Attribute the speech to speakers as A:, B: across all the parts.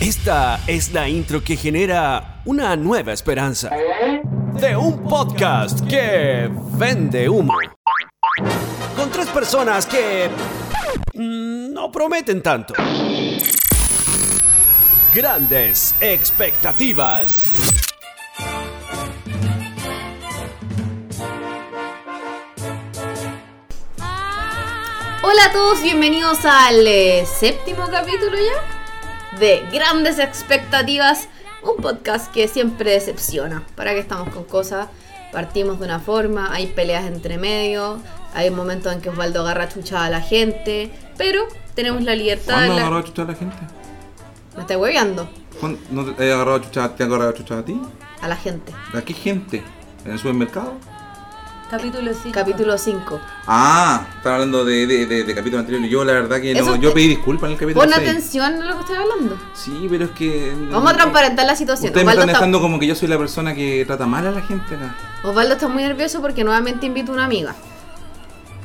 A: Esta es la intro que genera una nueva esperanza de un podcast que vende humo. Con tres personas que mm, no prometen tanto. Grandes expectativas.
B: Hola a todos, bienvenidos al eh, séptimo capítulo ya de Grandes Expectativas, un podcast que siempre decepciona. Para que estamos con cosas, partimos de una forma, hay peleas entre medio, hay momentos en que Osvaldo agarra chucha a la gente, pero tenemos la libertad de
C: ¿Cuándo
B: la-
C: agarró a chuchar a la gente?
B: Me está hueveando
C: ¿Cuándo no te, he agarrado a chuchar, te he agarrado a chuchar a ti?
B: a la gente.
C: ¿A qué gente? ¿En el supermercado?
D: Capítulo 5.
B: Capítulo 5.
C: Ah, estaba hablando de, de, de- de capítulo anterior. Yo la verdad que
B: Eso
C: no,
B: te-
C: yo pedí disculpas en el capítulo
B: Pon
C: seis.
B: atención a lo que estoy hablando.
C: Sí, pero es que...
B: Vamos a transparentar la situación.
C: Ustedes me
B: Osvaldo
C: están
B: está,
C: dejando como que yo soy la persona que trata mal a la gente acá.
B: Osvaldo está muy nervioso porque nuevamente invito a una amiga.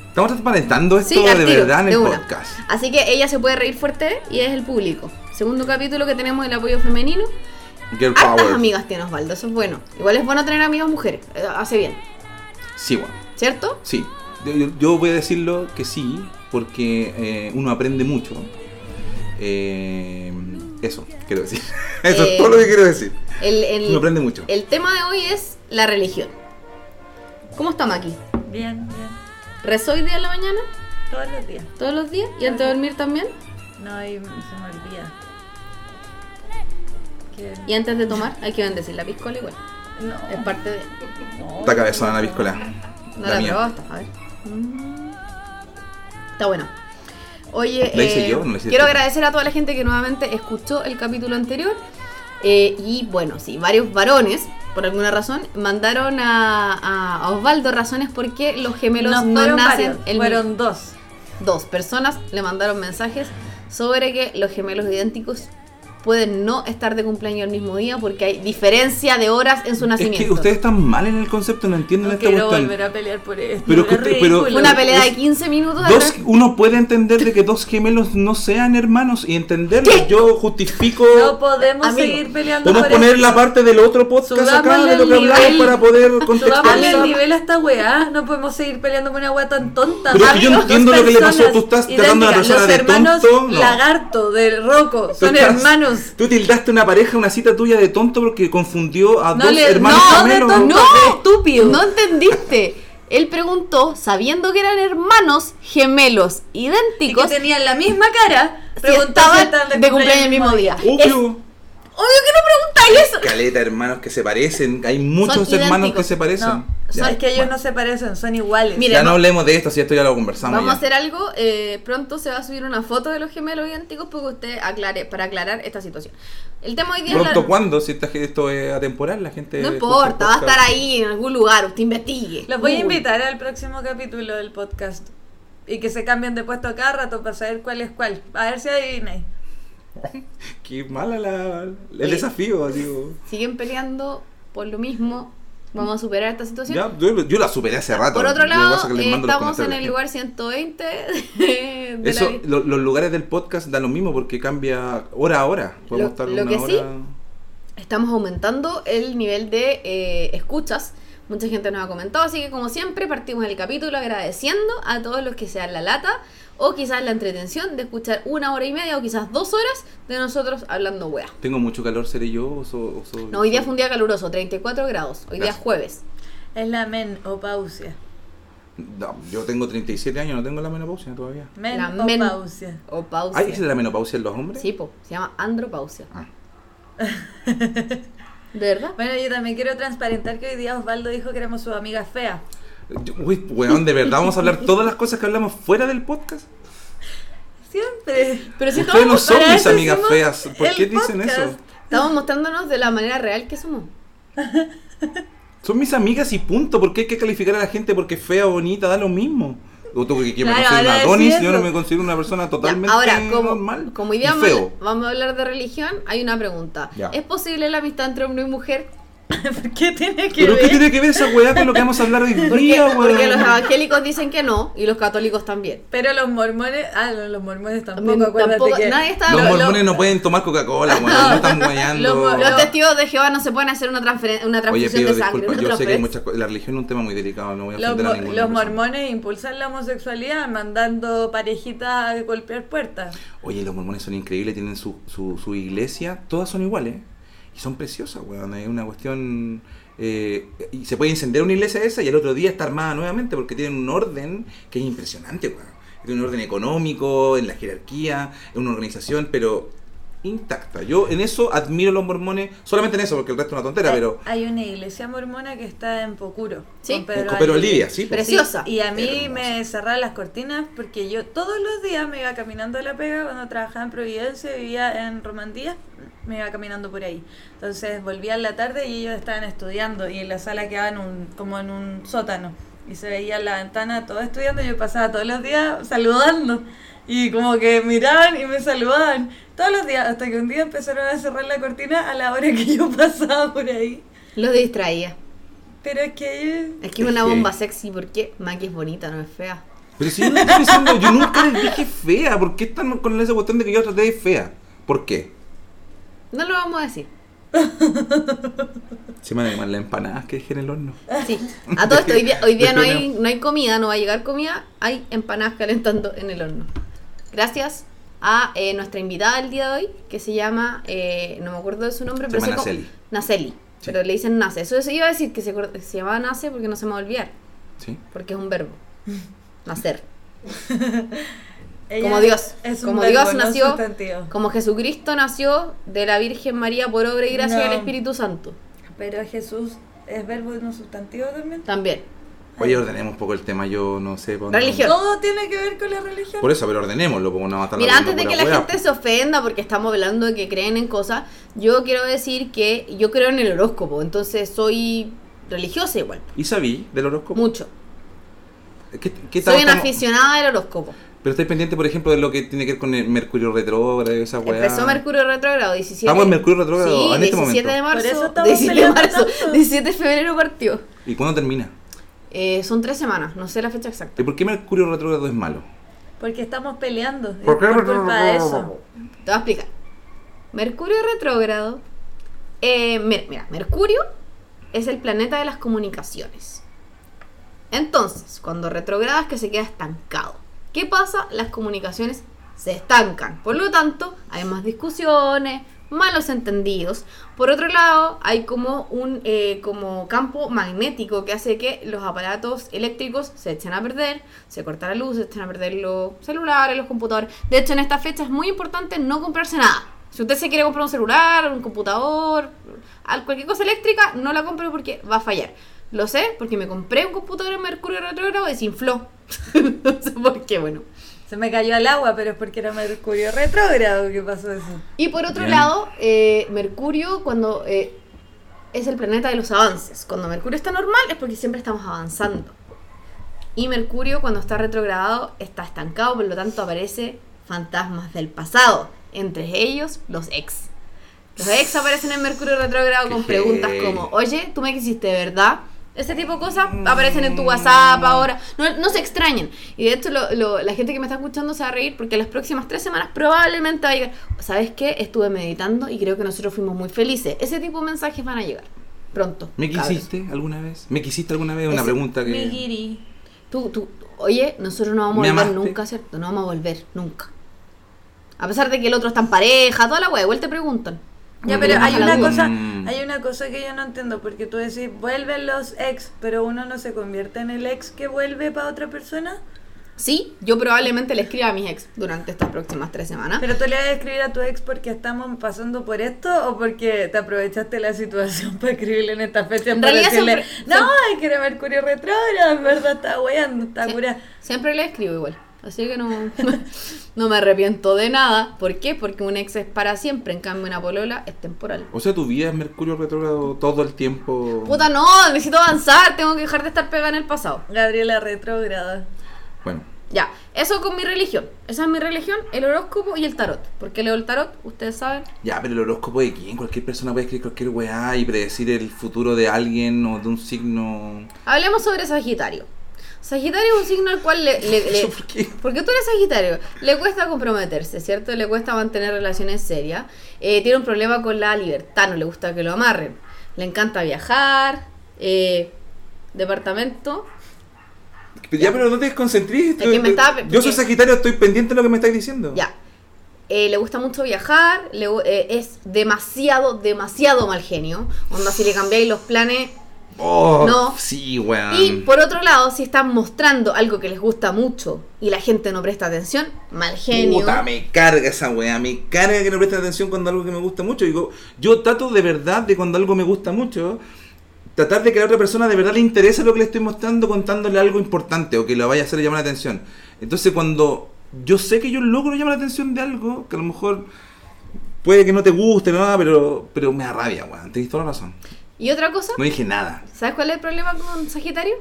C: Estamos transparentando esto
B: Sí, al
C: de
B: tiro,
C: verdad en
B: de
C: el
B: una.
C: podcast.
B: Así que ella se puede reír fuerte y es el público. Segundo capítulo que tenemos el apoyo femenino.
C: Girl
B: Hartas
C: power.
B: amigas tiene Osvaldo, eso es bueno. Igual es bueno tener amigas mujeres, eh, hace bien,
C: Sí, bueno.
B: ¿cierto?
C: Sí, yo, yo- yo voy a decirlo que sí, porque eh, uno aprende mucho. Eh, eso, quiero decir. Eso
B: Eh,
C: es todo lo que quiero decir.
B: El, el-
C: Uno aprende mucho.
B: el tema de hoy es la religión. ¿Cómo estamos aquí?
D: Bien, bien.
B: ¿Rezo hoy día en la mañana?
D: Todos los días.
B: ¿Todos los días? ¿Y antes de dormir también?
D: No, y se me olvida. Que-
B: ¿Y antes de tomar? Hay que bendecir la piscola igual.
D: No.
B: Es parte de...
D: no,
C: Esta cabezona la piscola.
B: No
C: la
B: la,
C: mía.
B: probaste, a ver. Mm. Está bueno. Oye,
C: ¿La hice
B: eh,
C: yo o no la hiciste
B: quiero
C: tú?
B: agradecer a toda la gente que nuevamente escuchó el capítulo anterior. Eh, y bueno, sí, varios varones, por alguna razón, mandaron a, a- a Osvaldo razones por qué los gemelos
D: no
B: no,
D: fueron
B: nacen.
D: varios,
B: el-
D: fueron dos.
B: Dos personas le mandaron mensajes sobre que los gemelos idénticos pueden no estar de cumpleaños el mismo día porque hay diferencia de horas en su
C: Es
B: nacimiento.
C: que ustedes están mal en el concepto, no entienden
D: No
C: esta
D: quiero
C: cuestión.
D: volver a pelear por esto.
C: Pero
D: es
C: que usted- pero-
D: ridículo.
B: Fue una pelea
C: Es-
B: de 15 minutos.
C: Dos,
B: atrás.
C: uno puede entender de que dos gemelos no sean hermanos y entenderlo.
B: ¿Qué?
C: Yo justifico.
D: No podemos
B: Amigo,
D: seguir peleando
C: Podemos
D: por
C: poner
D: esto.
C: la parte del otro podcast acá
D: Subámosle
C: de lo que
D: el
C: hablamos
D: nivel.
C: para poder
D: Subámosle el
C: contextualizar.
D: nivel a esta weá. No podemos seguir peleando por una weá tan tonta.
C: Pero que yo no
D: Amigos,
C: entiendo
D: dos
C: lo que le pasó.
D: personas
C: Tú estás tratando a una
D: idénticas.
C: persona
D: Los
C: de
D: hermanos
C: tonto, no.
D: Lagarto, de Roco.
C: Tú
D: Son
C: estás-
D: hermanos.
C: Tú tildaste una pareja, una cita tuya de tonto porque confundió a
D: No
C: dos
D: le-
C: hermanos
D: no,
C: gemelos.
D: de tonto.
B: ¡No!
D: estúpido.
B: No entendiste. Él preguntó, sabiendo que eran hermanos gemelos
D: y que
B: idénticos,
D: tenían la misma cara,
B: si
D: preguntaban
B: estaban de cumpleaños el mismo día. Es-
C: Obvio.
B: obvio que no preguntáis eso.
C: Caleta, hermanos que se parecen. Hay muchos
B: Son
C: hermanos
B: idénticos.
C: que se parecen.
D: No,
C: Ya,
D: es que ellos
C: bueno.
D: no se parecen, son iguales.
B: Mira,
C: Ya
B: no-
C: no hablemos de esto, si esto ya lo conversamos.
B: Vamos a
C: ya.
B: hacer algo. eh, pronto se va a subir una foto de los gemelos idénticos porque usted aclare, para aclarar esta situación. El tema hoy día es la-
C: ¿Pronto cuándo? Si esta- esto es atemporal, la gente.
B: No
C: escucha el
B: importa, va a
C: podcast.
B: estar ahí en algún lugar. Usted investigue.
D: Los voy a
B: Uy.
D: invitar al próximo capítulo del podcast. Y que se cambien de puesto cada rato para saber cuál es cuál. A ver si adivináis.
C: Qué mala la, el
B: Eh.
C: desafío, digo.
B: Siguen peleando por lo mismo. Vamos a superar esta situación.
C: Ya, yo, yo la superé hace rato.
B: Por otro
C: Lo que pasa
B: lado,
C: es que les
B: eh,
C: mando los
B: estamos en
C: comentarios.
B: el lugar 120 de la
C: Eso,
B: lista.
C: lo- los lugares del podcast da lo mismo porque cambia hora a hora.
B: Lo-
C: Podemos estar
B: lo
C: una
B: que
C: hora.
B: sí, Estamos aumentando el nivel de eh, escuchas. Mucha gente nos ha comentado, así que como siempre partimos el capítulo agradeciendo a todos los que se dan la lata o quizás la entretención de escuchar una hora y media o quizás dos horas de nosotros hablando wea.
C: Tengo mucho calor, seré yo. o so- o so-
B: No, hoy día
C: so-
B: fue un día caluroso, 34 grados, hoy día es
C: Gracias.
B: jueves.
D: Es la menopausia.
C: No, yo tengo 37 años, no tengo la menopausia todavía.
D: Menopausia.
B: O pausa.
C: ¿Hay la menopausia en los hombres?
B: Sí, po, se llama andropausia.
C: Ah.
B: ¿De verdad?
D: Bueno, yo también quiero transparentar que hoy día Osvaldo dijo que éramos sus amigas feas.
C: Yo- Uy, weón, de verdad, vamos a hablar todas las cosas que hablamos fuera del podcast.
D: Siempre.
B: Pero si
C: Ustedes no
B: estamos,
C: son
D: para
C: mis
D: eso
C: amigas
D: hicimos
C: feas. ¿Por
D: el
C: qué dicen
D: podcast.
C: eso?
B: estamos mostrándonos de la manera real que somos.
C: Son mis amigas y punto. ¿Por qué hay que calificar a la gente porque es fea o bonita? Da lo mismo. O tú que que me
D: Claro,
C: considero
D: ahora
C: una Adonis,
D: decís
C: yo no
D: eso.
C: me considero una persona
B: Ya,
C: totalmente
B: Ahora, como,
C: normal.
B: como hoy día
C: y
B: vamos,
C: feo.
B: vamos a hablar de religión, hay una pregunta.
C: Ya.
B: ¿Es posible la amistad entre hombre y mujer?
D: ¿Por qué tiene que
C: ¿Pero
D: ver?
C: qué tiene que ver esa weá con lo que vamos a hablar hoy día, weón?
B: Porque los evangélicos dicen que no y los católicos también.
D: Pero los mormones. Ah, no, los mormones tampoco,
B: También
D: acuérdate
B: tampoco-
D: que.
B: nadie está-
C: Los
B: lo-
C: mormones no pueden tomar Coca-Cola, weón. No están guayando.
D: Los mor-
B: Los testigos de Jehová no se pueden hacer una, transferen- una
C: Oye,
B: transfusión
C: pido
B: de sangre.
C: disculpas.
B: una
C: Yo sé que hay
B: transferencia.
C: muchas cosas. La religión es un tema muy delicado. No voy a
D: Los,
C: ofender a
D: mo-
C: ninguna
D: los
C: persona.
D: mormones impulsan la homosexualidad mandando parejitas a golpear puertas.
C: Oye, los mormones son increíbles. Tienen su, su, su iglesia. Todas son iguales. Y son preciosas, weón. Es una cuestión. eh, y se puede incendiar una iglesia esa y al otro día está armada nuevamente porque tienen un orden que es impresionante, weón. Tienen un orden económico, en la jerarquía, en una organización, pero intacta. Yo en eso admiro a los mormones, solamente en eso, porque el resto es una tontera,
D: Hay-
C: pero.
D: Hay una iglesia mormona que está en Pocuro.
B: Sí.
D: con
C: Pero,
D: Pedro
C: Olivia, sí. pues.
B: Preci- Preciosa.
D: Y a mí
C: Hermosa.
D: me cerraban las cortinas porque yo todos los días me iba caminando a la pega cuando trabajaba en Providencia, vivía en Romandía, me iba caminando por ahí. Entonces volvía en la tarde y ellos estaban estudiando y en la sala quedaban un, como en un sótano y se veía en la ventana todos estudiando y yo pasaba todos los días saludando y como que miraban y me saludaban todos los días hasta que un día empezaron a cerrar la cortina a la hora que yo pasaba por ahí.
B: Los distraía.
D: Pero es que...
B: Es que es una bomba sexy porque Maki es bonita, no es fea.
C: Pero si yo no estoy pensando, yo nunca les dije fea. ¿Por qué están con esa cuestión de que yo traté de fea? ¿Por qué?
B: No lo vamos a decir.
C: Se me van a quemar las empanadas que dejé en el horno.
B: Sí. A todo esto, hoy día, hoy día no, hay, no hay comida, no va a llegar comida, hay empanadas calentando en el horno. Gracias a eh, nuestra invitada del día de hoy, que se llama, eh, no me acuerdo de su nombre,
C: Se
B: pero
C: llama
B: sé cómo-
C: Naceli.
B: Naceli, pero le dicen Nace. Eso, eso iba a decir que se, acuer- se llamaba Nace porque no se me va a olvidar,
C: ¿Sí?
B: porque es un verbo. Nacer.
D: Ella
B: Como Dios.
D: es un
B: como
D: verbo,
B: Dios
D: no
B: nació.
D: sustantivo.
B: Como Jesucristo nació de la Virgen María por obra y gracia
D: No.
B: del Espíritu Santo.
D: Pero Jesús es verbo no sustantivo también.
B: También.
C: Oye, ordenemos un poco el tema, yo no sé. por dónde-
B: Religión.
D: Todo tiene que ver con la religión.
C: Por eso, pero ordenémoslo, pues, porque no va a estar
B: Mira, antes de
C: hablando
B: que
C: pura
B: la
C: hueá, pues.
B: gente se ofenda porque estamos hablando de que creen en cosas, yo quiero decir que yo creo en el horóscopo, entonces soy religiosa igual,
C: po. ¿Y sabí del horóscopo?
B: mucho.
C: ¿Qué, qué tal
B: Soy una
C: estamos-
B: aficionada del horóscopo.
C: Pero estáis pendiente, por ejemplo, de lo que tiene que ver con el Mercurio retrógrado, esa weá.
B: Empezó Mercurio retrógrado 17.
C: Estamos en Mercurio retrógrado
B: Sí,
C: en este
B: 17 de
C: momento.
B: marzo.
D: Por eso estamos
B: 17 de
D: peleando
B: marzo,
D: tanto.
B: 17 de febrero partió.
C: ¿Y cuándo termina?
B: Eh, son tres semanas, no sé la fecha exacta.
C: ¿Y por qué Mercurio retrógrado es malo?
D: Porque estamos peleando. es
C: ¿Por
D: ¿Por
C: qué Mercurio
D: culpa de eso.
C: retrógrado?
B: Te voy a explicar. Mercurio retrógrado. eh, mira, mira, Mercurio es el planeta de las comunicaciones. Entonces, cuando retrogradas que se queda estancado. ¿Qué pasa? Las comunicaciones se estancan. Por lo tanto, hay más discusiones, malos entendidos. Por otro lado, hay como un eh, como campo magnético que hace que los aparatos eléctricos se echen a perder, se corta la luz, se echen a perder los celulares, los computadores. De hecho, en esta fecha es muy importante no comprarse nada. Si usted se quiere comprar un celular, un computador, al- cualquier cosa eléctrica, no la compre porque va a fallar. Lo sé porque me compré un computador en Mercurio retrógrado y desinfló. no sé por qué, bueno.
D: Se me cayó al agua, pero es porque era Mercurio retrógrado que pasó eso.
B: Y por otro
C: Bien.
B: lado, eh, Mercurio cuando eh, es el planeta de los avances. Cuando Mercurio está normal es porque siempre estamos avanzando. Y Mercurio cuando está retrogradado está estancado, por lo tanto aparece fantasmas del pasado. Entre ellos, los ex. Los ex aparecen en Mercurio retrogrado
C: Qué
B: con preguntas
C: heavy.
B: como, oye, tú me quisiste, ¿verdad? Ese tipo de cosas
D: Mm.
B: aparecen en tu WhatsApp ahora. No, no se extrañen. Y de hecho, lo- lo- la gente que me está escuchando se va a reír porque las próximas tres semanas probablemente va a llegar. ¿Sabes qué? Estuve meditando y creo que nosotros fuimos muy felices. Ese tipo de mensajes van a llegar pronto.
C: ¿Me
B: cabros.
C: quisiste alguna vez? ¿Me quisiste alguna vez? Una
B: Ese-
C: pregunta que...
D: Migiri.
B: Tú, tú, oye, nosotros no vamos
C: ¿Me
B: a volver
C: amaste?
B: nunca, ¿cierto? No vamos a volver nunca. A pesar de que el otro está en pareja, toda la wea, igual te preguntan.
D: Ya,
C: Mm.
D: pero hay una
B: Mm.
D: cosa, hay una cosa que yo no entiendo, porque tú decís, vuelven los ex, pero uno no se convierte en el ex que vuelve para otra persona.
B: Sí, yo probablemente le escriba a mis ex durante estas próximas tres semanas.
D: Pero tú le vas a escribir a tu ex porque estamos pasando por esto o porque te aprovechaste la situación para escribirle en esta fecha
B: En
D: para
B: realidad
D: decirle,
B: siempre-
D: no, es que era Mercurio retrógrado, en verdad está weando, está
B: Sí.
D: curada.
B: Siempre le escribo igual. Así que no, no me arrepiento de nada. ¿Por qué? Porque un ex es para siempre, en cambio una polola es temporal.
C: O sea, tu vida es Mercurio retrógrado todo el tiempo.
B: Puta no, necesito avanzar, tengo que dejar de estar pegada en el pasado.
D: Gabriela retrógrada.
C: Bueno,
B: Ya, eso con mi religión. Esa es mi religión, el horóscopo y el tarot. Porque leo el tarot, ustedes saben.
C: Ya, pero el horóscopo de quién? Cualquier persona puede escribir cualquier weá y predecir el futuro de alguien o de un signo.
B: Hablemos sobre Sagitario. Sagitario es un signo al cual le... le- le-
C: ¿Por qué?
B: porque tú eres Sagitario, le cuesta comprometerse, ¿cierto? Le cuesta mantener relaciones serias. Eh, tiene un problema con la libertad, no le gusta que lo amarren. Le encanta viajar, eh, departamento.
C: Ya, pero no te desconcentrís.
B: Es que me estaba-
C: Yo soy
B: porque-
C: Sagitario, estoy pendiente de lo que me estáis diciendo.
B: Ya. Eh, le gusta mucho viajar, le gu- eh, es demasiado, demasiado mal genio. Onda, si le cambiáis los planes.
C: Oh,
B: No.
C: Sí, weón.
B: Y por otro lado, si están mostrando algo que les gusta mucho y la gente no presta atención, mal genio.
C: Puta, me carga esa weá, me carga que no presten atención cuando algo que me gusta mucho. Digo, yo trato de verdad de cuando algo me gusta mucho, tratar de que a la otra persona de verdad le interese lo que le estoy mostrando contándole algo importante o que lo vaya a hacer llamar la atención. Entonces cuando yo sé que yo logro llamar la atención de algo, que a lo mejor puede que no te guste, no nada, pero, pero me da rabia, weón. Tenés toda la razón.
B: Y otra cosa,
C: No dije nada.
B: ¿sabes cuál es el problema con Sagitario?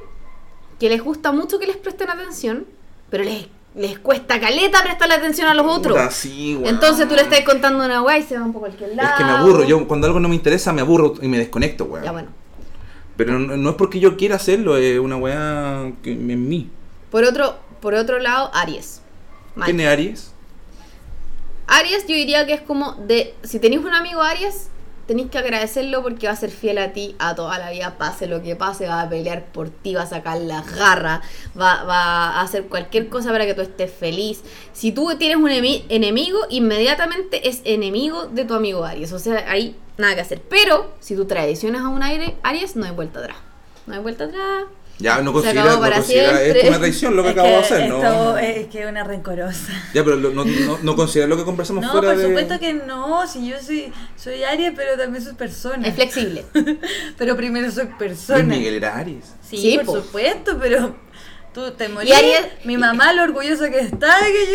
B: Que les gusta mucho que les presten atención, pero les, les cuesta caleta prestarle atención a los otros.
C: Puta, sí, weón.
B: Entonces tú le estás contando una guay y se van por cualquier lado.
C: Es que me aburro, yo cuando algo no me interesa me aburro y me desconecto, weón.
B: Ya bueno.
C: Pero no, no es porque yo quiera hacerlo, es una weá que- en mí.
B: Por otro, por otro lado, Aries. Mal.
C: ¿Quién es Aries?
B: Aries yo diría que es como de si tenéis un amigo Aries tenéis que agradecerlo porque va a ser fiel a ti a toda la vida pase lo que pase va a pelear por ti va a sacar la garra va, va a hacer cualquier cosa para que tú estés feliz si tú tienes un emi- enemigo inmediatamente es enemigo de tu amigo Aries o sea ahí nada que hacer pero si tú traicionas a un aire, Aries no hay vuelta atrás no hay vuelta atrás
C: Ya, no
B: Se
C: considera,
B: acabó
C: no
B: para
C: considera
B: siempre.
C: esto una traición lo que
D: Es
C: acabo de
D: que
C: hacer,
D: esto
C: ¿no?
D: Es que es una rencorosa.
C: Ya, pero lo- no, no, no considera lo que conversamos
D: No,
C: fuera
D: por
C: de...
D: supuesto que no. Si yo soy, soy Aries, pero también soy persona.
B: es flexible
D: Pero primero soy
C: Luis
D: persona.
C: Miguel era Aries.
D: Sí,
B: Sí,
D: por
B: po.
D: supuesto, pero tú te morí.
B: Aries-
D: Mi mamá lo orgullosa que está de que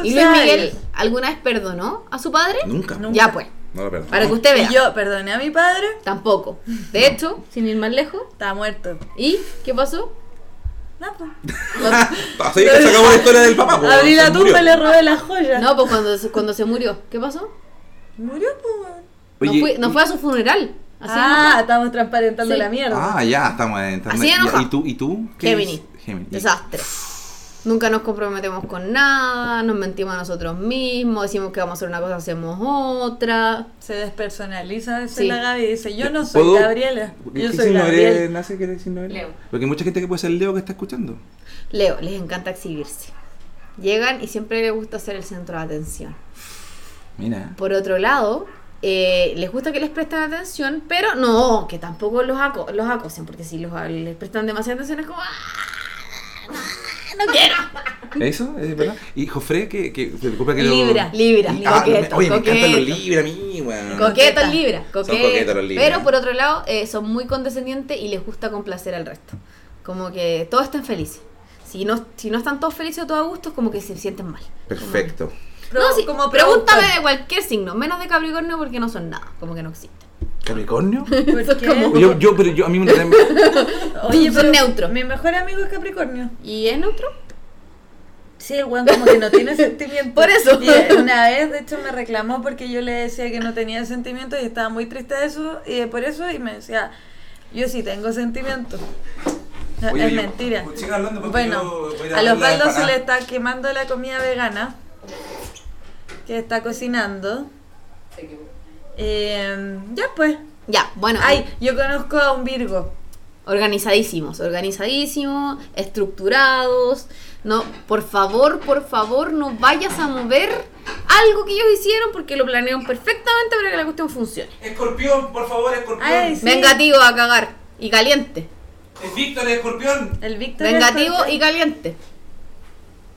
B: y Luis
D: sea
B: Miguel
D: Aries.
B: alguna vez perdonó a su padre
C: Nunca.
D: Nunca.
B: ya pues
C: No lo perdonó.
B: para que usted vea
D: Y yo perdoné a mi padre,
B: Tampoco. De hecho, sin ir más lejos.
D: está muerto.
B: ¿Y qué pasó?
D: No, pues.
C: Así que se acabó la historia del papá. pues,
D: Abrí
C: se
D: la tumba
C: murió.
D: y le robé la joya.
B: No, pues cuando, se- cuando se murió. ¿Qué pasó?
D: Murió, pues.
B: No,
C: Oye,
B: fui- no fue a su funeral. Así
D: Ah,
B: nomás.
D: estamos transparentando
B: Sí.
D: la mierda.
C: Ah, ya, estamos en...
B: Así de enojado.
C: ¿Y tú? ¿Y tú? ¿Qué
B: Géminis.
C: es? Géminis.
B: Desastre. Nunca nos comprometemos con nada, nos mentimos a nosotros mismos, decimos que vamos a hacer una cosa, hacemos otra.
D: Se despersonaliza a veces
B: Sí.
D: la Gaby y dice, yo no soy
C: ¿Puedo?
D: Gabriela.
C: ¿Qué
D: Yo
C: qué
D: soy
C: signo eres?
D: Gabriel.
C: ¿Nace? ¿Qué signo eres?
B: Leo.
C: Porque hay mucha gente que puede ser Leo que está escuchando.
B: Leo, les encanta exhibirse. Llegan y siempre les gusta ser el centro de atención.
C: Mira.
B: Por otro lado, eh, les gusta que les presten atención, pero no, que tampoco los, aco- los acosen, porque si los, les prestan demasiada atención es como... "Ah, No, no quiero.
C: ¿Eso? ¿Es verdad? Y Jofre, que... que disculpa que lo-
D: Libra.
B: Libra,
C: Y- ah,
B: coqueto,
C: oye, me encantan
B: coqueto.
C: los libros a mí, weón.
B: Coqueto
D: Coqueta.
B: es Libra, coqueto.
C: coquetos los Libra.
B: Pero por otro lado, eh, son muy condescendientes y les gusta complacer al resto. Como que todos estén felices. Si no, si no están todos felices o todos a gusto, es como que se sienten mal.
C: Perfecto.
D: Pro-
B: no, sí,
D: como
B: pregúntame
D: productor.
B: de cualquier signo, menos de Capricornio porque no son nada, como que no existen.
C: ¿Capricornio?
D: ¿Por
B: Eso es
D: qué?
B: como-
C: Yo, yo, pero yo, a mí me traen...
D: Oye,
B: Son
D: pero
B: neutros.
D: Mi mejor amigo es Capricornio.
B: ¿Y es neutro?
D: Sí, el weón como que no tiene sentimiento.
B: Por eso.
D: Y eh, una vez, de hecho, me reclamó porque yo le decía que no tenía sentimientos y estaba muy triste de eso, y de por eso, y me decía, yo sí tengo sentimientos. No, es mentira. Bueno, a los baldos se le está quemando la comida vegana que está cocinando. Eh, ya pues.
B: Ya, bueno. eh.
D: Ay, yo conozco a un Virgo.
B: Organizadísimos, organizadísimos, estructurados. No, por favor, por favor, no vayas a mover algo que ellos hicieron porque lo planearon perfectamente para que la cuestión funcione.
C: Escorpión, por favor, escorpión.
D: Ay, sí.
B: Vengativo a cagar y caliente.
C: Es Víctor, escorpión.
D: El Víctor. es
B: Vengativo
D: corte-
B: y caliente.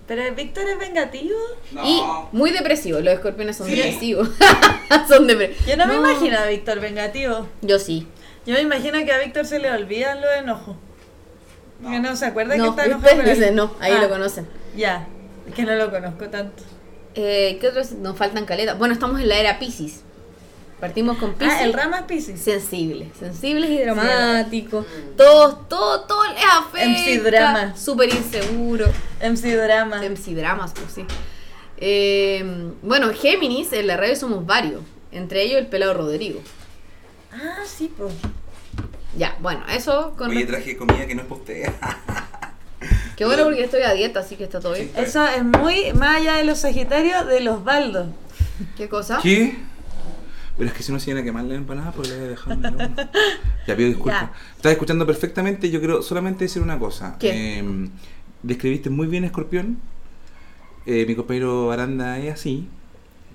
D: Pero el Víctor es vengativo.
B: Y muy depresivo. Los escorpiones son
C: Sí.
B: depresivos. son depresivos.
D: Yo no, me imagino a Víctor vengativo.
B: Yo sí.
D: Yo me imagino que a Víctor se le olvidan los enojos. Que no se acuerda que
B: No,
D: está enojado.
B: ustedes
D: con
B: dicen
D: él.
B: no, ahí
D: Ah,
B: lo conocen.
D: Ya, es que no lo conozco tanto.
B: Eh, ¿Qué otros nos faltan caletas? Bueno, estamos en la era Pisces. Partimos con Pisces.
D: Ah, el rama es Pisces.
B: Sensibles, sensibles y dramáticos.
D: Mm.
B: Todos, todo, todo les afecta.
D: MC drama. Ah.
B: Súper inseguro.
D: MC Drama.
B: MC dramas, pues sí. Eh, bueno, Géminis, en la radio somos varios. Entre ellos el pelado Rodrigo.
D: Ah, sí, po.
B: Ya, bueno, eso con.
C: Oye, traje comida que no es postea.
B: Qué bueno porque estoy a dieta, así que está todo bien.
C: Sí.
D: Eso es muy más allá de los Sagitarios, de los Baldos.
B: ¿Qué cosa?
C: ¿Qué? Pero es que si no se iban a quemar las empanadas, pues le voy a dejar en el horno. Ya pido disculpas.
D: Ya.
C: Estás escuchando perfectamente, yo quiero solamente decir una cosa.
B: ¿Qué?
C: Eh, describiste muy bien a Escorpión. Eh, mi compañero Aranda es así.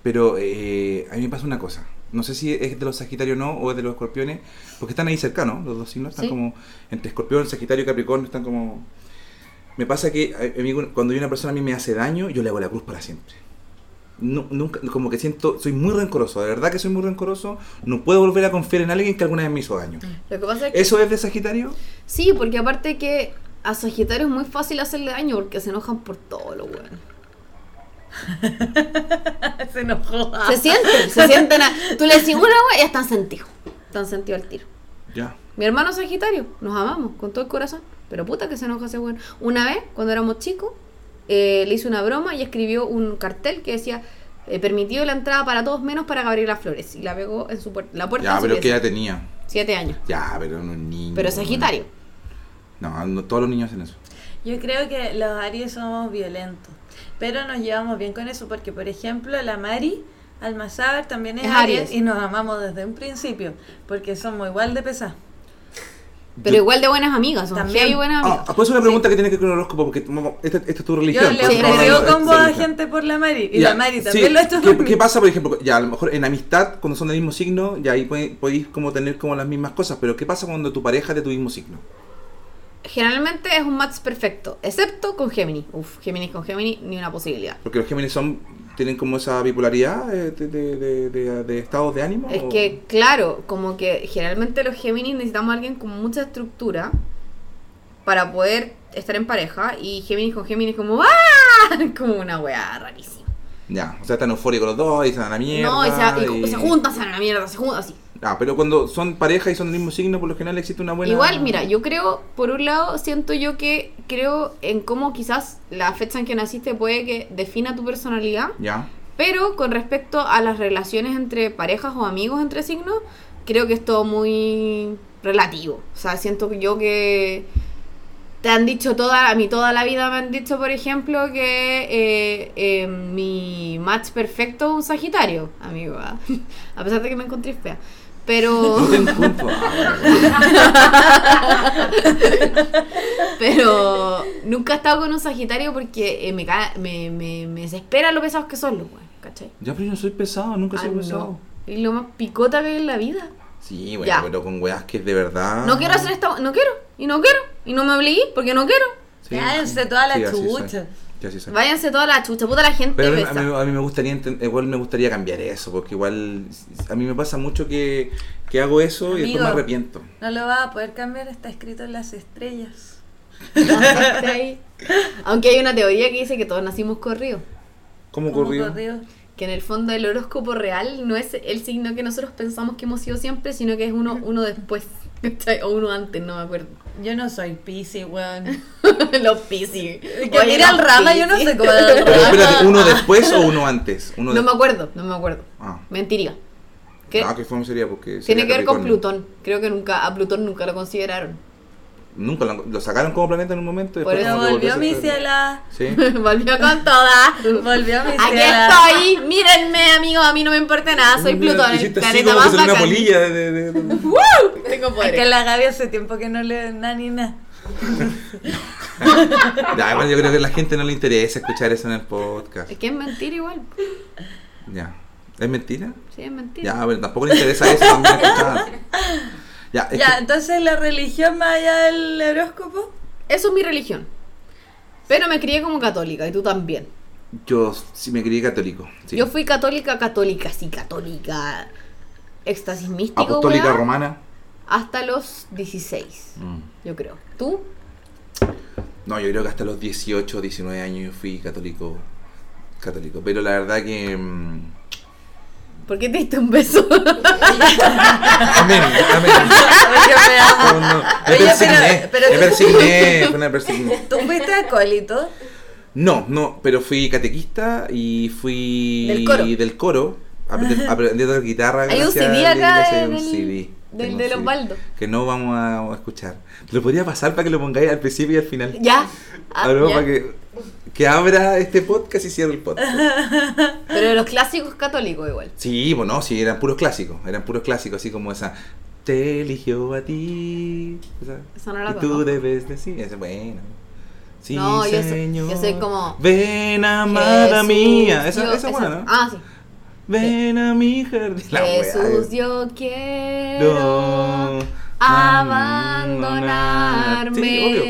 C: Pero eh, a mí me pasa una cosa. No sé si es de los Sagitarios o no, o es de los Escorpiones, porque están ahí cercanos, los dos signos. Están
B: Sí.
C: como entre Escorpión, Sagitario y Capricornio, están como... Me pasa que eh, a- a mí cuando una persona a mí me hace daño, yo le hago la cruz para siempre. No, nunca, como que siento, soy muy rencoroso, de verdad que soy muy rencoroso, no puedo volver a confiar en alguien que alguna vez me hizo daño.
B: Lo que pasa es que.
C: ¿Eso es de Sagitario?
B: Sí, porque aparte que a Sagitario es muy fácil hacerle daño porque se enojan por todo lo bueno.
D: Se enojó.
B: Se sienten, se sienten. A, tú le decís una wea y ya están sentidos. Están sentidos al tiro.
C: Ya.
B: Mi hermano es Sagitario, nos amamos con todo el corazón, pero puta que se enoja ese bueno. Una vez, cuando éramos chicos, eh, le hice una broma y escribió un cartel que decía eh, permitido la entrada para todos menos para Gabriela Flores y la pegó en su puer- la puerta
C: Ya,
B: de su
C: pero que
B: pieza.
C: ya tenía.
B: siete años.
C: Ya, pero no un niño.
B: Pero
C: bueno.
B: Sagitario.
C: No, no, todos los niños hacen eso.
D: Yo creo que los Aries somos violentos, pero nos llevamos bien con eso porque, por ejemplo, la Mari Almazábar también es,
B: Es
D: Aries.
B: Aries.
D: y nos amamos desde un principio porque somos igual de pesadas.
B: Pero
C: Yo-
B: igual de buenas amigas, son
D: También.
B: heavy buenas
C: Ah,
B: amigas.
C: ah, pues una pregunta que tiene que ver con el horóscopo, porque como, esta, esta es tu religión.
D: Yo le
C: por
B: Sí,
C: favor,
D: ofrecí
B: pero-
C: no,
D: combo
C: no,
D: a
C: no.
D: gente por la Mari y
C: Ya,
D: la Mari
C: sí,
D: también lo ha hecho
C: ¿Qué,
D: por
C: qué
D: mí.
C: pasa, por ejemplo? Ya, a lo mejor en amistad, cuando son del mismo signo, ya ahí puede- podéis como tener como las mismas cosas, pero ¿qué pasa cuando tu pareja es de tu mismo signo?
B: Generalmente es un match perfecto, excepto con Géminis. Uf, Géminis con Géminis, ni una posibilidad.
C: Porque los Géminis son tienen como esa bipolaridad eh, de, de- de- de- de estados de ánimo.
B: Es
C: o-
B: que, claro, como que generalmente los Géminis necesitamos a alguien con mucha estructura para poder estar en pareja y Géminis con Géminis como ¡ah! Como una weá rarísima.
C: Ya, o sea, están eufóricos los dos y se dan a la mierda.
B: No, y se, y se juntan, se van a la mierda, se juntan así.
C: Ah, pero cuando son pareja y son del mismo signo, por lo general existe una buena...
B: Igual, mira, yo creo, por un lado, siento yo que creo en cómo quizás la fecha en que naciste puede que defina tu personalidad.
C: Ya.
B: Pero con respecto a las relaciones entre parejas o amigos entre signos, creo que es todo muy relativo. O sea, siento que yo que te han dicho toda, a mí toda la vida me han dicho, por ejemplo, que eh, eh, mi match perfecto es un Sagitario, amigo. ¿ah? A pesar de que me encontré fea. Pero,
C: No te encuentro. Ah, bueno.
B: pero nunca he estado con un Sagitario porque eh, me, ca- me, me, me desespera lo pesados que son los güeyes, ¿cachai?
C: ya, pero yo no soy pesado, nunca soy
B: Ah, no.
C: pesado.
B: Y lo más picota que hay en la vida.
C: Sí, bueno,
B: Ya.
C: pero con weas que de verdad...
B: No quiero hacer esta. No quiero. Y no quiero. Y no me obligué porque no quiero.
C: Sí,
D: Cállense toda la
C: sí, así soy.
D: chucha.
C: Sí, así soy.
B: Váyanse toda la chucha. Puta la gente
C: Pero a mí,
B: pesa.
C: a mí- a mí me gustaría enten- igual me gustaría cambiar eso, porque igual a mí me pasa mucho que, que hago eso y después
D: Amigo.
C: me arrepiento.
D: No lo vas a poder cambiar, está escrito en las estrellas.
B: Hasta ahí. Aunque hay una teoría que dice que todos nacimos corridos.
C: ¿Cómo
D: Como
C: ocurrió?
D: corrido.
B: Que en el fondo el horóscopo real no es el signo que nosotros pensamos que hemos sido siempre, sino que es uno, uno después. ¿cachai? O uno antes, no me acuerdo.
D: Yo no soy Pisces, weón.
B: los piscis.
D: Que mira el rama, yo no sé cómo era el
C: Pero
D: rama.
C: espérate, ¿uno después o uno antes? Uno
B: Ah, No
C: de-
B: me acuerdo, no me acuerdo.
C: Ah.
B: Mentiría. ¿Qué?
C: Ah, ¿qué forma sería? Porque sería
B: Tiene que ver con
C: Capricornio.
B: Plutón. Creo que nunca a Plutón nunca lo consideraron.
C: Nunca lo, lo sacaron como planeta en un momento. y
B: Por
C: después
D: Pero
B: eso
C: como que
D: volvió mi
C: volvió a ser-
D: ciela.
C: Sí.
B: Volvió con toda.
D: Volvió mi
B: Aquí
D: ciela.
B: estoy, mírenme amigos, a mí no me importa nada, Ah, soy Plutón, el
C: Hiciste así
B: planeta
C: como que
B: más
C: son una
B: bacán.
C: polilla. de- de- de- de-
B: Tengo
D: Es que
B: poderes.
D: a la Gaby hace tiempo que no le da ni nada.
C: Ya, bueno, yo creo que a la gente no le interesa escuchar eso en el podcast.
B: Es que es mentira igual,
C: Ya. ¿Es mentira?
B: sí es mentira.
C: Ya, pero tampoco le interesa eso. también escuchar. Ya, es
D: Ya,
C: que-
D: entonces la religión más allá del horóscopo.
B: Eso es mi religión. Pero me crié como católica y tú también.
C: Yo sí me crié católico. sí.
B: Yo fui católica, católica, sí, católica. Éxtasis místico,
C: Apostólica
B: weá,
C: romana.
B: hasta los 16,
C: Mm.
B: yo creo. ¿Tú?
C: No, yo creo que hasta los 18, 19 años yo fui católico. Católico. Pero la verdad que. mm,
B: ¿Por qué te diste un beso?
C: Amén, amén. No, no, Me
D: Oye,
C: persigné,
D: pero- pero-
C: me persigné, fue una persigné.
D: ¿Tú fuiste acólito?
C: No, no, pero fui catequista y fui
B: Del coro.
C: del coro, aprend- aprendí a tocar guitarra.
B: Hay un
C: gracias a
B: CD
C: la
B: acá
C: iglesia, hay
B: del-
C: un CD.
B: del-
C: Tengo un
B: del
C: CD
B: Osvaldo.
C: Que no vamos a, a escuchar. Lo podría pasar para que lo pongáis al principio y al final.
B: ya. Ah,
C: Ahora vamos
B: ya.
C: para que, que abra este podcast y cierre el podcast.
B: Pero de los clásicos católicos igual.
C: Sí, bueno, sí, eran puros clásicos. Eran puros clásicos, así como esa. Te eligió a ti. esa,
B: Esa no la
C: y tú
B: conozco.
C: debes decir. Esa, bueno. Sí,
B: No, yo soy-
C: señor.
B: yo soy como-
C: Ven, amada
B: Jesús,
C: mía. Esa,
B: yo-
C: esa, buena, ¿no?
B: Ah, sí.
C: Ven a mi jardín. La weá,
B: Jesús,
C: eh.
B: yo quiero
C: No.
B: abandonarme
C: Sí, obvio,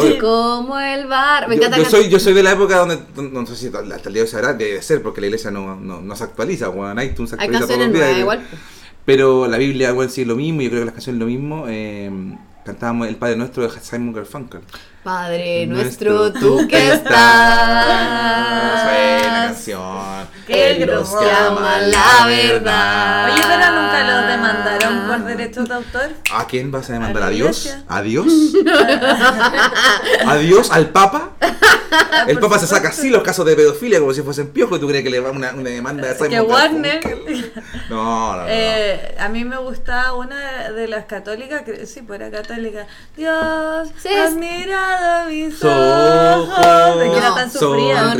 C: obvio.
B: como el bar. Me
C: yo,
B: encanta
C: yo
B: cantar.
C: soy, yo soy de la época donde, no sé si hasta el día de hoy se hará, debe ser, porque la iglesia no, no, no se actualiza, weón, iTunes se
B: Hay
C: actualiza todos
B: canciones
C: los días.
B: nuevas igual.
C: eh, Pero la Biblia, weón, sí es lo mismo, yo creo que las canciones es lo mismo. eh, cantábamos El Padre Nuestro de Simon Garfunkel.
D: Eh,
B: Padre nuestro, tú que
C: Buena
B: estás.
C: canción.
D: Qué
C: Él nos
D: grosso.
C: llama la verdad.
D: Oye, pero nunca los demandaron por derechos de autor.
C: ¿A quién vas a demandar?
D: A
C: ¿A
D: la
C: Dios?
D: iglesia.
C: ¿A Dios? ¿A Dios? ¿Al Papa? El Papa se saca así los casos de pedofilia como si fuesen piojos. ¿Tú crees que le va una, una demanda de
D: Que
C: Simon
D: Warner.
C: Garfunkel? No, no, no. no.
D: Eh, a mí me gustaba una de las católicas, que- sí, pues era católica. Dios,
B: Sí,
D: has
B: es-
D: mirado mis ojos.
C: Ojos
D: De que era tan sufrida.
B: sonri-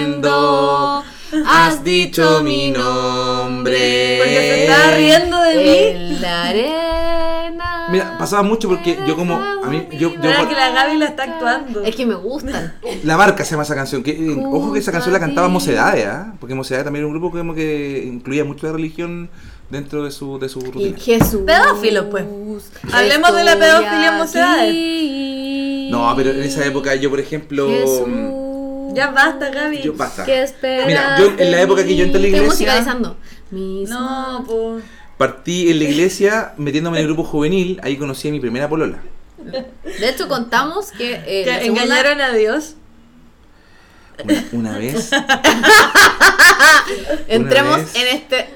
C: sonriendo, has dicho mi nombre.
D: Porque se estaba riendo de mí.
B: En la arena.
C: Mira, pasaba mucho porque yo como- a mí- yo- yo-
D: Mira que la Gaby la está actuando.
B: Es que me gustan.
C: La barca se llama esa canción. Que, eh, ojo que esa canción la cantaba
B: Junto a ti.
C: Mocedades, ¿ah? Porque Mocedades también era un grupo que, como que incluía mucho la religión dentro de su, de su
B: Y
C: rutina.
B: Jesús.
D: Pedófilo, pues. Hablemos de la
B: estoy
D: pedofilia en
B: aquí.
D: Mocedades.
C: No, pero en esa época yo, por ejemplo... mm,
B: Jesús.
D: Ya basta, Gaby.
C: Yo basta.
B: ¿Qué esperas
C: Mira, yo en la
B: de
C: época que yo entré a
B: mí?
C: la
B: Estoy
C: iglesia,
B: musicalizando. Mis
D: No, pues.
B: Eh,
C: partí en la iglesia metiéndome en el grupo juvenil, ahí conocí a mi primera polola.
B: De hecho, contamos que. eh, la
D: Que
B: segunda-
D: engañaron a Dios.
C: Una, una vez. una
B: Entremos
C: vez.
B: en este.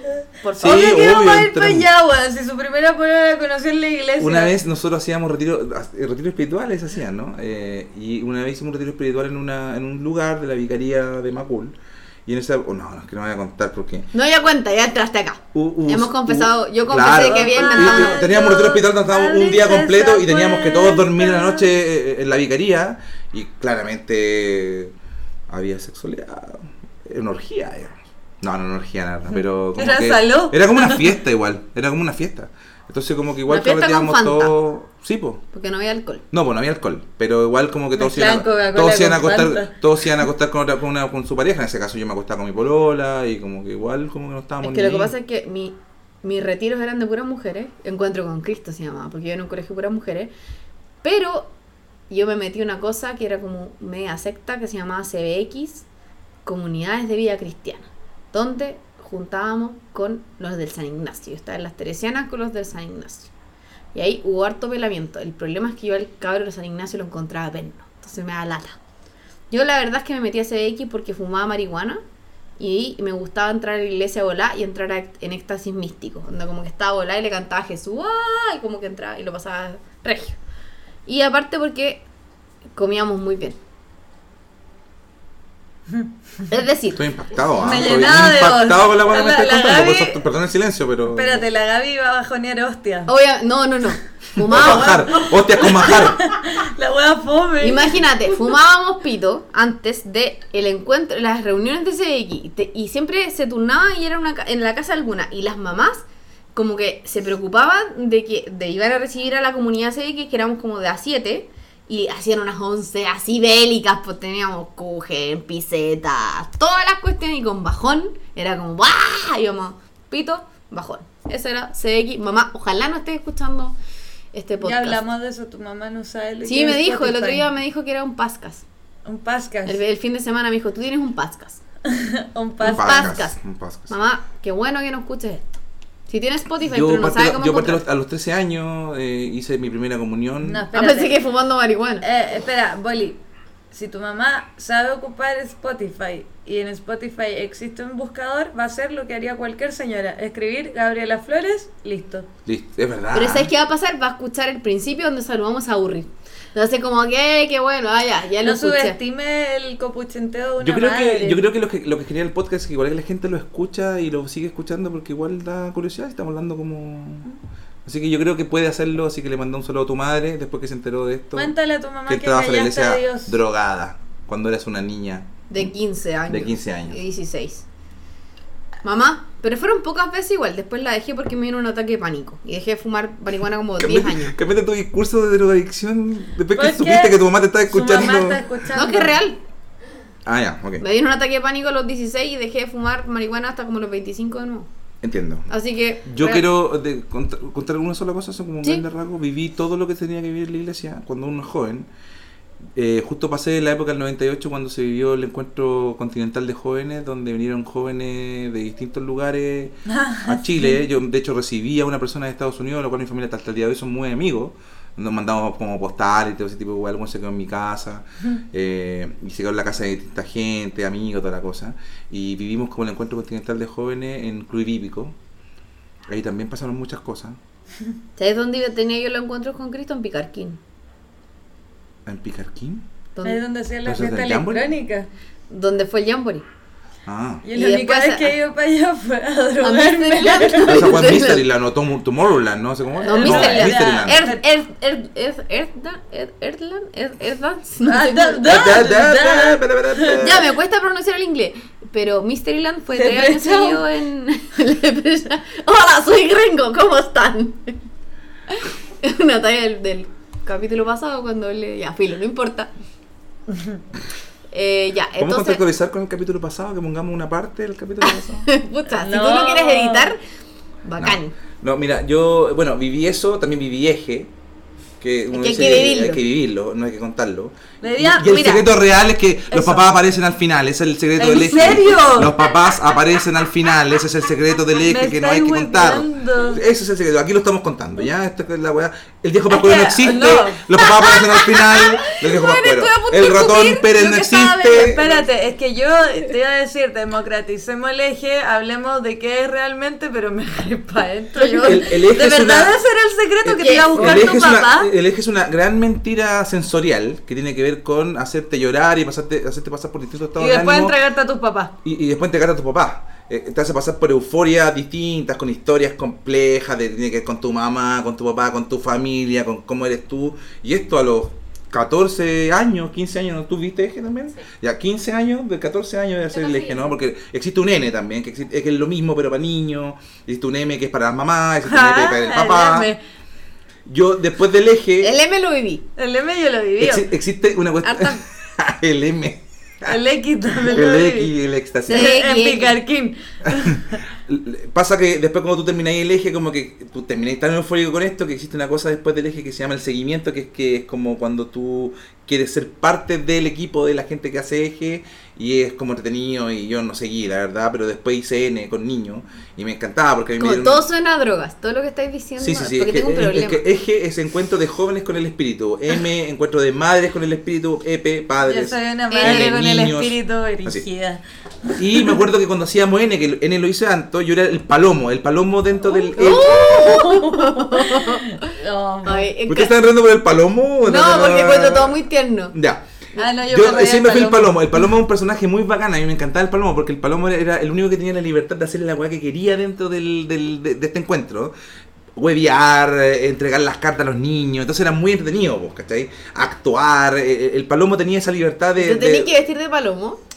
B: Por
C: Sí,
B: favor.
D: Obvio que vamos a pues ir
C: entramos.
D: para allá, weón. Si su primera prueba la conoció en la iglesia.
C: Una vez nosotros hacíamos retiro, eh, retiros espirituales, hacían, ¿no? Eh, y una vez hicimos un retiro espiritual en, una, en un lugar de la vicaría de Macul. Y en esa... oh, no, no, es que no voy a contar porque...
B: No, ya cuenta, ya entraste acá.
C: Hu- hu-
B: Hemos
C: hu-
B: confesado- yo confesé que había inventado.
C: Y- y Teníamos nuestro hospital, donde estábamos un día completo y teníamos que todos dormir en la noche eh, en la vicaría y claramente había sexualidad, era una orgía. era. No, no, una orgía nada, pero como
D: Era
C: que-
D: salón.
C: era como una fiesta igual, era como una fiesta. Entonces como que igual
B: Una fiesta con
C: carreteábamos
B: Fanta.
C: todo, sí, pues.
B: Porque no había alcohol.
C: No, pues no había alcohol, pero igual como que todos se iban, a,
D: Mezclaban Coca-Cola
C: todos se iban a
D: con
C: acostar,
D: Fanta.
C: todos se iban a acostar con, otra- con, una- con su pareja, en ese caso yo me acostaba con mi polola y como que igual como que no estábamos
B: Es que lo
C: ni
B: que
C: ahí.
B: pasa es que mi, mis retiros eran de puras mujeres. Encuentro con Cristo se llamaba, porque yo en un colegio de puras mujeres. Pero yo me metí en una cosa que era como media secta que se llamaba CBX, Comunidades de Vida Cristiana, donde juntábamos con los del San Ignacio. Yo estaba en las Teresianas con los del San Ignacio. Y ahí hubo harto pelamiento. El problema es que yo al cabro de San Ignacio lo encontraba perno. Entonces me da lata. Yo la verdad es que me metí a CBX porque fumaba marihuana y me gustaba entrar a la iglesia a volar y entrar a- en éxtasis místico. Donde como que estaba volá y le cantaba a Jesús ¡ah! y como que entraba y lo pasaba regio. Y aparte porque comíamos muy bien. Es decir,
C: Estoy impactado, ah,
D: Me
C: estoy
D: llenaba de
C: impactado
D: voz.
C: con la weá que me
D: La-
C: estás
D: la
C: contando. por
D: Gaby-
C: eso- perdón el silencio, pero.
D: Espérate, la Gaby va a bajonear hostia.
B: obvia- no, no, no.
C: Vamos a
B: Fumábamos.
C: bajar, hostias con bajar.
D: La wea fome.
B: Imagínate, fumábamos pito antes de el encuentro, las reuniones de CDX y te- y siempre se turnaba y era una, ca- en la casa alguna y las mamás como que se preocupaban de que de iban a recibir a la comunidad CDX que éramos como de a 7 y hacían unas 11 así bélicas, pues teníamos cujen, pisetas, todas las cuestiones y con bajón era como ¡guau! íbamos pito, bajón. Eso era CDX, mamá, ojalá no estés escuchando este
D: Ya
B: podcast.
D: hablamos de eso, tu mamá no sabe lo que
B: Sí, me
D: es
B: dijo, el otro
D: Spotify.
B: día me dijo que era un pascas.
D: Un pascas.
B: El, el fin de semana me dijo, tú tienes un pascas.
D: Un
C: Un
D: pascas.
B: pascas.
C: un pascas.
B: Mamá, qué bueno que no escuches esto. Si tienes Spotify,
C: Yo,
B: pero no
C: partí-
B: sabes cómo
C: yo partí a los,
B: encontrar.
C: a los 13 años, eh, hice mi primera comunión.
D: No,
B: Ah,
D: Espérate.
B: pensé que fumando marihuana.
D: Eh, espera, Boli. si tu mamá sabe ocupar Spotify y en Spotify existe un buscador, va a ser lo que haría cualquier señora. Escribir Gabriela Flores, listo.
C: Listo, es verdad.
B: Pero ¿sabes qué va a pasar? Va a escuchar el principio donde saludamos a Urri. Entonces, como que, que bueno, ah, ya, ya lo
D: No
B: escuché.
D: subestime el copuchenteo de una
C: Yo creo,
D: madre.
C: que, yo creo que lo que lo que genera el podcast es que igual que la gente lo escucha y lo sigue escuchando porque igual da curiosidad, estamos hablando como... Así que yo creo que puede hacerlo, así que le mandó un saludo a tu madre después que se enteró de esto.
D: Cuéntale a tu mamá
C: que
D: que,
C: estabas en la
D: callaste a
C: iglesia
D: Dios.
C: drogada cuando eras una niña.
B: De 15 años.
C: De 15 años.
B: Y 16. Mamá, pero fueron pocas veces igual. Después la dejé porque me vino un ataque de pánico. Y dejé de fumar marihuana como 10 años.
C: Cambiaste tu discurso de drogadicción después que
D: Porque
C: supiste que tu mamá te estaba
D: su mamá
C: escuchando.
D: está escuchando.
B: No, que es real.
C: Ah, ya, ok.
B: Me vino un ataque de pánico a los 16 y dejé de fumar marihuana hasta como los 25 de nuevo.
C: Entiendo.
B: Así que.
C: Yo
B: re-
C: quiero de- cont- contar una sola cosa, son como un
B: Sí.
C: grande rasgo. Viví todo lo que tenía que vivir en la iglesia cuando uno es joven. Eh, justo pasé la época del 98 cuando se vivió el encuentro continental de jóvenes, donde vinieron jóvenes de distintos lugares a Chile. Yo, de hecho, recibí a una persona de Estados Unidos, la cual mi familia hasta el día de hoy son muy amigos. Nos mandamos como postales y todo ese tipo de weá. Algunos se quedó en mi casa eh, y se quedó en la casa de distinta gente, amigos, toda la cosa. Y vivimos como el encuentro continental de jóvenes en Club Hípico. Ahí también pasaron muchas cosas.
B: ¿Sabes dónde tenía yo los encuentros con Cristo? En Picarquín.
C: ¿En Picarquín?
D: Ahí es
B: Donde,
D: donde hacían la
C: ¿Eso es
D: fiesta
C: del Jamboree?
D: electrónica.
B: donde fue el Jamboree.
C: Ah.
D: Yo
B: Y
D: la única
B: después
D: vez
B: a-
D: que he ido para allá fue a
B: A
D: drogarme.
B: Misterland.
C: Esa fue Mysteryland o Tom- Tomorrowland, no sé cómo.
B: No,
D: Mysteryland.
C: Mysteryland.
D: Er-
B: Earth, Earth, Earth, Earth, Earth, Dan- Earth, Earthland, Earth, Earth Dance.
D: Ah,
B: er, No sé
D: da-
B: cómo.
D: da-
B: Ya, me cuesta pronunciar el inglés. Pero Mysteryland fue
D: Se
B: tres años
D: prestó.
B: seguido en. la- Hola, soy gringo, ¿cómo están? Una talla del, del capítulo pasado cuando le. Ya, filo, no importa. Eh, ya,
C: ¿Cómo
B: entonces.
C: contextualizar con el capítulo pasado? Que pongamos una parte del capítulo pasado.
B: Puta, si
D: No.
B: tú lo quieres editar, bacán.
C: No, mira, yo, bueno, viví eso, también viví eje. Que uno
B: que hay
C: dice
B: que
C: que
B: vivirlo.
C: hay que vivirlo, no hay que contarlo.
D: Debería-
C: y el
B: mira.
C: secreto real es que los
D: Eso.
C: papás aparecen al final, ese es el secreto
D: ¿En
C: del eje.
D: serio?
C: Los papás aparecen al final, ese es el secreto del
D: Me
C: eje que no hay que
D: estáis
C: contar.
D: hueveando.
C: Ese es el secreto, aquí lo estamos contando, ¿ya? Esto es la weá. El viejo pascuero no
D: que-
C: existe,
D: no.
C: los papás aparecen al final, el viejo
B: Bueno,
C: pascuero.
B: estoy a punto de
C: El ratón
B: escupir
C: Pérez
B: lo
C: no
B: que estaba
C: existe.
D: Espérate, es que yo te iba a decir, democraticemos el eje, hablemos de qué es realmente, pero me para adentro yo.
C: El- el eje
D: de
C: es
D: verdad
C: una-
D: ese era el secreto que
B: Es
D: te iba a
B: que-
D: buscar
C: el
D: tu
C: eje es
D: papá.
C: Una, eh, el eje es una gran mentira sensorial que tiene que ver con hacerte llorar y pasarte, hacerte pasar por distintos estados
D: Y
C: de
D: después
C: ánimo
D: entregarte a tus papás.
C: y, y después entregarte a tu papá. Eh, te hace pasar por euforias distintas, con historias complejas, de, tiene que ver con tu mamá, con tu papá, con tu familia, con cómo eres tú. Y esto a los 14 años, 15 años, ¿no? ¿tú viste eje también? Ya 15 años, de 14 años de hacer el eje, ¿no? Porque existe un N también, que, existe- es que es lo mismo pero para niños, existe un M que es para las mamás, existe un M que es para el papá.
D: el M.
C: Yo después del eje...
B: El M lo viví.
D: El M yo lo viví.
C: Exi- existe una cuestión.
B: Harta-
C: el M.
D: El X también lo
C: El
D: viví.
C: X, el éxtasis.
B: Sí.
D: En Picarquín.
C: L- Pasa que después cuando tú termináis el eje, como que tú termináis tan eufórico con esto, que existe una cosa después del eje que se llama el seguimiento, que es que es como cuando tú quieres ser parte del equipo de la gente que hace eje, y es como entretenido, y yo no seguí, la verdad, pero después hice N con niños, y me encantaba porque a mí me
B: Como
C: dieron-
B: todo suena a drogas, todo lo que estáis diciendo.
C: eh, Sí, sí, sí.
B: Porque
C: es que-
B: tengo un
C: es-
B: problema.
C: es que eh, eje es encuentro de jóvenes con el espíritu. M, encuentro de madres con el espíritu. EP,
D: Yo
C: padres.
D: soy una
C: N,
D: madre con el
C: niños.
D: espíritu
C: Así.
D: erigida.
C: Y me acuerdo que cuando hacíamos N, que el N lo hice antes, yo era el palomo, el palomo dentro del.
D: ¡Oh!
C: E.
D: No.
B: Ay, en
C: ¿Por qué
B: ca-
C: están riendo por el palomo?
B: No, porque encuentro todo muy tierno.
C: Ya.
D: Ah, no, yo,
C: Yo eh,
D: me reía
C: siempre fui
D: del
C: el palomo. El palomo es un personaje muy bacán. A mí me encantaba el palomo porque el palomo era el único que tenía la libertad de hacer la weá que quería dentro del, del- de, de este encuentro. Huevear, eh, entregar las cartas a los niños. Entonces era muy entretenido, vos, ¿cachai? Actuar. eh, El palomo tenía esa libertad de.
B: Te
C: de-
B: tenés que vestir de palomo.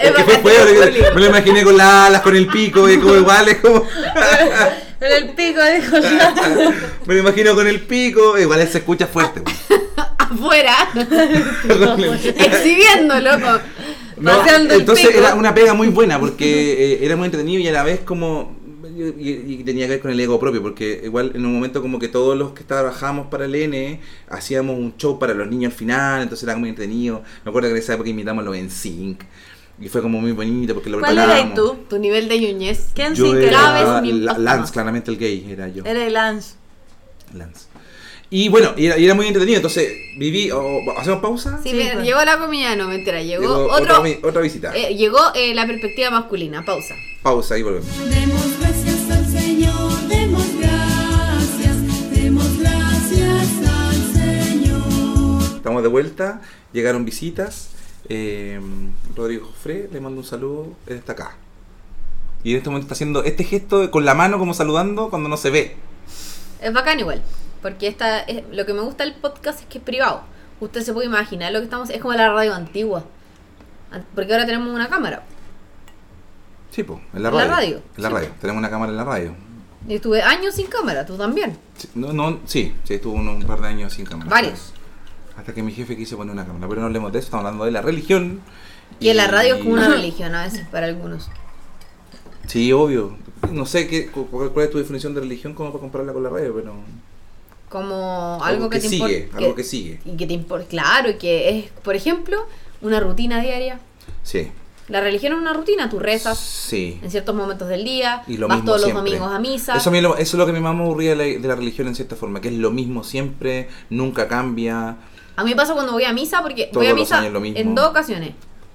C: Es que fue feo,
B: bastante
C: me lo imaginé con las alas, con el pico, y como igual, es como.
D: Con el pico de Julián.
C: Me lo imagino con el pico, igual se escucha fuerte. güey.
B: Afuera,
C: Perdón, le-
B: exhibiendo, loco.
C: No,
D: paseando el
C: entonces
D: pico.
C: era una pega muy buena porque eh, era muy entretenido y a la vez como yo- y, y tenía que ver con el ego propio, porque igual en un momento como que todos los que trabajamos para el N hacíamos un show para los niños al final, entonces era muy entretenido. Me acuerdo que en esa época imitamos los NSYNC y fue como muy bonito porque lo
D: ¿Cuál eras
C: preparábamos.
D: tú?
B: Tu nivel de ñuñez.
D: ¿Quién
C: Yo
D: sin que
B: cada vez
C: era
B: me
C: la-
B: impacta más.
C: Lance, claramente el gay era yo.
D: Era el Lance.
C: Lance. Y bueno, y era, y era muy entretenido, entonces viví... o- ¿Hacemos pausa?
B: Sí,
D: Sí,
B: mira,
D: pues.
B: llegó la comida, no, mentira, llegó,
C: Llegó
B: otro.
C: otra, vi- otra visita.
B: eh, llegó eh, la perspectiva masculina, pausa.
C: Pausa y volvemos.
E: Demos gracias al Señor, demos gracias, demos gracias al Señor.
C: Estamos de vuelta, llegaron visitas. eh, Rodrigo Jofre, le mando un saludo, él está acá. Y en este momento está haciendo este gesto con la mano como saludando cuando no se ve.
B: Es bacán igual, porque esta es- lo que me gusta del podcast es que es privado. Usted se puede imaginar lo que estamos, es como la radio antigua. An- Porque ahora tenemos una cámara.
C: Sí, po, en la
B: En la
C: radio.
B: radio,
C: En la
B: sí,
C: radio. Tenemos una cámara en la radio.
B: Yo estuve años sin cámara, tú también.
C: Sí, no, no, sí, sí, estuvo uno- un par de años sin cámara.
B: Varios.
C: Hasta que mi jefe quiso poner una cámara, pero no hablemos de eso, estamos hablando de la religión.
B: Y en la radio es como una religión a veces para algunos.
C: Sí, obvio. No sé qué, cu- cuál cuál es tu definición de religión como para compararla con la radio, pero...
B: Como algo que, te
C: sigue,
B: impor-
C: algo que sigue.
B: Y que te importa, claro, y que es, por ejemplo, una rutina diaria.
C: Sí.
B: La religión es una rutina, tú rezas
C: Sí.
B: en ciertos momentos del día,
C: Y lo
B: vas
C: mismo
B: todos los
C: siempre.
B: domingos a misa.
C: Eso, a mí lo- eso es lo que a mi mamá aburría de la, de la religión en cierta forma, que es lo mismo siempre, nunca cambia.
B: A mí me pasa cuando voy a misa porque
C: Todos
B: voy a
C: los
B: misa
C: años lo mismo.
B: en dos ocasiones.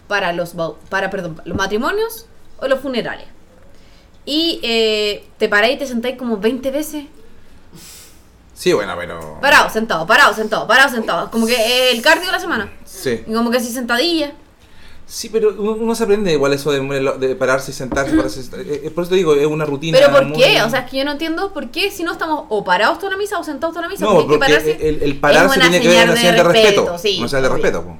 B: Para los bau- para perdón, los matrimonios o los funerales. Y eh, te paráis y te sentáis como 20 veces.
C: Sí, bueno, pero...
B: Parado, sentado, parado, sentado, parado, sentado. Como que eh, el cardio de la semana.
C: Sí.
B: Y como que así sentadilla.
C: sí, pero uno, uno se aprende igual eso de, de pararse y sentarse. pararse y sentar- eh, eh, por eso te digo, es una rutina.
B: Pero ¿por
C: muy-
B: qué? O sea, es que yo no entiendo por qué si no estamos o parados toda la misa o sentados toda la misa.
C: No,
B: hay que
C: porque el, el pararse
B: una
C: tiene que ver con una
B: señal
C: señal de respeto.
B: sí,
C: una señal de
B: obvio.
C: respeto. po.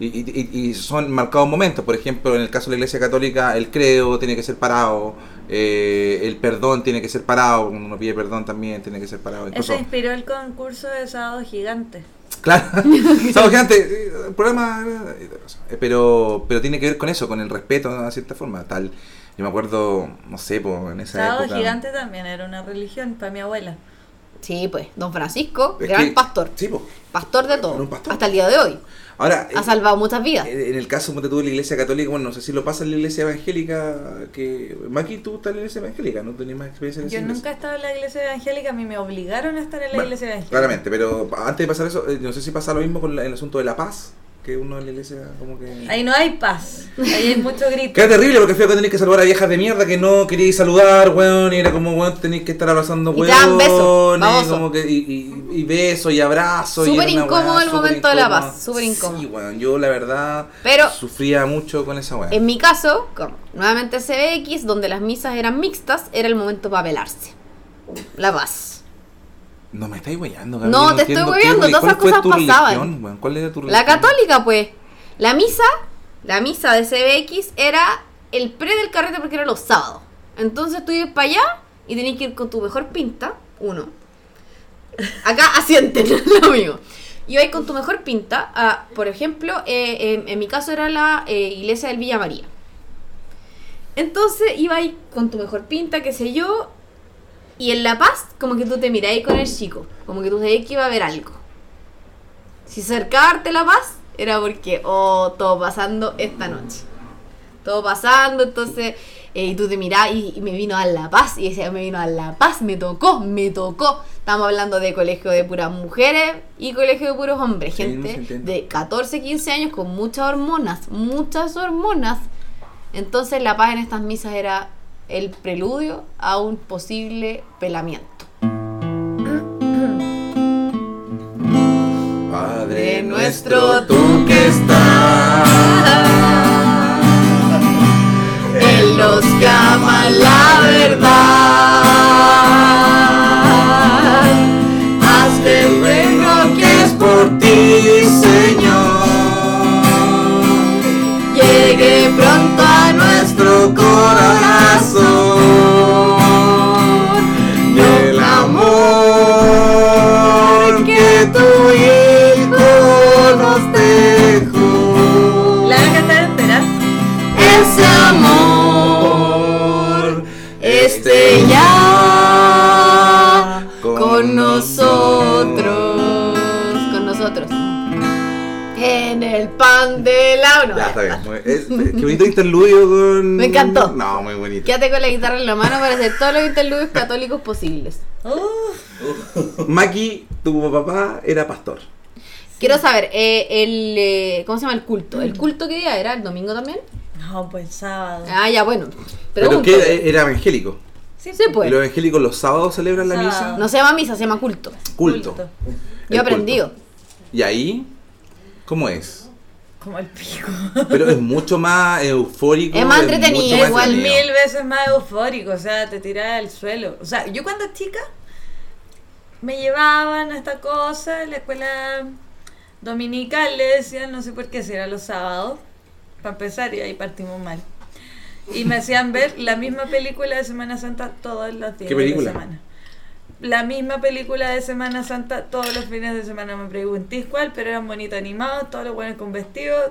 C: Y, y- y- y son marcados momentos. Por ejemplo, en el caso de la Iglesia Católica, el credo tiene que ser parado. eh, el perdón tiene que ser parado. Cuando uno pide perdón también tiene que ser parado.
D: Eso
C: Incluso,
D: inspiró el concurso de sábado gigante.
C: Claro, estamos gigantes. eh, El programa. eh, eh, Pero, pero tiene que ver con eso, con el respeto de cierta forma. Tal, yo me acuerdo, no sé, po, en esa
D: Sábado
C: época.
D: gigante también era una religión para mi abuela.
B: Sí, pues, don Francisco,
C: Es
B: gran
C: que-
B: pastor.
C: Sí, po.
B: Pastor de
C: Era
B: todo.
C: un pastor.
B: Hasta el día de hoy.
C: Ahora,
B: Ha
C: eh,
B: salvado muchas vidas.
C: eh, en el caso ponte tú, de la iglesia católica, bueno, no sé si lo pasa en la iglesia evangélica. que Maki, tú estás en la iglesia evangélica, no tenés más experiencia en esa
D: Yo
C: iglesia.
D: nunca he estado en la iglesia evangélica, a mí me obligaron a estar en la
C: Bueno,
D: iglesia evangélica.
C: Claramente, pero antes de pasar eso, eh, no sé si pasa lo mismo con la- el asunto de la paz, que uno en la iglesia como que.
D: Ahí no hay paz, ahí hay mucho grito.
C: Que era terrible porque fui a tener que saludar a viejas de mierda que no queríais saludar, weón, y era como, weón, tenéis que estar abrazando,
B: Y te
C: weón.
B: daban besos, baboso.
C: como que, y, y, y beso y abrazo. y
B: Súper
C: era una
B: incómodo
C: weá
B: el
C: súper
B: momento de la
C: incómoda.
B: paz, súper incómodo.
C: Sí, weón, yo la verdad
B: Pero- Em
C: sufría mucho con esa weón.
B: En mi caso, como nuevamente CBX, donde las misas eran mixtas, era el momento para velarse. La paz.
C: No me estáis weyando,
B: No, te estoy weyando, todas esas cosas pasaban.
C: weón? ¿Cuál era tu
B: La
C: religión?
B: católica, pues. La misa, la misa de CBX era el pre del carrete porque era los sábados. Entonces tú ibas para allá y tenías que ir con tu mejor pinta, uno. Acá asienten, lo mismo. Ibas con tu mejor pinta, a, por ejemplo, eh, en, en mi caso era la eh, iglesia del Villa María. Entonces ibas con tu mejor pinta, qué sé yo, y en La Paz como que tú te miráis con el chico, como que tú sabías que iba a haber algo. Si cercarte la paz, era porque, oh, todo pasando esta noche. Todo pasando, entonces, eh, y tú te mirás y, y me vino a la paz, y decía, me vino a la paz, me tocó, me tocó. Estamos hablando de colegio de puras mujeres y colegio de puros hombres,
C: Sí, no se
B: gente
C: entiende.
B: de 14, 15 años con muchas hormonas, muchas hormonas. Entonces la paz en estas misas era el preludio a un posible pelamiento.
C: Padre nuestro, tú que estás.
B: En los que aman la verdad.
C: Haz que el reino que es por ti, Señor,
B: Llegue pronto a nuestro
C: nuestro corazón. El amor que tu Hijo nos dejó.
D: La van a cantar entera.
B: ese amor.
C: amor
B: Este ya Candela. No,
C: Ya,
B: ya,
C: está bien.
B: basta.
C: Muy- es- qué bonito interludio con.
B: Me encantó.
C: No, muy bonito.
B: Quédate con la guitarra en la mano para hacer todos los interludios católicos posibles.
D: Uf,
C: Maki, tu papá era pastor.
B: Quiero saber, eh, el, eh, ¿cómo se llama el culto? ¿El culto qué día era? ¿El domingo también?
D: no, pues sábado.
B: Ah, ya, bueno.
C: Pero
B: Pregunto.
C: que era evangélico.
B: Sí,
C: Y los
B: pues.
C: evangélicos los sábados celebran la misa.
D: Sábado.
B: No se llama misa, se llama culto.
C: Culto.
D: Culto.
C: El
B: Yo he aprendido.
C: culto. Y ahí, ¿cómo es?
D: Como el pico.
C: Pero es mucho más eufórico.
B: Es más
C: mucho
B: entretenido,
C: más
B: igual.
C: entretenido.
D: Mil veces más eufórico, o sea, te tiraba al suelo. O sea, yo cuando chica me llevaban a esta cosa, en la escuela dominical le decían, no sé por qué, si era los sábados, para empezar, y ahí partimos mal. Y me hacían ver la misma película de Semana Santa todos los días
C: ¿Qué película?
D: de semana. La misma película de Semana Santa todos los fines de semana. Me preguntís cuál, pero eran bonitos animados, todos los buenos con vestidos,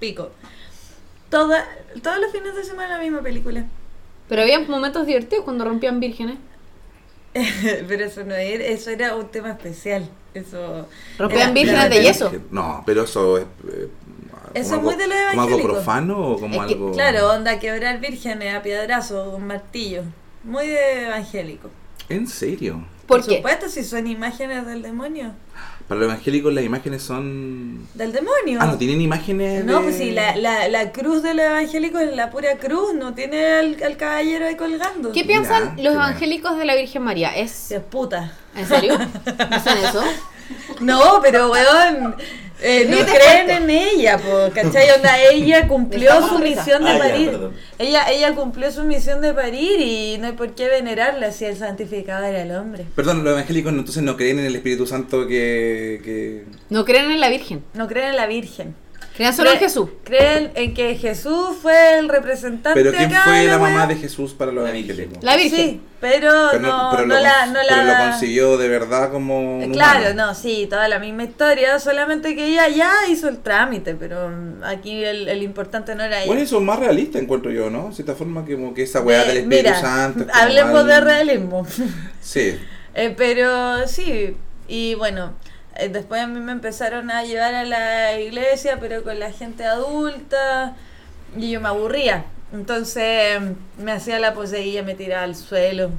D: pico. Toda, todos los fines de semana la misma película.
B: Pero había momentos divertidos cuando rompían vírgenes.
D: pero eso no era, eso era un tema especial. Eso.
B: Rompían
D: era-
B: vírgenes de
D: era-
B: yeso.
C: No, pero eso es. eh,
D: Eso
C: como
D: es muy de los
C: algo- ¿Como algo
D: evangélicos.
C: profano o como
B: Es que,
C: algo.?
D: Claro, onda quebrar vírgenes a piedrazo, un martillo. Muy de evangélico.
C: ¿En serio?
B: ¿Por
D: Por
B: qué?
D: supuesto, si son imágenes del demonio.
C: Para los evangélicos las imágenes son.
D: Del demonio.
C: Ah, no tienen imágenes.
D: No,
C: de-
D: pues si la, la, la cruz de los evangélicos es la pura cruz, no tiene al, al caballero ahí colgando.
B: ¿Qué
D: ¿Qué
B: piensan
C: qué
B: los
C: bueno.
B: evangélicos de la Virgen María? ¿Es
D: es puta.
B: en serio? ¿Piensan eso?
D: No, pero weón, eh, no
B: Ríete
D: creen
B: fuerte.
D: en ella, po, ¿cachai? Onda, ella cumplió
B: Estamos
D: su
B: risa.
D: misión de
F: Ah, ya,
D: parir.
F: perdón.
D: ella, ella cumplió su misión de parir y no hay por qué venerarla si el santificado era el hombre.
C: Perdón, los evangélicos no- entonces no creen en el Espíritu Santo que. que...
B: No creen en la Virgen.
D: No creen en la Virgen.
B: Creen solo en
D: Cre-
B: Jesús.
D: Creen en que Jesús fue el representante
C: Pero ¿quién
D: acá
C: fue
D: de
C: la
D: weá.
C: mamá de Jesús para los
F: La
C: evangélicos?
F: Virgen.
B: La Virgen.
D: Sí, pero,
C: Pero
D: no,
C: pero
D: no
C: lo
D: la,
C: cons-
D: no
C: pero
D: la-
C: lo consiguió de verdad como.
D: Eh,
C: un
D: Claro,
C: humano.
D: no, sí, toda la misma historia, solamente que ella ya hizo el trámite, pero mm, aquí el, el importante no era ella.
C: Bueno, eso es más realista, encuentro yo, ¿no? De cierta forma, como que esa weá del
D: Eh,
C: Espíritu
D: mira,
C: Santo. es como
D: Hablemos
C: mal-
D: de realismo.
C: Sí.
D: Eh, pero sí, y bueno, eh, después a mí me empezaron a llevar a la iglesia, pero con la gente adulta, y yo me aburría. Entonces mm, me hacía la poseía, me tiraba al suelo,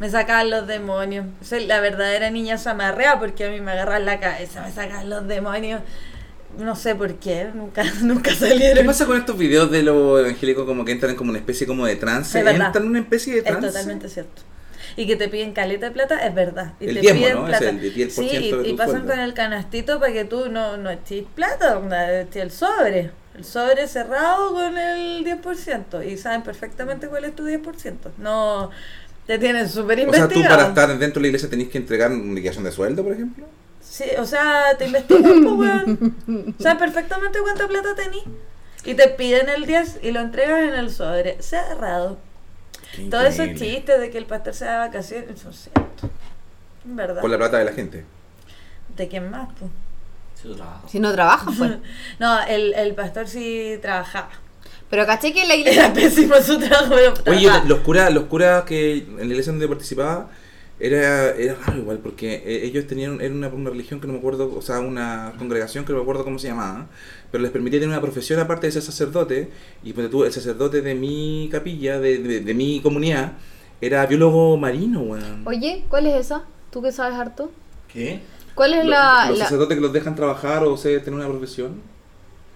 D: me sacaban los demonios. Soy la verdadera niña zamarrea porque a mí me agarran la cabeza, me sacaban los demonios. No sé por qué, nunca, nunca
C: ¿Qué
D: salieron.
C: pasa con estos videos de los evangélicos como que entran en como una especie como de trance?
D: Es verdad.
C: ¿Entran en una especie de
D: Es
C: trance?
D: totalmente cierto. Y que te piden caleta de plata, es verdad. Y
C: El
D: te
C: diezmo,
D: piden
C: ¿no? Es
D: plata.
C: el de 10%
D: sí,
C: de
D: y,
C: tu
D: y pasan
C: sueldo.
D: con el canastito para que tú no, no eches plata, onda, eches el sobre. El sobre cerrado con el 10%. Y saben perfectamente cuál es tu 10%. No te tienen súper
C: O sea,
D: investigado.
C: tú para estar dentro de la iglesia tenés que entregar una liquidación de sueldo, por ejemplo.
D: Sí, o sea, te investigan, pues, weón. Saben perfectamente cuánta plata tenés. Y te piden el 10 y lo entregan en el sobre cerrado.
C: Qué
D: Todos esos
C: increíble.
D: chistes de que el pastor se da vacaciones son ciertos. En ¿Verdad?
C: Por la plata de la gente.
D: ¿De quién más? po?
F: Su trabajo.
B: Si no trabajan, pues.
D: No, el, el pastor sí trabajaba.
B: Pero caché que la iglesia.
D: Era pésimo su trabajo, pero
C: Oye,
D: trabajaba.
C: los curas, los curas que en la iglesia donde participaba era, era raro igual, porque eh, ellos tenían era una, una religión que no me acuerdo, o sea, una congregación que no me acuerdo cómo se llamaba, pero les permitía tener una profesión aparte de ser sacerdote, y pues, tú, el sacerdote de mi capilla, de, de- de mi comunidad, era biólogo marino, weón.
B: Oye, ¿cuál es esa? ¿Tú que sabes harto?
F: ¿Qué?
B: ¿Cuál es
C: Lo-
B: la.?
C: los
B: la-
C: sacerdotes que los dejan trabajar o sea, tener una profesión.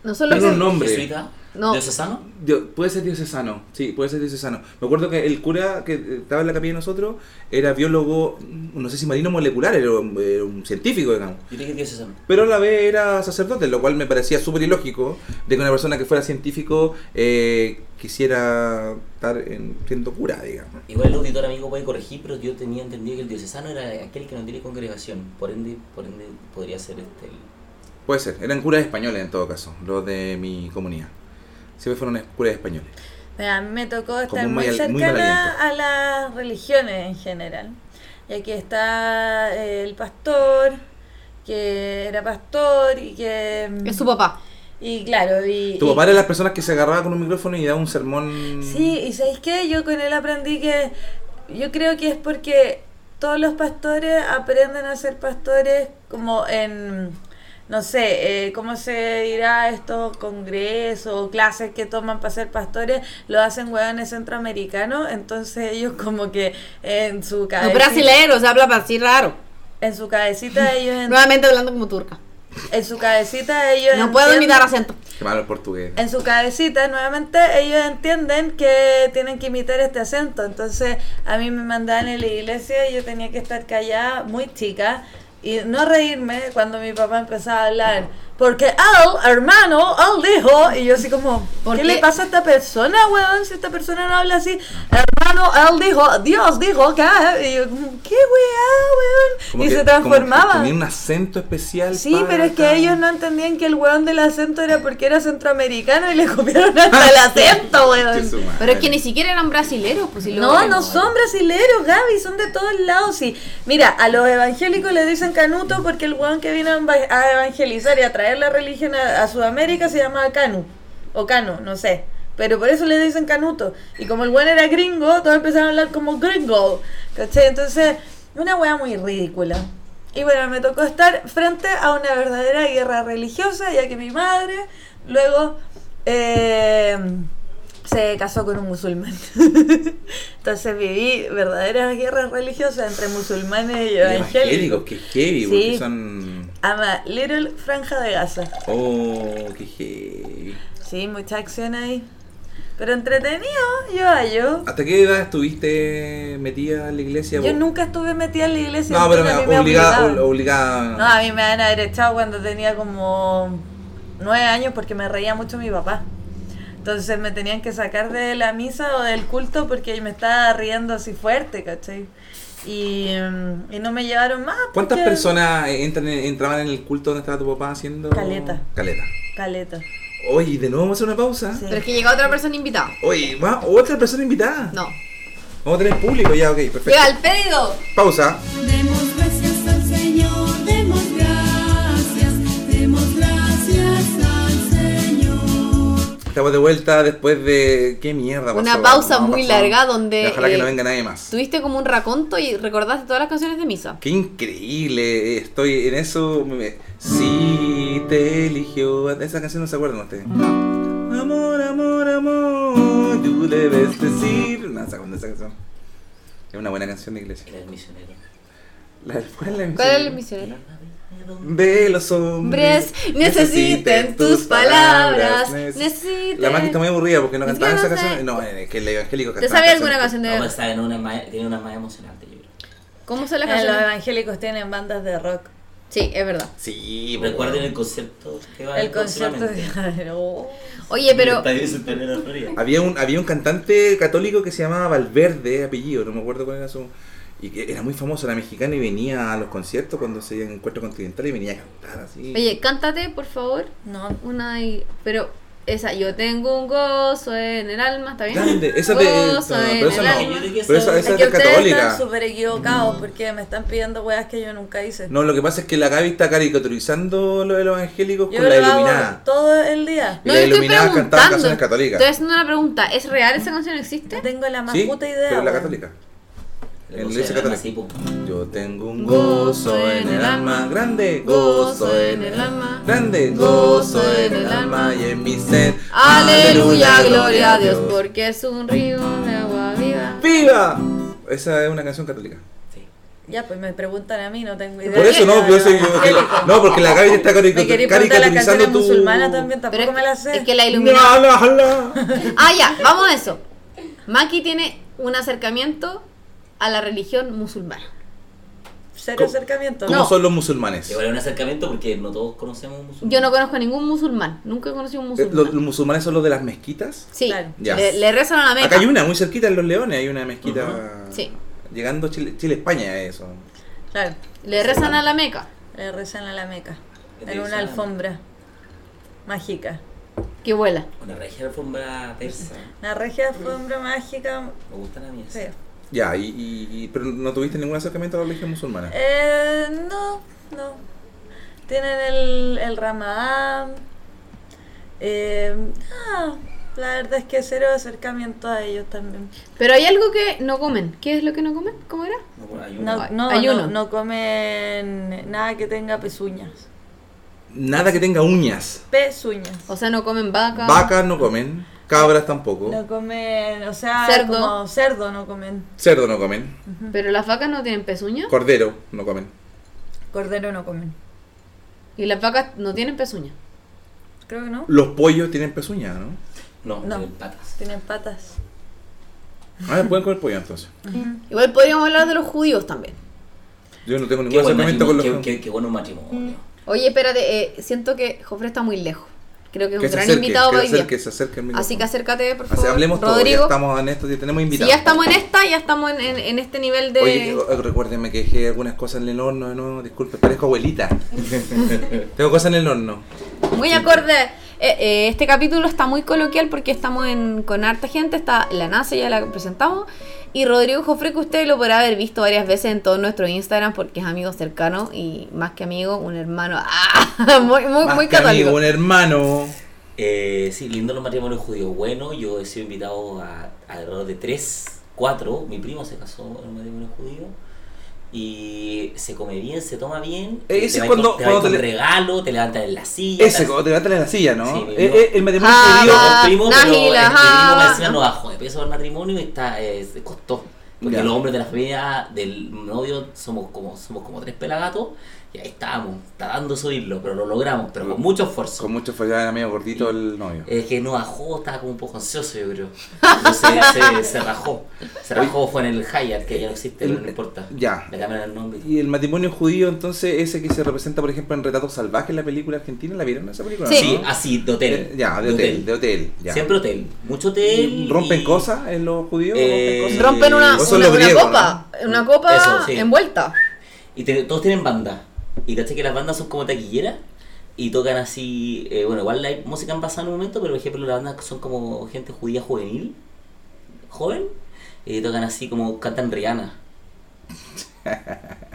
B: No solo
C: Tiene
B: que-
C: un nombre.
F: ¿Jesuita?
B: No.
F: ¿Diocesano?
C: Dio- puede ser diocesano, sí, puede ser diocesano. Me acuerdo que el cura que eh, estaba en la capilla de nosotros era biólogo, mm, no sé si marino molecular, era un, era un científico, digamos.
F: Yo dije diocesano.
C: Pero a la vez era sacerdote, lo cual me parecía súper ilógico de que una persona que fuera científico eh, quisiera estar en, siendo cura, digamos.
F: Igual el auditor amigo puede corregir, pero yo tenía entendido que el diocesano era aquel que no tiene congregación. Por ende, por ende podría ser este el...
C: Puede ser, eran curas españoles en todo caso, los de mi comunidad. Siempre fueron es- curas españoles.
D: Mira, a mí me tocó estar
C: un
D: muy,
C: mal- muy mal
D: cercana
C: aliento.
D: a las religiones en general. Y aquí está eh, el pastor, que era pastor y que... mm,
B: Es su papá.
D: Y claro, y...
C: Tu
D: y-
C: papá era de las personas que se agarraba con un micrófono y daba un sermón.
D: Sí, y ¿sabéis qué? Yo con él aprendí que yo creo que es porque todos los pastores aprenden a ser pastores como en no sé, eh, ¿cómo se dirá estos congresos o clases que toman para ser pastores? Lo hacen hueones centroamericanos, entonces ellos como que en su
B: Los
D: cabecita,
B: brasileños hablan así raro.
D: en su cabecita ellos en,
B: Nuevamente hablando como turca.
D: en su cabecita ellos
B: No puedo
D: entienden-
B: imitar acento.
C: Qué malo el portugués.
D: en su cabecita, nuevamente ellos entienden que tienen que imitar este acento. Entonces, a mí me mandaban en la iglesia y yo tenía que estar callada, muy chica, y no reírme cuando mi papá empezaba a hablar. Porque Al, hermano, Al dijo, y yo así como,
B: ¿Por
D: ¿qué
B: qué?
D: le pasa a esta persona, weón? Si esta persona no habla así, hermano, Al dijo, Dios dijo, ¿qué? Y yo como, ¿qué weá,
C: Como
D: weón?
C: que-
D: Y se
C: como que
D: transformaba.
C: Tenía un acento especial.
D: Sí,
C: para
D: pero es que
C: cada-
D: ellos no entendían que el weón del acento era porque era centroamericano y le copiaron hasta el acento,
C: Qué su
D: weón.
C: madre.
B: Pero es que ni siquiera eran brasileros, pues si lo-
D: No, no son brasileros, Gaby, son de todos lados. Sí. Mira, a los evangélicos le dicen canuto porque el weón que vino a eva- a evangelizar y a traer la religión a, a Sudamérica se llamaba Canu, o Cano, no sé. Pero por eso le dicen canuto. Y como el weón era gringo, todos empezaron a hablar como gringo. ¿Cachai? Entonces, una weá muy ridícula. Y bueno, me tocó estar frente a una verdadera guerra religiosa, ya que mi madre luego eh, se casó con un musulmán. Entonces viví verdaderas guerras religiosas entre musulmanes y
C: Y Evangélicos,
D: evangélicos.
C: que heavy,
D: Sí.
C: porque son.
D: Ama, Little Franja de Gaza.
C: Oh, que heavy.
D: Sí, mucha acción ahí. Pero entretenido, yo a yo.
C: ¿Hasta qué edad estuviste metida en la iglesia?
D: Yo
C: vos?
D: nunca estuve metida en la iglesia.
C: No, pero
D: entonces a mí
C: me obligada.
D: obligaban.
C: ol- obligada.
D: No, a mí me han aderechado cuando tenía como nueve años porque me reía mucho mi papá. Entonces me tenían que sacar de la misa o del culto porque me estaba riendo así fuerte, ¿cachai? Y, mm, y no me llevaron más.
C: ¿Cuántas
D: porque-
C: personas entran en- entraban en el culto donde estaba tu papá haciendo?
D: Caleta.
C: Caleta.
D: Caleta. Eh,
C: Oye, de nuevo vamos a hacer una pausa.
D: Sí.
B: Pero es que llega otra persona invitada.
C: Oye, va otra persona invitada.
B: No.
C: Vamos a tener público ya, ok, perfecto.
B: Llega Alfredo.
C: Pausa.
E: Demos gracias al Señor, demos gracias, demos gracias al Señor.
C: Estamos de vuelta después de. ¿Qué mierda? pasó?
B: Una pausa
C: No,
B: muy
C: pasó.
B: larga donde
C: Ojalá
B: eh,
C: que no venga nadie más.
B: tuviste como un raconto y recordaste todas las canciones de misa.
C: Qué increíble, estoy en eso. me- Si te eligió. Esa canción no se acuerdan ustedes. Amor, amor, amor, tú debes decir. No, se acuerdan de esa canción. Es una buena canción de iglesia.
F: Era el misionero.
C: La, ¿Cuál es la
B: ¿Cuál era el misionero?
C: De los hombres.
B: Hombres, necesiten tus palabras.
C: neces-
B: Necesiten.
C: La más que está muy aburrida porque no
B: Es
C: cantaban
B: que
C: esa
B: no sé.
C: canción. No, es que el evangélico
B: ¿Te
C: cantaba.
B: sabes alguna
C: canciones que-
B: canción
F: No,
B: de.?
F: estaba en una más, tenía una más emocionante, yo creo.
B: ¿Cómo son las
D: Eh, los
B: canciones?
D: evangélicos tienen bandas de rock.
B: Sí, es verdad.
C: Sí, pues,
F: Recuerden
C: bueno.
F: el concierto que
C: Ah,
F: va a
D: El
F: haber
D: concierto
F: próximamente.
D: de... Oh.
B: Oye,
F: En
B: pero.
F: el Estadio Centenario de la Florida.
C: Había un, había un cantante católico que se llamaba Valverde, apellido, no me acuerdo cuál era su. Y que era muy famoso, era mexicano y venía a los conciertos cuando se iban a encuentro continental y venía a cantar así.
B: Oye, cántate, por favor.
D: No,
B: Una y. Pero. Esa, yo tengo un gozo en el alma, ¿está bien?
C: Grande, esa de.
B: gozo
C: no,
B: en
C: pero esa
B: el
C: no.
B: alma.
C: Pero esa, esa es
D: es que
C: de
D: ustedes
C: católica. Mm.
D: están súper equivocados porque me están pidiendo weas que yo nunca hice.
C: No, lo que pasa es que la Gaby está caricaturizando lo de los evangélicos
D: yo
C: con la
D: lo
C: iluminada.
D: hago todo el día.
C: Y la iluminada cantaba canciones católicas.
B: Estoy haciendo una pregunta. ¿Es real esa canción? ¿Existe?
D: No tengo la más
C: sí,
D: puta idea.
C: pero la
D: weón.
C: católica.
F: El
C: En
F: concierto pues,
C: iglesia
F: era
C: católica.
F: así, pum.
C: Yo tengo un gozo en el alma, grande gozo en el alma, grande gozo en el alma y en mi ser.
B: Aleluya, gloria a Dios, porque es un río de agua viva.
C: ¡Viva! Esa es una canción católica.
F: Sí.
D: Ya, pues me preguntan a mí, no tengo idea.
C: Por eso no, por eso yo- que la- no, porque la Gaby te está carica-
D: eh, Me quería preguntar las canciones
C: caricaturizando tu.
D: musulmanas también,
B: Pero
D: tampoco
B: es,
D: me las sé.
B: es que la
C: No,
B: iluminación.
C: no, no.
B: Ah, ya, vamos a eso. Maki tiene un acercamiento a la religión musulmana.
D: Cero
C: ¿Cómo-
D: acercamiento.
C: ¿Cómo
B: No.
C: son los musulmanes?
F: Igual es un acercamiento porque no todos conocemos musulmanes.
B: Yo no conozco a ningún musulmán, nunca he conocido a un
C: Eh, ¿Los, los
B: musulmán.
C: musulmanes son los de las mezquitas?
B: Sí,
D: Claro.
C: Ya.
B: le, le rezan a la
C: Acá
B: Meca.
C: hay una, muy cerquita en Los Leones, hay una mezquita.
F: Ujú.
B: Sí.
C: Llegando Chile- Chile-España, eso.
D: Claro,
B: Le rezan a la Meca.
D: le rezan a la meca.
F: Le
D: En
F: rezan
D: una
F: a la
D: alfombra mágica.
B: Que vuela.
F: Una regia alfombra persa.
D: Una regia alfombra mágica.
F: Me gustan a mí. esas.
D: Sí.
C: Ya, y, y- y- pero no tuviste ningún acercamiento a la religión musulmana.
D: Eh, no, no. Tienen el, el ramadán. Eh, ah, la verdad es que cero acercamiento a ellos también.
B: Pero hay algo que no comen. ¿Qué es lo que no comen? ¿Cómo era?
F: No, bueno, hay
D: No,
F: una-
D: no,
B: Ayuno.
D: no, no comen nada que tenga pezuñas.
C: nada que tenga uñas.
D: Pezuñas.
B: O sea, no comen vaca.
C: Vacas no comen, cabras tampoco,
D: No comen, o sea,
B: uh. Cerdo.
D: como cerdo no comen,
C: cerdo no comen,
B: Pero las vacas no tienen pezuña.
C: cordero no comen.
D: cordero no comen.
B: Y las vacas no tienen pezuña.
D: Creo que no.
C: Los pollos tienen pezuña, ¿no?
F: No,
D: No.
F: eh, patas.
D: Tienen patas.
C: Ah, pueden comer pollo entonces.
B: Igual podríamos hablar de los judíos también.
C: Yo no tengo ningún
F: Qué buen,
C: acercamiento con los
F: matrimonio, qué, qué- qué buen matrimonio.
B: Oye, espérate, eh, siento que Jofre está muy lejos. Creo que es un
C: que se
B: gran
C: acerque,
B: invitado
C: que
B: para
C: se
B: hoy día.
C: acerque, se acerque
B: Así
C: el
B: que
C: micrófono.
B: acércate, por
C: Así
B: favor.
C: hablemos todo, ya
B: Rodrigo,
C: estamos en esto, ya tenemos
B: si
C: invitados.
B: ya estamos en esta, ya estamos en, en- en este nivel de...
C: Oye, eh, recuérdenme que dejé algunas cosas en el horno, no, disculpe, parezco abuelita. tengo cosas en el horno.
B: Muy acorde. Eh, eh, este capítulo está muy coloquial porque estamos en, con harta gente. Está la NASA, ya la presentamos. Y Rodrigo Jofre, que usted lo podrá haber visto varias veces en todo nuestro Instagram porque es amigo cercano y más que amigo, un hermano. ¡Ah! Muy, muy,
C: Más
B: muy
C: que
B: católico.
C: amigo, un hermano.
F: Eh, sí, lindo los matrimonios judíos. Bueno, yo he sido invitado a, a alrededor de tres, cuatro. Mi primo se casó en un matrimonio judío. Y se come bien, se toma bien. y
C: Ese
F: te va
C: cuando-
F: con, te va
C: cuando
F: con
C: te le-
F: regalo, te levantan en la silla.
C: Ese,
F: te-
C: como te levantan en la silla, ¿no?
F: Sí,
C: Eh,
F: no.
C: eh, el matrimonio
B: Ah,
C: judío.
B: va.
F: con primo, pero
B: Najila,
F: este primo
B: ajá.
F: más encima nos bajó de peso al matrimonio y está, eh, se costó. Porque
C: Ya.
F: los hombres de la familia del novio somos como, somos como tres pelagatos y ahí estábamos, tratando de subirlo, pero lo logramos, pero con mucho esfuerzo.
C: Con mucho fue era medio gordito el novio.
F: Es que no bajó, estaba como un poco ansioso, yo creo. Entonces se, se rajó. Se rajó, fue en el Hyatt, que ya no existe, pero no importa.
C: Eh, Ya.
F: Le cambiaron el nombre.
C: Y el matrimonio judío, entonces, ese que se representa, por ejemplo, en Retratos Salvajes, la película argentina, ¿la vieron esa película?
B: Sí.
F: Sí,
C: no?
F: así, de hotel.
C: Eh, ya, de hotel, de hotel. ya.
F: Siempre hotel. Mucho hotel.
C: ¿Rompen
F: y-
C: cosas en los judíos?
F: Eh,
C: ¿Rompen cosas?
B: Rompen una,
C: Vos sos
B: una-
C: los
B: una
C: griegos,
B: copa. Una copa
F: Eso, sí.
B: envuelta.
F: Y te- todos tienen banda. Y caché que las bandas son como taquilleras. Y tocan así. eh, bueno, igual hay música en pasado en un momento, pero por ejemplo, las bandas son como gente judía juvenil. Joven. Y tocan así como cantan Rihanna.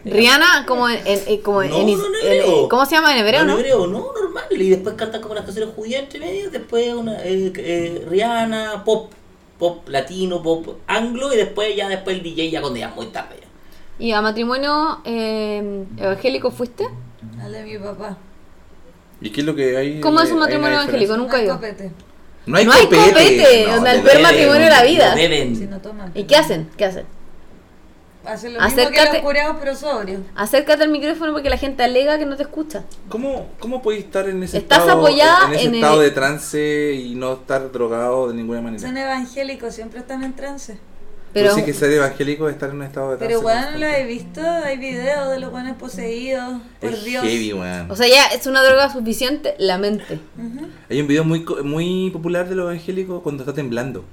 B: Rihanna, como en... en- en- como en-
F: No,
B: en-
F: no, no,
B: en-
F: no.
B: ¿Cómo se llama? ¿En hebreo, no?
F: No, hebreo, no, normal. Y después cantan como las canciones judías entre medio, después una, eh, eh, Rihanna, pop, pop latino, pop anglo, y después ya después el DJ ya cuando ya es muy tarde. Ya.
B: ¿Y a matrimonio eh, evangélico fuiste?
D: Al de mi papá.
C: ¿Y qué es lo que hay?
B: ¿Cómo es un
C: hay una
B: matrimonio
C: diferencia?
B: evangélico? Nunca he
D: hay
B: ido.
D: copete.
C: No hay
B: No hay
C: copete.
B: copete,
C: No,
B: onda, el
C: no
B: peor
F: Beben,
B: matrimonio de la vida.
F: beben.
D: Si no toman.
B: ¿Y qué hacen? ¿Qué hacen?
D: Hacen lo mismo que
B: Acércate.
D: los curados, pero sobrios.
B: Acércate al micrófono porque la gente alega que no te escucha.
C: ¿Cómo, ¿Cómo podéis estar en ese
B: Estás
C: estado,
B: apoyada
C: en ese
B: en el-
C: estado de trance y no estar drogado de ninguna manera?
D: Son evangélicos, siempre están en trance.
B: Pero,
C: Pero sí que ser evangélico es estar en un estado de trance.
D: Pero bueno,
C: constante.
D: lo he visto, hay videos de los buenos poseídos por
C: Es
D: Dios.
C: heavy, weón.
B: o sea, ya es una droga suficiente, la mente.
C: Hay un video muy, co- muy popular de los evangélicos cuando está temblando.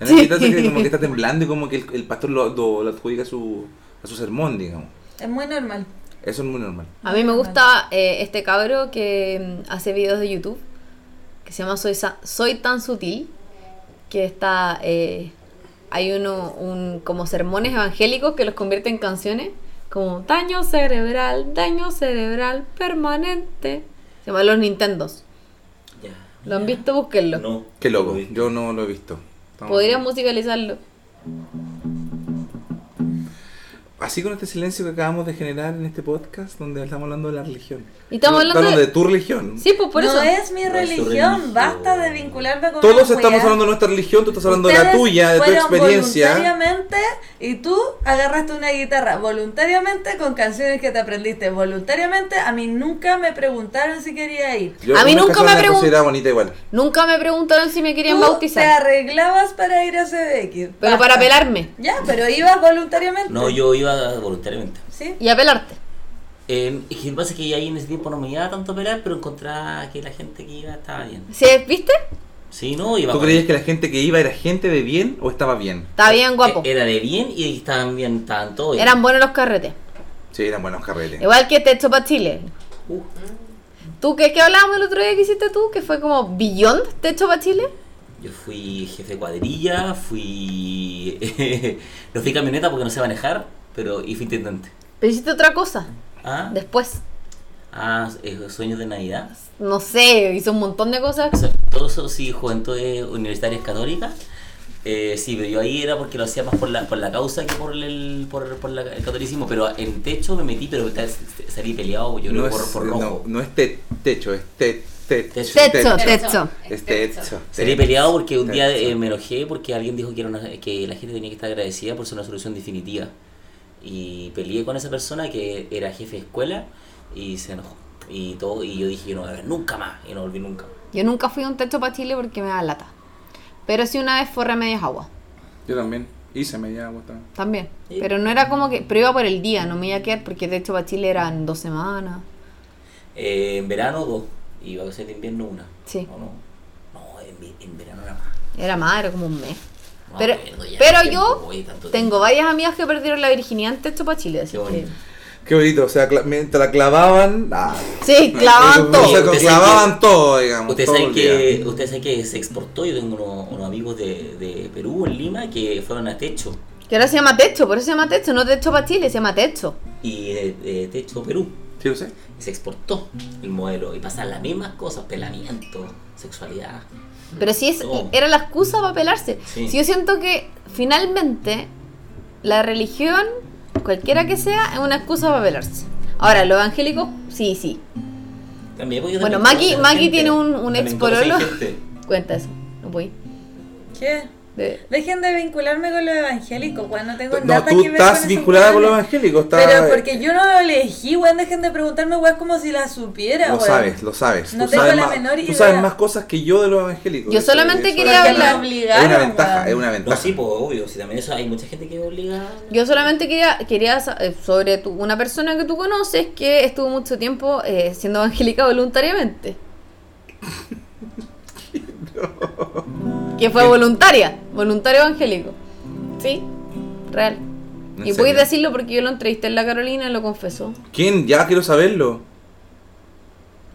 C: En el que está- que como que está temblando y como que el, el pastor lo, lo- lo adjudica a su, a su sermón, digamos.
D: Es muy normal.
C: Eso es muy normal.
B: A mí me gusta eh, este cabro que mm, hace videos de YouTube, que se llama Soy, Sa- Soy tan sutil, que está... eh, hay uno, un, como sermones evangélicos que los convierte en canciones, como daño cerebral, daño cerebral permanente. Se llama Los Nintendos.
F: Ya.
B: ¿Lo han visto? Búsquenlo.
F: No.
C: Qué loco, yo no lo he visto. Estamos-
B: Podrías musicalizarlo.
C: Así con este silencio que acabamos de generar en este podcast donde estamos hablando de la religión.
B: Y estamos hablando
C: de...
B: de-
C: tu religión.
B: Sí, pues por
D: no
B: eso.
D: es mi
F: No es tu
D: religión,
F: religión.
D: basta de vincularme
B: pues,
D: con
C: Todos
D: una
C: estamos
D: weá.
C: hablando de nuestra religión, tú estás hablando de la
D: Ustedes
C: tuya, de tu
D: fueron
C: experiencia.
D: Voluntariamente, y tú agarraste una guitarra voluntariamente con canciones que te aprendiste voluntariamente. A mí nunca me preguntaron si quería ir.
C: Yo
B: A mí
C: una
B: nunca
C: casa
B: me
C: la
B: pregun-
C: consideraba bonita igual.
B: Nunca me preguntaron si me querían
D: Tú te
B: bautizar.
D: arreglabas para ir a CBX.
B: Pero
D: Basta.
B: para pelarme
D: Ya, pero ibas voluntariamente.
F: No, yo iba voluntariamente.
D: ¿Sí?
B: y a pelarte.
F: Eh, y lo que pasa es que ahí en ese tiempo no me iba tanto a pelar, pero encontraba que la gente que iba estaba bien.
B: ¿Sí, ¿Viste?
F: Sí, no, iba
C: ¿Tú
F: con-
C: creías que la gente que iba era gente de bien o estaba bien?
F: Eh,
B: Está bien, guapo.
F: e-, Era de bien y estaban bien, estaban todos bien.
B: Eran buenos los carretes.
C: Sí, eran buenos carretes.
B: Igual que te para Chile.
F: Uh,
B: ¿Tú qué, qué hablábamos el otro día que hiciste tú? Que fue como Beyond Techo para Chile.
F: Yo fui jefe de cuadrilla, fui. no fui camioneta porque no sé manejar, pero. y fui intendente.
B: Pero hiciste otra cosa.
F: Ah,
B: Después.
F: ah eh, sueños de Navidad.
B: No sé, hice un montón de cosas.
F: Todo eso sí, juventud universitarias católicas. Eh, sí, pero yo ahí era porque lo hacía más por la, por la causa que por el, por, por la- el catolicismo. Pero en techo me metí, pero tal- salí peleado, yo creo,
C: No
F: por,
C: es,
F: por
C: no,
F: rojo.
C: no es te- techo, es te- te-
F: Techo.
B: Techo,
C: techo.
B: techo.
C: Es techo.
F: Salí peleado porque un día
C: Techo.
F: eh, me enojé porque alguien dijo que, era una- que la gente tenía que estar agradecida por ser una solución definitiva. Y peleé con esa persona que era jefe de escuela y se enojó. Y, todo, y yo dije, yo no voy a ver nunca más. Y no volví nunca más.
B: Yo nunca fui a un techo para Chile porque me da lata. Pero sí una vez forré medias agua,
C: Yo también. Hice media agua también.
B: también.
F: Sí.
B: Pero no era como que, pero iba por el día, no me iba a quedar porque techo para Chile eran dos semanas.
F: Eh, en verano dos y vacaciones de invierno una.
B: Sí.
F: No, no. No, en, vi- en verano era más.
B: Era más, era como un mes.
F: No
B: Pero,
F: me acuerdo ya,
B: pero
F: tanto
B: yo
F: tiempo, oye, tanto
B: tengo
F: tiempo.
B: varias amigas que perdieron la virginidad en techo para Chile, así
F: Qué
B: que...
F: bonito.
C: Qué bonito, o sea, cla- mientras la clavaban. Ah,
B: Sí, clavaban
C: eh,
B: todo.
C: O sea,
F: Usted sabe
C: clavaban
F: que-
C: todo, digamos.
F: Ustedes
C: todo
F: saben,
C: el
F: que,
C: día.
F: ustedes saben que se exportó, yo tengo unos, unos amigos de, de Perú, en Lima, que fueron a Techo,
B: Que ahora se llama techo, por eso se llama techo, no techo para Chile, se llama techo.
F: y eh, eh, Techo Perú,
C: Sí, lo sé.
F: y se exportó el modelo, y pasan las mismas cosas, pelamiento, sexualidad.
B: Pero sí es,
F: Todo.
B: era la excusa para pelarse.
F: Sí.
B: Si yo siento que finalmente la religión, cualquiera que sea, es una excusa para pelarse. Ahora, los evangélicos, sí, sí.
F: También, porque yo
B: Bueno,
F: también
B: Maki-
F: conozco
B: Maki
F: gente,
B: tiene un- un
F: también
B: ex
F: conocí
B: pololo.
F: gente.
B: Cuenta eso. No voy.
D: ¿Qué?
B: De-
D: Dejen de vincularme con lo evangélico, weón. No tengo
C: No,
D: nada
C: tú
D: que ver con
C: estás
D: esos
C: vinculada con los
D: weones.
C: evangélicos. Está,
D: Pero porque yo no lo elegí, weón. Dejen de preguntarme, weón, como si la supiera,
C: Lo
D: weón.
C: sabes, lo sabes.
D: No
C: tú
D: tengo
C: sabes
D: la
C: más,
D: menor
C: Tú
D: idea.
C: sabes más cosas que yo de los evangélicos.
B: Yo
C: Eso-
B: solamente
C: eso
B: quería
C: es-
B: hablar-
D: Porque me
C: Es una
D: obligaron,
C: ventaja,
D: weón.
C: es una
F: No,
C: ventaja.
F: sí, pues obvio, si también eso hay mucha gente que obliga.
B: Yo solamente quería, quería sa- eh, sobre tu- una persona que tú conoces que estuvo mucho tiempo eh, siendo evangélica voluntariamente. Que fue voluntaria, voluntario evangélico. Sí, real.
C: ¿En
B: Y
C: serio?
B: voy a decirlo porque yo lo entrevisté en la Carolina y lo confesó.
C: ¿Quién? Ya quiero saberlo.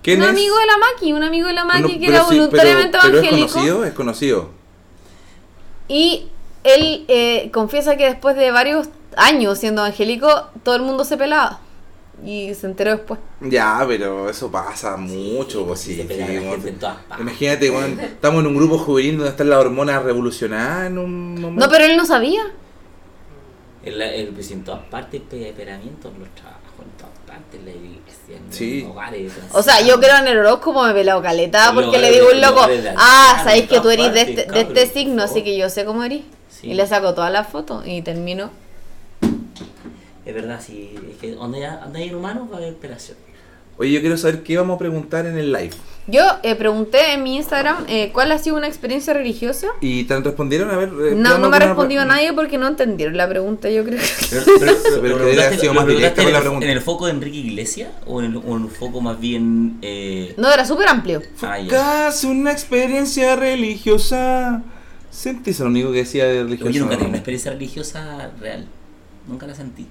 C: ¿Quién
B: Un
C: es?
B: amigo de la Maki, un amigo de la Maki
C: Bueno,
B: que era
C: sí, pero-
B: voluntariamente
C: pero
B: evangélico.
C: es conocido, es conocido.
B: Y él eh, confiesa que después de varios años siendo evangélico, todo el mundo se pelaba. Y se enteró después.
C: Ya, pero eso pasa
F: sí,
C: mucho, pues
F: sí,
C: sí.
F: se
C: sí,
F: pega la
C: bueno.
F: gente en todas partes.
C: Imagínate, bueno, estamos en un grupo juvenil donde está la hormona revolucionada en un momento.
B: No, pero él no sabía.
F: En, la- en- pues, en todas partes, pe- pelamiento, en los trabajos, en todas partes, en la iglesia, en
C: Sí.
F: los hogares.
B: O sea, yo creo en el horóscopo me he pelado caleta
F: Pero
B: porque
F: lo-
B: le digo un
F: lo-
B: loco,
F: lo- lo-
B: ah,
F: lo-
B: sabéis que tú
F: todas
B: eres de
F: partes,
B: este, de este
F: cabrón,
B: signo,
F: por
B: así que
F: favor.
B: yo sé cómo eres.
F: Sí.
B: Y le saco todas las fotos y termino.
F: Es verdad, sí. Es que donde hay, donde hay humanos va a haber operación.
C: Oye, yo quiero saber qué vamos a preguntar en el live.
B: Yo eh, pregunté en mi Instagram eh, cuál ha sido una experiencia religiosa.
C: ¿Y te respondieron? A ver. eh,
B: No,
C: veamos
B: no me ha
C: alguna-
B: respondido nadie porque no entendieron la pregunta, yo creo que...
C: Pero, pero- pero
F: ¿Lo
C: que debería
F: preguntaste-
C: haber sido
F: lo
C: más directa
F: preguntaste
C: con la
F: en el-
C: pregunta.
F: ¿En el foco de Enrique Iglesias o en, el, o en un foco más bien. Eh,
B: No, era súper amplio.
F: ah, ya.
C: Casi una experiencia religiosa. ¿Sentís lo único que decía de religiosa?
F: Yo nunca tuve una
C: ¿no?
F: experiencia religiosa real. Nunca la sentí.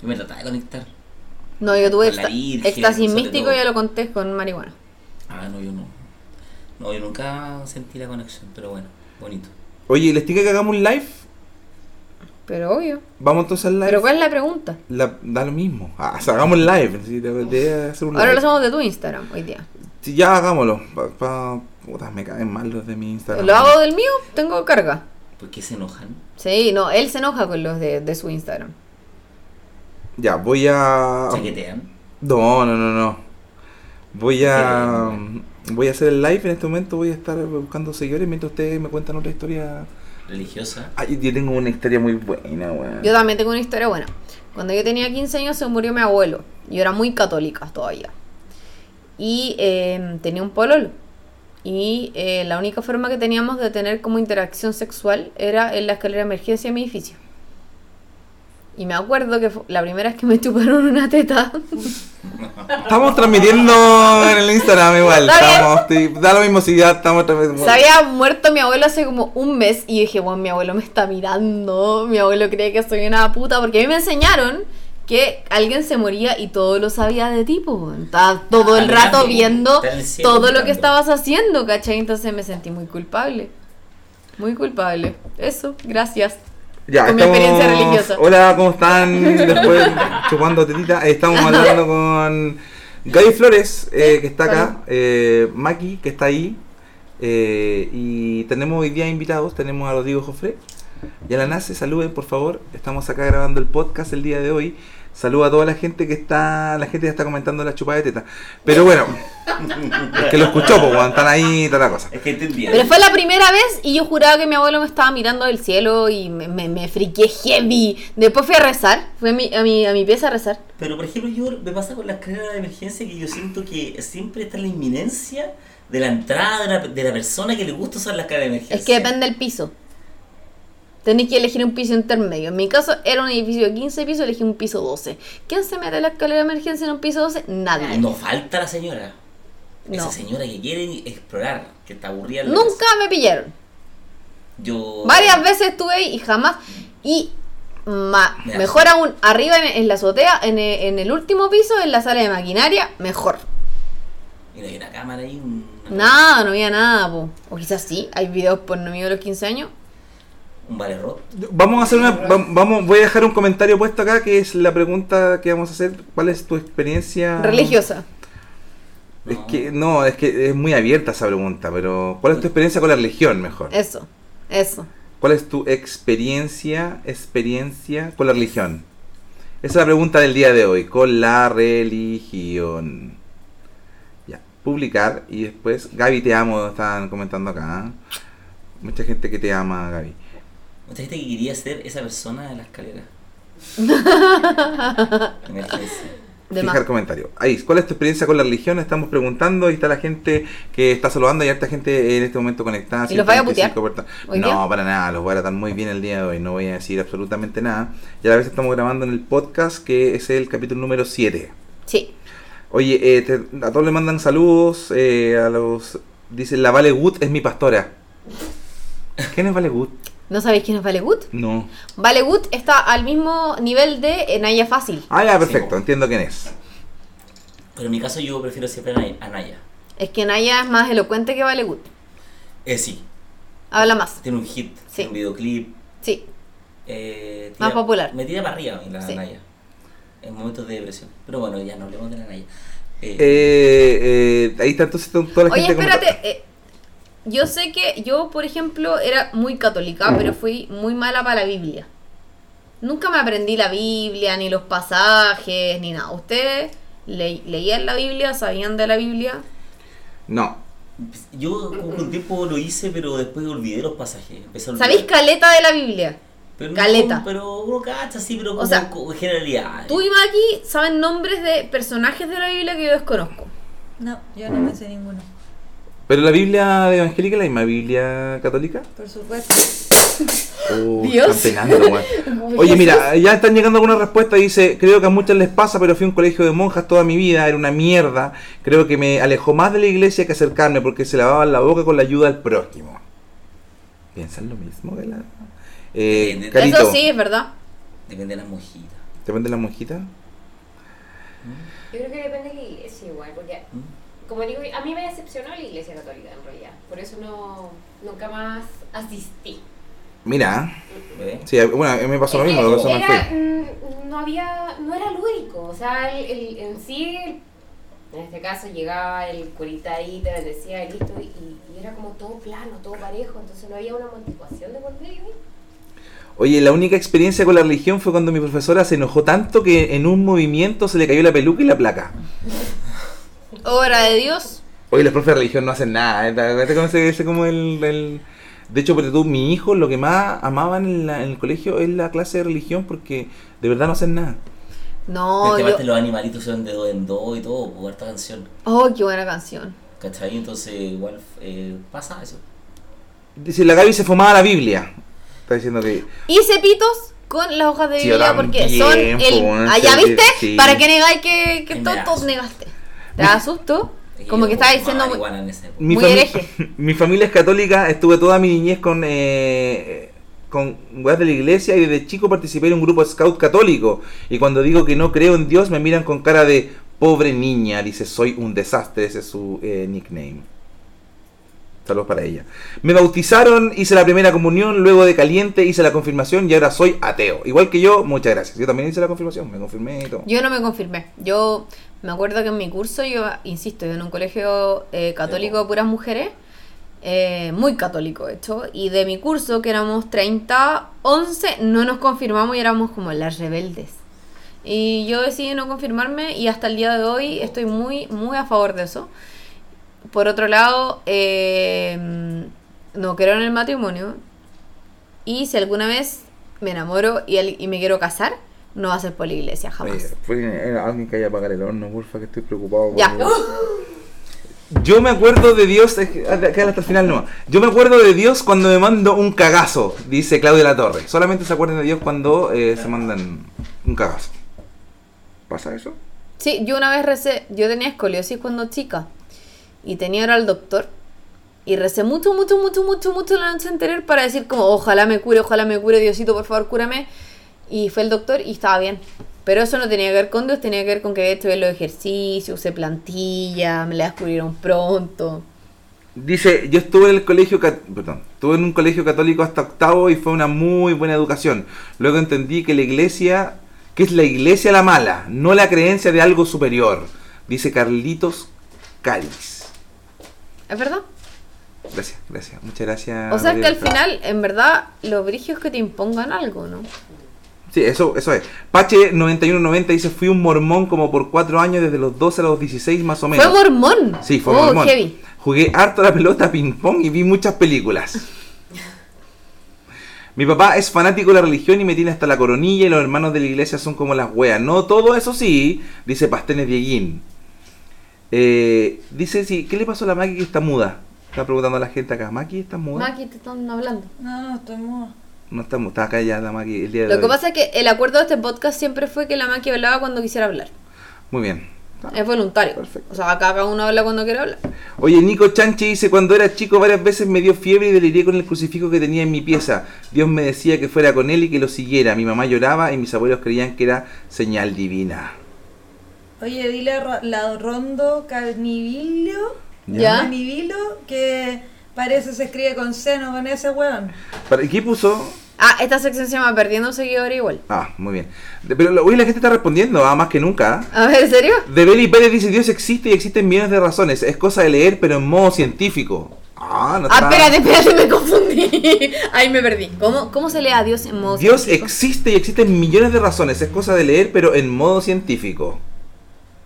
F: Yo me trataba de conectar.
B: No, yo tuve
F: Con la
B: exta-
F: Virgen,
B: éxtasis
F: sobre
B: místico,
F: todo.
B: ya lo conté con marihuana.
F: Ah, no, yo no. No, yo nunca sentí la conexión, pero bueno, bonito.
C: Oye, ¿les tiene que hagamos un live?
B: Pero obvio.
C: Vamos entonces al live.
B: Pero ¿cuál es la pregunta?
C: La- da lo mismo. Ah, o sea, hagamos live. Sí, de- de hacer un
B: Ahora lo
C: live.
B: hacemos de tu Instagram hoy día.
C: Sí, ya hagámoslo. Pa, pa- puta, me caen mal los de mi Instagram.
B: Lo hago del mío, tengo carga.
F: ¿Por qué se enojan?
B: Sí, no, él se enoja con los de, de su Instagram.
C: Ya, voy a.
F: ¿Chaquetean?
C: No, no, no, no. Voy a.
F: Eh,
C: Voy a hacer el live en este momento. Voy a estar buscando seguidores mientras ustedes me cuentan otra historia.
F: ¿Religiosa?
C: Ay, yo tengo una historia muy buena, weón.
B: Yo también tengo una historia buena. Cuando yo tenía 15 años se murió mi abuelo. Yo era muy católica todavía. Y eh, tenía un pololo. Y eh, la única forma que teníamos de tener como interacción sexual era en la escalera de emergencia de mi edificio. Y me acuerdo que fu- la primera vez que me chuparon una teta.
C: Estamos transmitiendo en el Instagram igual.
B: Está bien.
C: Estamos, sí, da lo mismo si ya estamos transmitiendo.
B: Se había muerto mi abuelo hace como un mes y yo dije, bueno, mi abuelo me está mirando, mi abuelo cree que soy una puta, porque a mí me enseñaron que alguien se moría y todo lo sabía de ti, po, weón. Estaba todo el
F: Alegrando,
B: rato viendo
F: está en el cielo
B: todo lo
F: mirando.
B: que estabas haciendo, ¿cachai? Entonces me sentí muy culpable, muy culpable. Eso, gracias.
C: Ya,
B: con mi experiencia religiosa.
C: Hola, ¿cómo están? Después chupando tetita. eh, Estamos hablando con Gaby Flores, eh, que está acá. eh, Maki, que está ahí. Eh, y tenemos hoy día invitados, tenemos a Rodrigo Jofre y a la NACE. Saluden, por favor. Estamos acá grabando el podcast el día de hoy. Saludo a toda la gente que está, la gente ya está comentando la chupada de teta. Pero bueno, es que lo escuchó, pues, están ahí y toda la cosa.
F: Es que entendía.
B: Pero fue la primera vez y yo juraba que mi abuelo me estaba mirando del cielo y me, me, me friqué heavy. Después fui a rezar, fui a mi, a, mi, a mi pieza a rezar.
F: Pero por ejemplo, yo me pasa con las carreras de emergencia que yo siento que siempre está la inminencia de la entrada de la, de la persona que le gusta usar las carreras de emergencia.
B: Es que depende del piso. Tenéis que elegir un piso intermedio. En mi caso era un edificio de 15 pisos, elegí un piso 12. ¿Quién se mete a la escalera de emergencia en un piso 12? Nadie.
F: No falta la señora. Esa
B: No.
F: señora que quiere explorar, que está aburrida. en la
B: Nunca
F: casa.
B: me pillaron.
F: Yo.
B: Varias veces estuve ahí y jamás. Y ma-
F: Mira.
B: mejor aún, arriba en, en la azotea, en e- en el último piso, en la sala de maquinaria, mejor.
F: Mira, hay una cámara ahí. Un,
B: Nada, no había nada, po. O quizás sí, hay videos por mío de los 15 años.
F: Un vale rock.
C: Vamos a hacer una. va- Vamos, voy a dejar un comentario puesto acá que es la pregunta que vamos a hacer. ¿Cuál es tu experiencia
B: Religiosa.
C: Es que no, es que es muy abierta esa pregunta, pero ¿cuál es tu experiencia con la religión mejor?
B: Eso, eso.
C: ¿Cuál es tu experiencia, experiencia con la religión? Esa es la pregunta del día de hoy, con la religión. Ya, publicar y después, Gaby te amo, están comentando acá. ¿eh? Mucha gente que te ama, Gaby.
F: Mucha gente que quería ser esa persona de la escalera. Emergencia.
B: De más.
C: Fijar comentario. Ahí, ¿cuál es tu experiencia con la religión? Estamos preguntando. Ahí está la gente que está saludando. Hay harta gente en este momento conectada.
B: ¿Y los vaya a
C: 145 personas.
B: hoy
C: No,
B: día?
C: para nada. Los voy a tratar muy bien el día de hoy. No voy a decir absolutamente nada. Y a la vez estamos grabando en el podcast que es el capítulo número 7.
B: Sí.
C: Oye, eh, te- a todos le mandan saludos. eh, a los. Dicen, la Vale Wood es mi pastora. ¿Quién es Vale Wood?
B: ¿No sabéis quién es Valegut?
C: No.
B: Valegut está al mismo nivel de Naya Fácil.
C: Ah, ya,
F: Sí,
C: perfecto.
F: po.
C: Entiendo quién es.
F: Pero en mi caso, yo prefiero siempre a Nay- a Naya.
B: Es que Naya es más elocuente que Valegut.
F: Eh, sí.
B: Habla más.
F: Tiene un hit,
B: Sí.
F: tiene un videoclip.
B: Sí.
F: Eh,
B: Más popular.
F: Me tira para arriba en la
B: Sí.
F: Naya. En momentos de depresión. Pero bueno, ya no hablemos de la Naya. Eh,
C: Eh, eh, ahí está entonces toda la
B: Oye,
C: gente. como-
B: espérate. eh, yo sé que yo, por ejemplo, era muy católica,
C: Mm.
B: pero fui muy mala para la Biblia. Nunca me aprendí la Biblia, ni los pasajes, ni nada. ¿Ustedes le- leían la Biblia? ¿Sabían de la Biblia?
C: No,
F: Yo como que un tiempo lo hice, pero después olvidé los pasajes. Empecé a olvidar.
B: ¿Sabéis caleta de la Biblia?
F: Pero no,
B: caleta?
F: pero uno cacha, sí, pero como,
B: sea,
F: co- generalidad.
B: Tú y Maki saben nombres de personajes de la Biblia que yo desconozco.
D: No, yo no me sé ninguno.
C: Pero la Biblia evangélica es la misma Biblia católica.
D: Por supuesto.
C: Oh,
B: Dios.
C: están penando, weón. Oye, mira, ya están llegando algunas respuestas. Dice, creo que a muchas les pasa, pero fui a un colegio de monjas toda mi vida, era una mierda. Creo que me alejó más de la iglesia que acercarme porque se lavaban la boca con la ayuda al prójimo. ¿Piensan lo mismo de la... Eh,
F: Depende.
C: Carito,
B: Eso sí, es verdad.
F: Depende de las mojitas. ¿Mm?
C: ¿te vende la monjita?
G: Yo creo que depende de la iglesia igual, porque como digo, a mí me decepcionó la iglesia católica en realidad, por eso no nunca más asistí.
C: Mira,
F: ¿Ve?
C: sí, bueno, a mí me pasó lo
G: Es
C: mismo,
G: que
C: por eso me
G: era,
C: fui.
G: mm, no había, no era lúdico, o sea, el- el- en sí, el- en este caso llegaba el curita ahí, te bendecía y listo, y, y era como todo plano, todo parejo, entonces no había una motivación de por medio.
C: Oye, la única experiencia con la religión fue cuando mi profesora se enojó tanto que en un movimiento se le cayó la peluca y la placa.
B: Obra de Dios.
C: Oye, los profes de religión no hacen nada. ¿eh? ¿Te acuerdas cómo se dice como el, el- De hecho, porque tú, mi hijo, lo que más amaban en, la- en el colegio es la clase de religión porque de verdad no hacen nada.
B: No,
F: Este
B: yo...
F: parte los animalitos son de dos en dos y todo, por esta canción.
B: Oh, qué buena canción.
F: ¿Cachai? Entonces igual eh, pasa eso.
C: Dice, la Gaby se fumaba la Biblia. Está diciendo que...
B: Hice pitos con las hojas de
C: Sí, yo
B: Biblia porque
C: también, pues,
B: son
C: po,
B: el.
C: weón,
B: Allá
C: sí,
B: viste,
C: sí.
B: para que negáis que, que
F: Me
B: tontos
F: asusto.
B: negaste. Te asustó. Como que estaba diciendo muy-
F: Marihuana en esa época.
C: Mi,
B: Muy
C: fami-
B: hereje.
C: mi familia es católica, estuve toda mi niñez con... eh, con weas de la iglesia y desde chico participé en un grupo scout católico y cuando digo que no creo en Dios me miran con cara de pobre niña, dice soy un desastre, ese es su eh, nickname. Saludos para ella. Me bautizaron, hice la primera comunión, luego de caliente hice la confirmación y ahora soy ateo. Igual que yo, muchas gracias. Yo también hice la confirmación, me confirmé y todo.
B: Yo no me confirmé. Yo me acuerdo que en mi curso, yo insisto, yo en un colegio eh, católico de puras mujeres, eh, muy católico de hecho, y de mi curso, que éramos 30, 11 no nos confirmamos y éramos como las rebeldes. Y yo decidí no confirmarme y hasta el día de hoy estoy muy, muy a favor de eso. Por otro lado, eh, no creo en el matrimonio. Y si alguna vez me enamoro y, el- y me quiero casar, no va a ser por la iglesia, jamás.
H: Oye, fue eh, alguien que haya apagado el horno, porfa, que estoy preocupado. por
B: Ya.
H: mi-
C: Yo me acuerdo de Dios, es que- ah, quédala hasta el final nomás. Yo me acuerdo de Dios cuando me mando un cagazo, dice Claudia La Torre. Solamente se acuerdan de Dios cuando eh, se mandan un cagazo.
H: ¿Pasa eso?
B: Sí, yo una vez recé, yo tenía escoliosis cuando chica y tenía era al doctor y recé mucho, mucho, mucho, mucho, mucho la noche anterior para decir como, ojalá me cure, ojalá me cure, Diosito, por favor, cúrame. Y fue el doctor y estaba bien. Pero eso no tenía que ver con Dios, tenía que ver con que había hecho bien los ejercicios, usé plantilla, me la descubrieron pronto.
C: Dice, yo estuve en el colegio, ca- perdón, estuve en un colegio católico hasta octavo y fue una muy buena educación. Luego entendí que la iglesia, que es la iglesia la mala, no la creencia de algo superior. Dice Carlitos Cáliz.
B: ¿Es verdad?
C: Gracias, gracias, muchas gracias.
B: O sea que
C: Gabriel.
B: al final, en verdad, los brigios que te impongan algo, ¿no?
C: Sí, eso, eso es. Pache9190 dice, fui un mormón como por cuatro años, desde los 12 a los 16 más o menos.
B: Fue mormón.
C: Sí, fue
B: Oh,
C: mormón.
B: heavy.
C: Jugué harto a la pelota ping-pong y vi muchas películas. Mi papá es fanático de la religión y me tiene hasta la coronilla y los hermanos de la iglesia son como las weas. No todo eso sí, dice Pastenes Dieguín. Eh, dice, sí, ¿qué le pasó a la Maki que está muda? Está preguntando a la gente acá, ¿Maki está muda?
B: Maki, te están hablando.
D: No, no, estoy muda.
C: No está muda, está acá ya la Maki el día de
B: Lo que
C: hoy.
B: pasa es que el acuerdo de este podcast siempre fue que la Maki hablaba cuando quisiera hablar.
C: Muy bien.
B: Es voluntario.
C: Ah, perfecto.
B: O sea, acá cada uno habla cuando quiere hablar.
C: Oye, Nico Chanchi dice, cuando era chico varias veces me dio fiebre y deliré con el crucifijo que tenía en mi pieza. Dios me decía que fuera con él y que lo siguiera. Mi mamá lloraba y mis abuelos creían que era señal divina.
D: Oye, dile a Ro- la Rondo Canivilio,
B: ¿Ya?
D: Canivilo, que parece se escribe con seno con ese weón.
C: ¿Para qué puso?
B: Ah, esta sección se llama Perdiendo un seguidor igual.
C: Ah, muy bien. De- Pero lo- hoy la gente está respondiendo, ah, más que nunca.
B: A ver, ¿en serio?
C: De Beli Pérez dice, Dios existe y existen millones de razones. Es cosa de leer, pero en modo científico. Ah, no
B: Ah,
C: está-
B: espérate, espérate, me confundí. Ahí me perdí. ¿Cómo, cómo se lee a Dios en modo
C: Dios
B: científico?
C: existe y existen millones de razones. Es cosa de leer, pero en modo científico.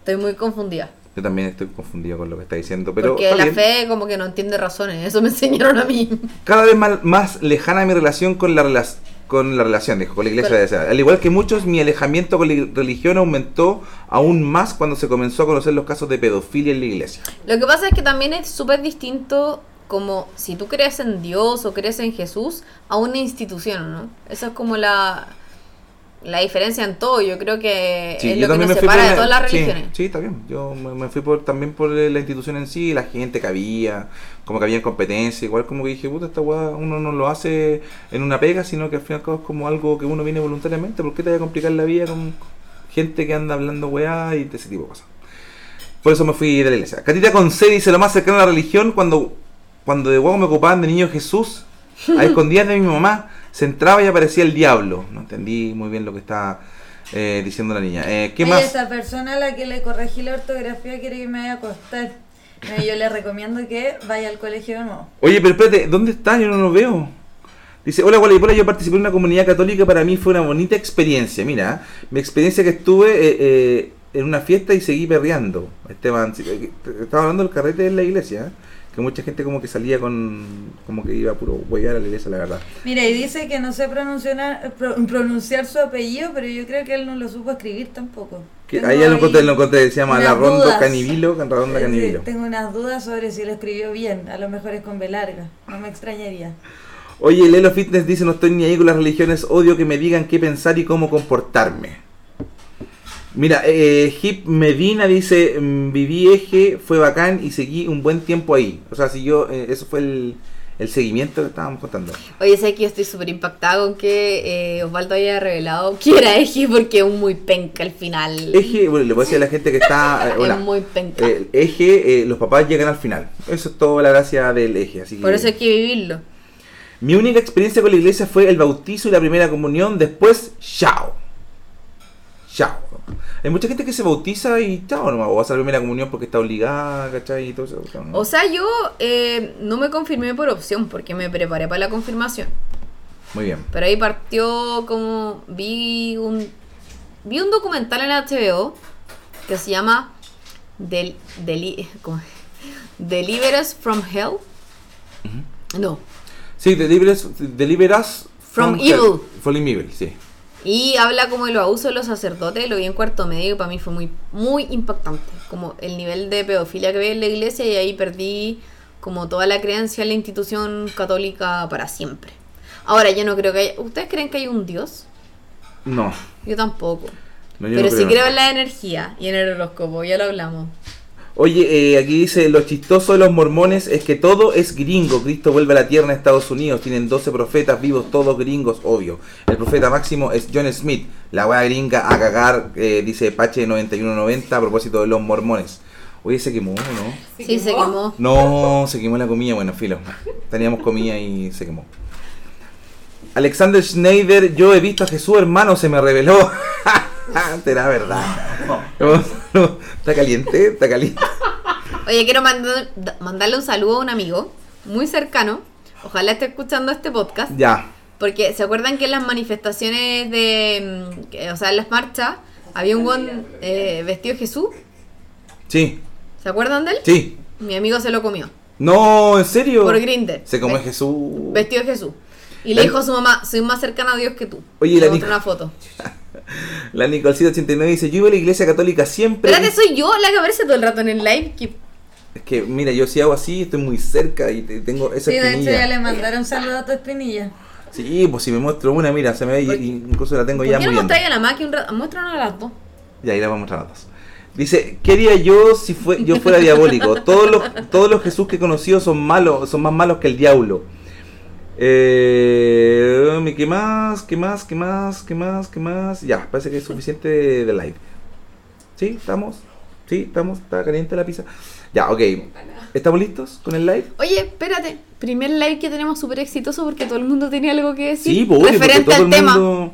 B: Estoy muy confundida.
C: Yo también estoy confundido con lo que está diciendo, pero...
B: porque
C: está
B: la
C: bien.
B: fe como que no entiende razones. Eso me enseñaron a mí.
C: cada vez mal- más, lejana mi relación con la relación con la relación, dijo, con la iglesia
B: Con-
C: de esa. Al igual que muchos, mi alejamiento con la i- religión aumentó aún más cuando se comenzó a conocer los casos de pedofilia en la iglesia.
B: Lo que pasa es que también es súper distinto como si tú crees en Dios o crees en Jesús a una institución, ¿no? Esa es como la, la diferencia en todo. Yo creo que
C: Sí,
B: es
C: yo
B: lo que
C: también
B: nos
C: me fui por
B: separa de
C: la-
B: todas las
C: sí,
B: religiones.
C: Sí, está bien. Yo me, me fui por, también por eh, la institución en sí, la gente que había, como que había competencia, igual como que dije, puta, esta weá uno no lo hace en una pega, sino que al fin y al cabo es como algo que uno viene voluntariamente. ¿Por qué te vaya a complicar la vida con gente que anda hablando weá y de ese tipo de cosas? Por eso me fui de la iglesia. Catita Conce dice lo más cercano a la religión cuando, cuando de huevo me ocupaban de niño Jesús, a escondidas de mi mamá, se entraba y aparecía el diablo. No entendí muy bien lo que está eh, diciendo la niña. Eh, ¿Qué
D: Ay,
C: más?
D: Esa persona a la que le corregí la ortografía quiere que me vaya a acostar. No, yo le recomiendo que vaya al colegio de nuevo.
C: Oye, pero espérate, ¿dónde está? Yo no lo veo. Dice, hola, hola, yo participé en una comunidad católica, para mí fue una bonita experiencia. Mira, mi experiencia que estuve eh, eh, en una fiesta y seguí perreando. Esteban, sí, eh, estaba hablando del carrete en la iglesia, ¿eh? que mucha gente como que salía con, como que iba a puro huevear a la iglesia, la verdad.
D: Mira, y dice que no sé pronunciar, pro- pronunciar su apellido, pero yo creo que él no lo supo escribir tampoco.
C: Que,
D: Tengo
C: ahí ya lo encontré,
D: ahí-
C: lo encontré, se llama
D: unas
C: La Rondo
D: dudas.
C: Canivilo, Can- Redonda
D: Sí,
C: Canivilo.
D: Tengo unas dudas sobre si lo escribió bien. A lo mejor es con B larga. No me extrañaría.
C: Oye, Lelo Fitness dice, no estoy ni ahí con las religiones, odio que me digan qué pensar y cómo comportarme. Mira, eh, Hip Medina dice, "Mm, viví eje, fue bacán y seguí un buen tiempo ahí. O sea, si yo, eh, eso fue el, el seguimiento que estábamos contando.
B: Oye, sé que yo estoy súper impactada con que eh, Osvaldo haya revelado que era Eji porque es un muy penca al final.
C: Eje, bueno, le puedo decir a la gente que está... eh, hola.
B: Es muy penca.
C: Eh, el eje, eh, los papás llegan al final. Eso es toda la gracia del eje. Así que...
B: Por eso hay que vivirlo.
C: Mi única experiencia con la iglesia fue el bautizo y la primera comunión. Después, chao. Chao. Hay mucha gente que se bautiza y chao nomás, o va a la primera comunión porque está obligada, ¿cachai? Y todo eso. chao, ¿no?
B: O sea, yo eh, no me confirmé por opción porque me preparé para la confirmación.
C: Muy bien.
B: Pero ahí partió como. Vi un. Vi un documental en HBO que se llama Del, Deli- ¿cómo es? Deliver Us from Hell. No.
C: Sí, deliveras, deliveras
B: From evil.
C: From evil, sí.
B: Y habla como de los abusos de los sacerdotes, lo vi en cuarto medio y para mí fue muy, muy impactante. Como el nivel de pedofilia que había en la iglesia y ahí perdí como toda la creencia en la institución católica para siempre. Ahora, yo no creo que haya... ¿Ustedes creen que hay un dios?
C: No.
B: Yo tampoco.
C: no, yo
B: Pero
C: no
B: sí
C: en
B: creo
C: eso.
B: en la energía y en el horóscopo, ya lo hablamos.
C: Oye, eh, aquí dice, lo chistoso de los mormones es que todo es gringo. Cristo vuelve a la tierra en Estados Unidos. Tienen 12 profetas vivos, todos gringos, obvio. El profeta máximo es John Smith. La wea gringa a cagar, eh, dice Pache 9190 a propósito de los mormones. Oye, se quemó, ¿no?
B: Sí, se quemó.
C: No, se quemó la comida. Bueno, filo. Teníamos comida y se quemó. Alexander Schneider, yo he visto a Jesús, hermano, se me reveló. Será verdad. Está caliente, está caliente.
B: Oye, quiero mandar- da- mandarle un saludo a un amigo muy cercano. Ojalá esté escuchando este podcast.
C: Ya.
B: Porque se acuerdan que en las manifestaciones de. mm, que- o sea, en las marchas, había un buen eh, vestido de Jesús.
C: Sí,
B: ¿Se acuerdan de él?
C: sí.
B: Mi amigo se lo comió.
C: No, en serio.
B: Por Grindr.
C: Se come
B: Ve-
C: Jesús.
B: Vestido de Jesús. Y
C: La-
B: le dijo a su mamá: Soy más cercana a Dios que tú. Y
C: Oye, la
B: le
C: Nic-
B: mostró una foto.
C: La Nicolcita 89 dice, yo iba a la iglesia católica siempre.
B: Espérate, soy yo la que aparece todo el rato en el live. Que...
C: Es que, mira, yo si hago así, estoy muy cerca y te- tengo esa
D: Sí, de hecho ya
C: espinilla.
D: le mandaron saludo a tu espinilla.
C: Sí, pues si me muestro una, mira, se me ve y- y incluso la tengo
B: ¿Por
C: ya
B: qué no
C: muy bien.
B: mostráis a la más que un rato? Muéstranos a las dos.
C: Y ahí la vamos a mostrar a las dos. Dice, ¿qué haría yo si fue, yo fuera diabólico? Todos los, todos los Jesús que he conocido son malos, son más malos que el diablo. Eh, ¿Qué más? ¿Qué más? ¿Qué más? ¿Qué más? ¿Qué más? Ya, parece que es suficiente de, de live. ¿Sí? ¿Estamos? ¿Sí? ¿Estamos? ¿Está caliente la pizza? Ya, ok. ¿Estamos listos con el live?
B: Oye, espérate. Primer live que tenemos súper exitoso porque todo el mundo tenía algo que decir.
C: Sí, pues, obvio, porque
B: Referente al
C: todo el
B: tema.
C: mundo-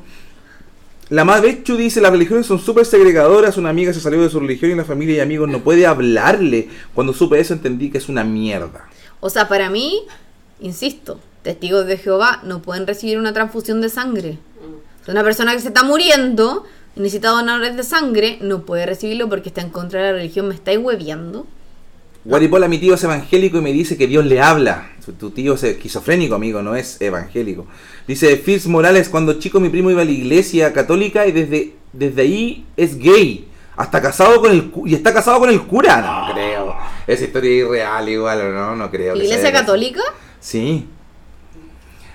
C: La madre Chu dice, las religiones son súper segregadoras, una amiga se salió de su religión y la familia y amigos no puede hablarle. Cuando supe eso entendí que es una mierda.
B: O sea, para mí, insisto, testigos de Jehová no pueden recibir una transfusión de sangre. Si Una persona que se está muriendo y necesita donadores de sangre no puede recibirlo porque está en contra de la religión. ¿Me estáis hueviando?
C: Guaripola, mi tío es evangélico y me dice que Dios le habla. Su- Tu tío es esquizofrénico, amigo, no es evangélico. Dice Fitz Morales, cuando chico mi primo iba a la iglesia católica y desde, desde ahí es gay. Hasta casado con el cu- y está casado con el cura. No creo. Esa historia es irreal igual, ¿o no, no creo. que sea
B: ¿Iglesia
C: de-
B: católica?
C: Sí.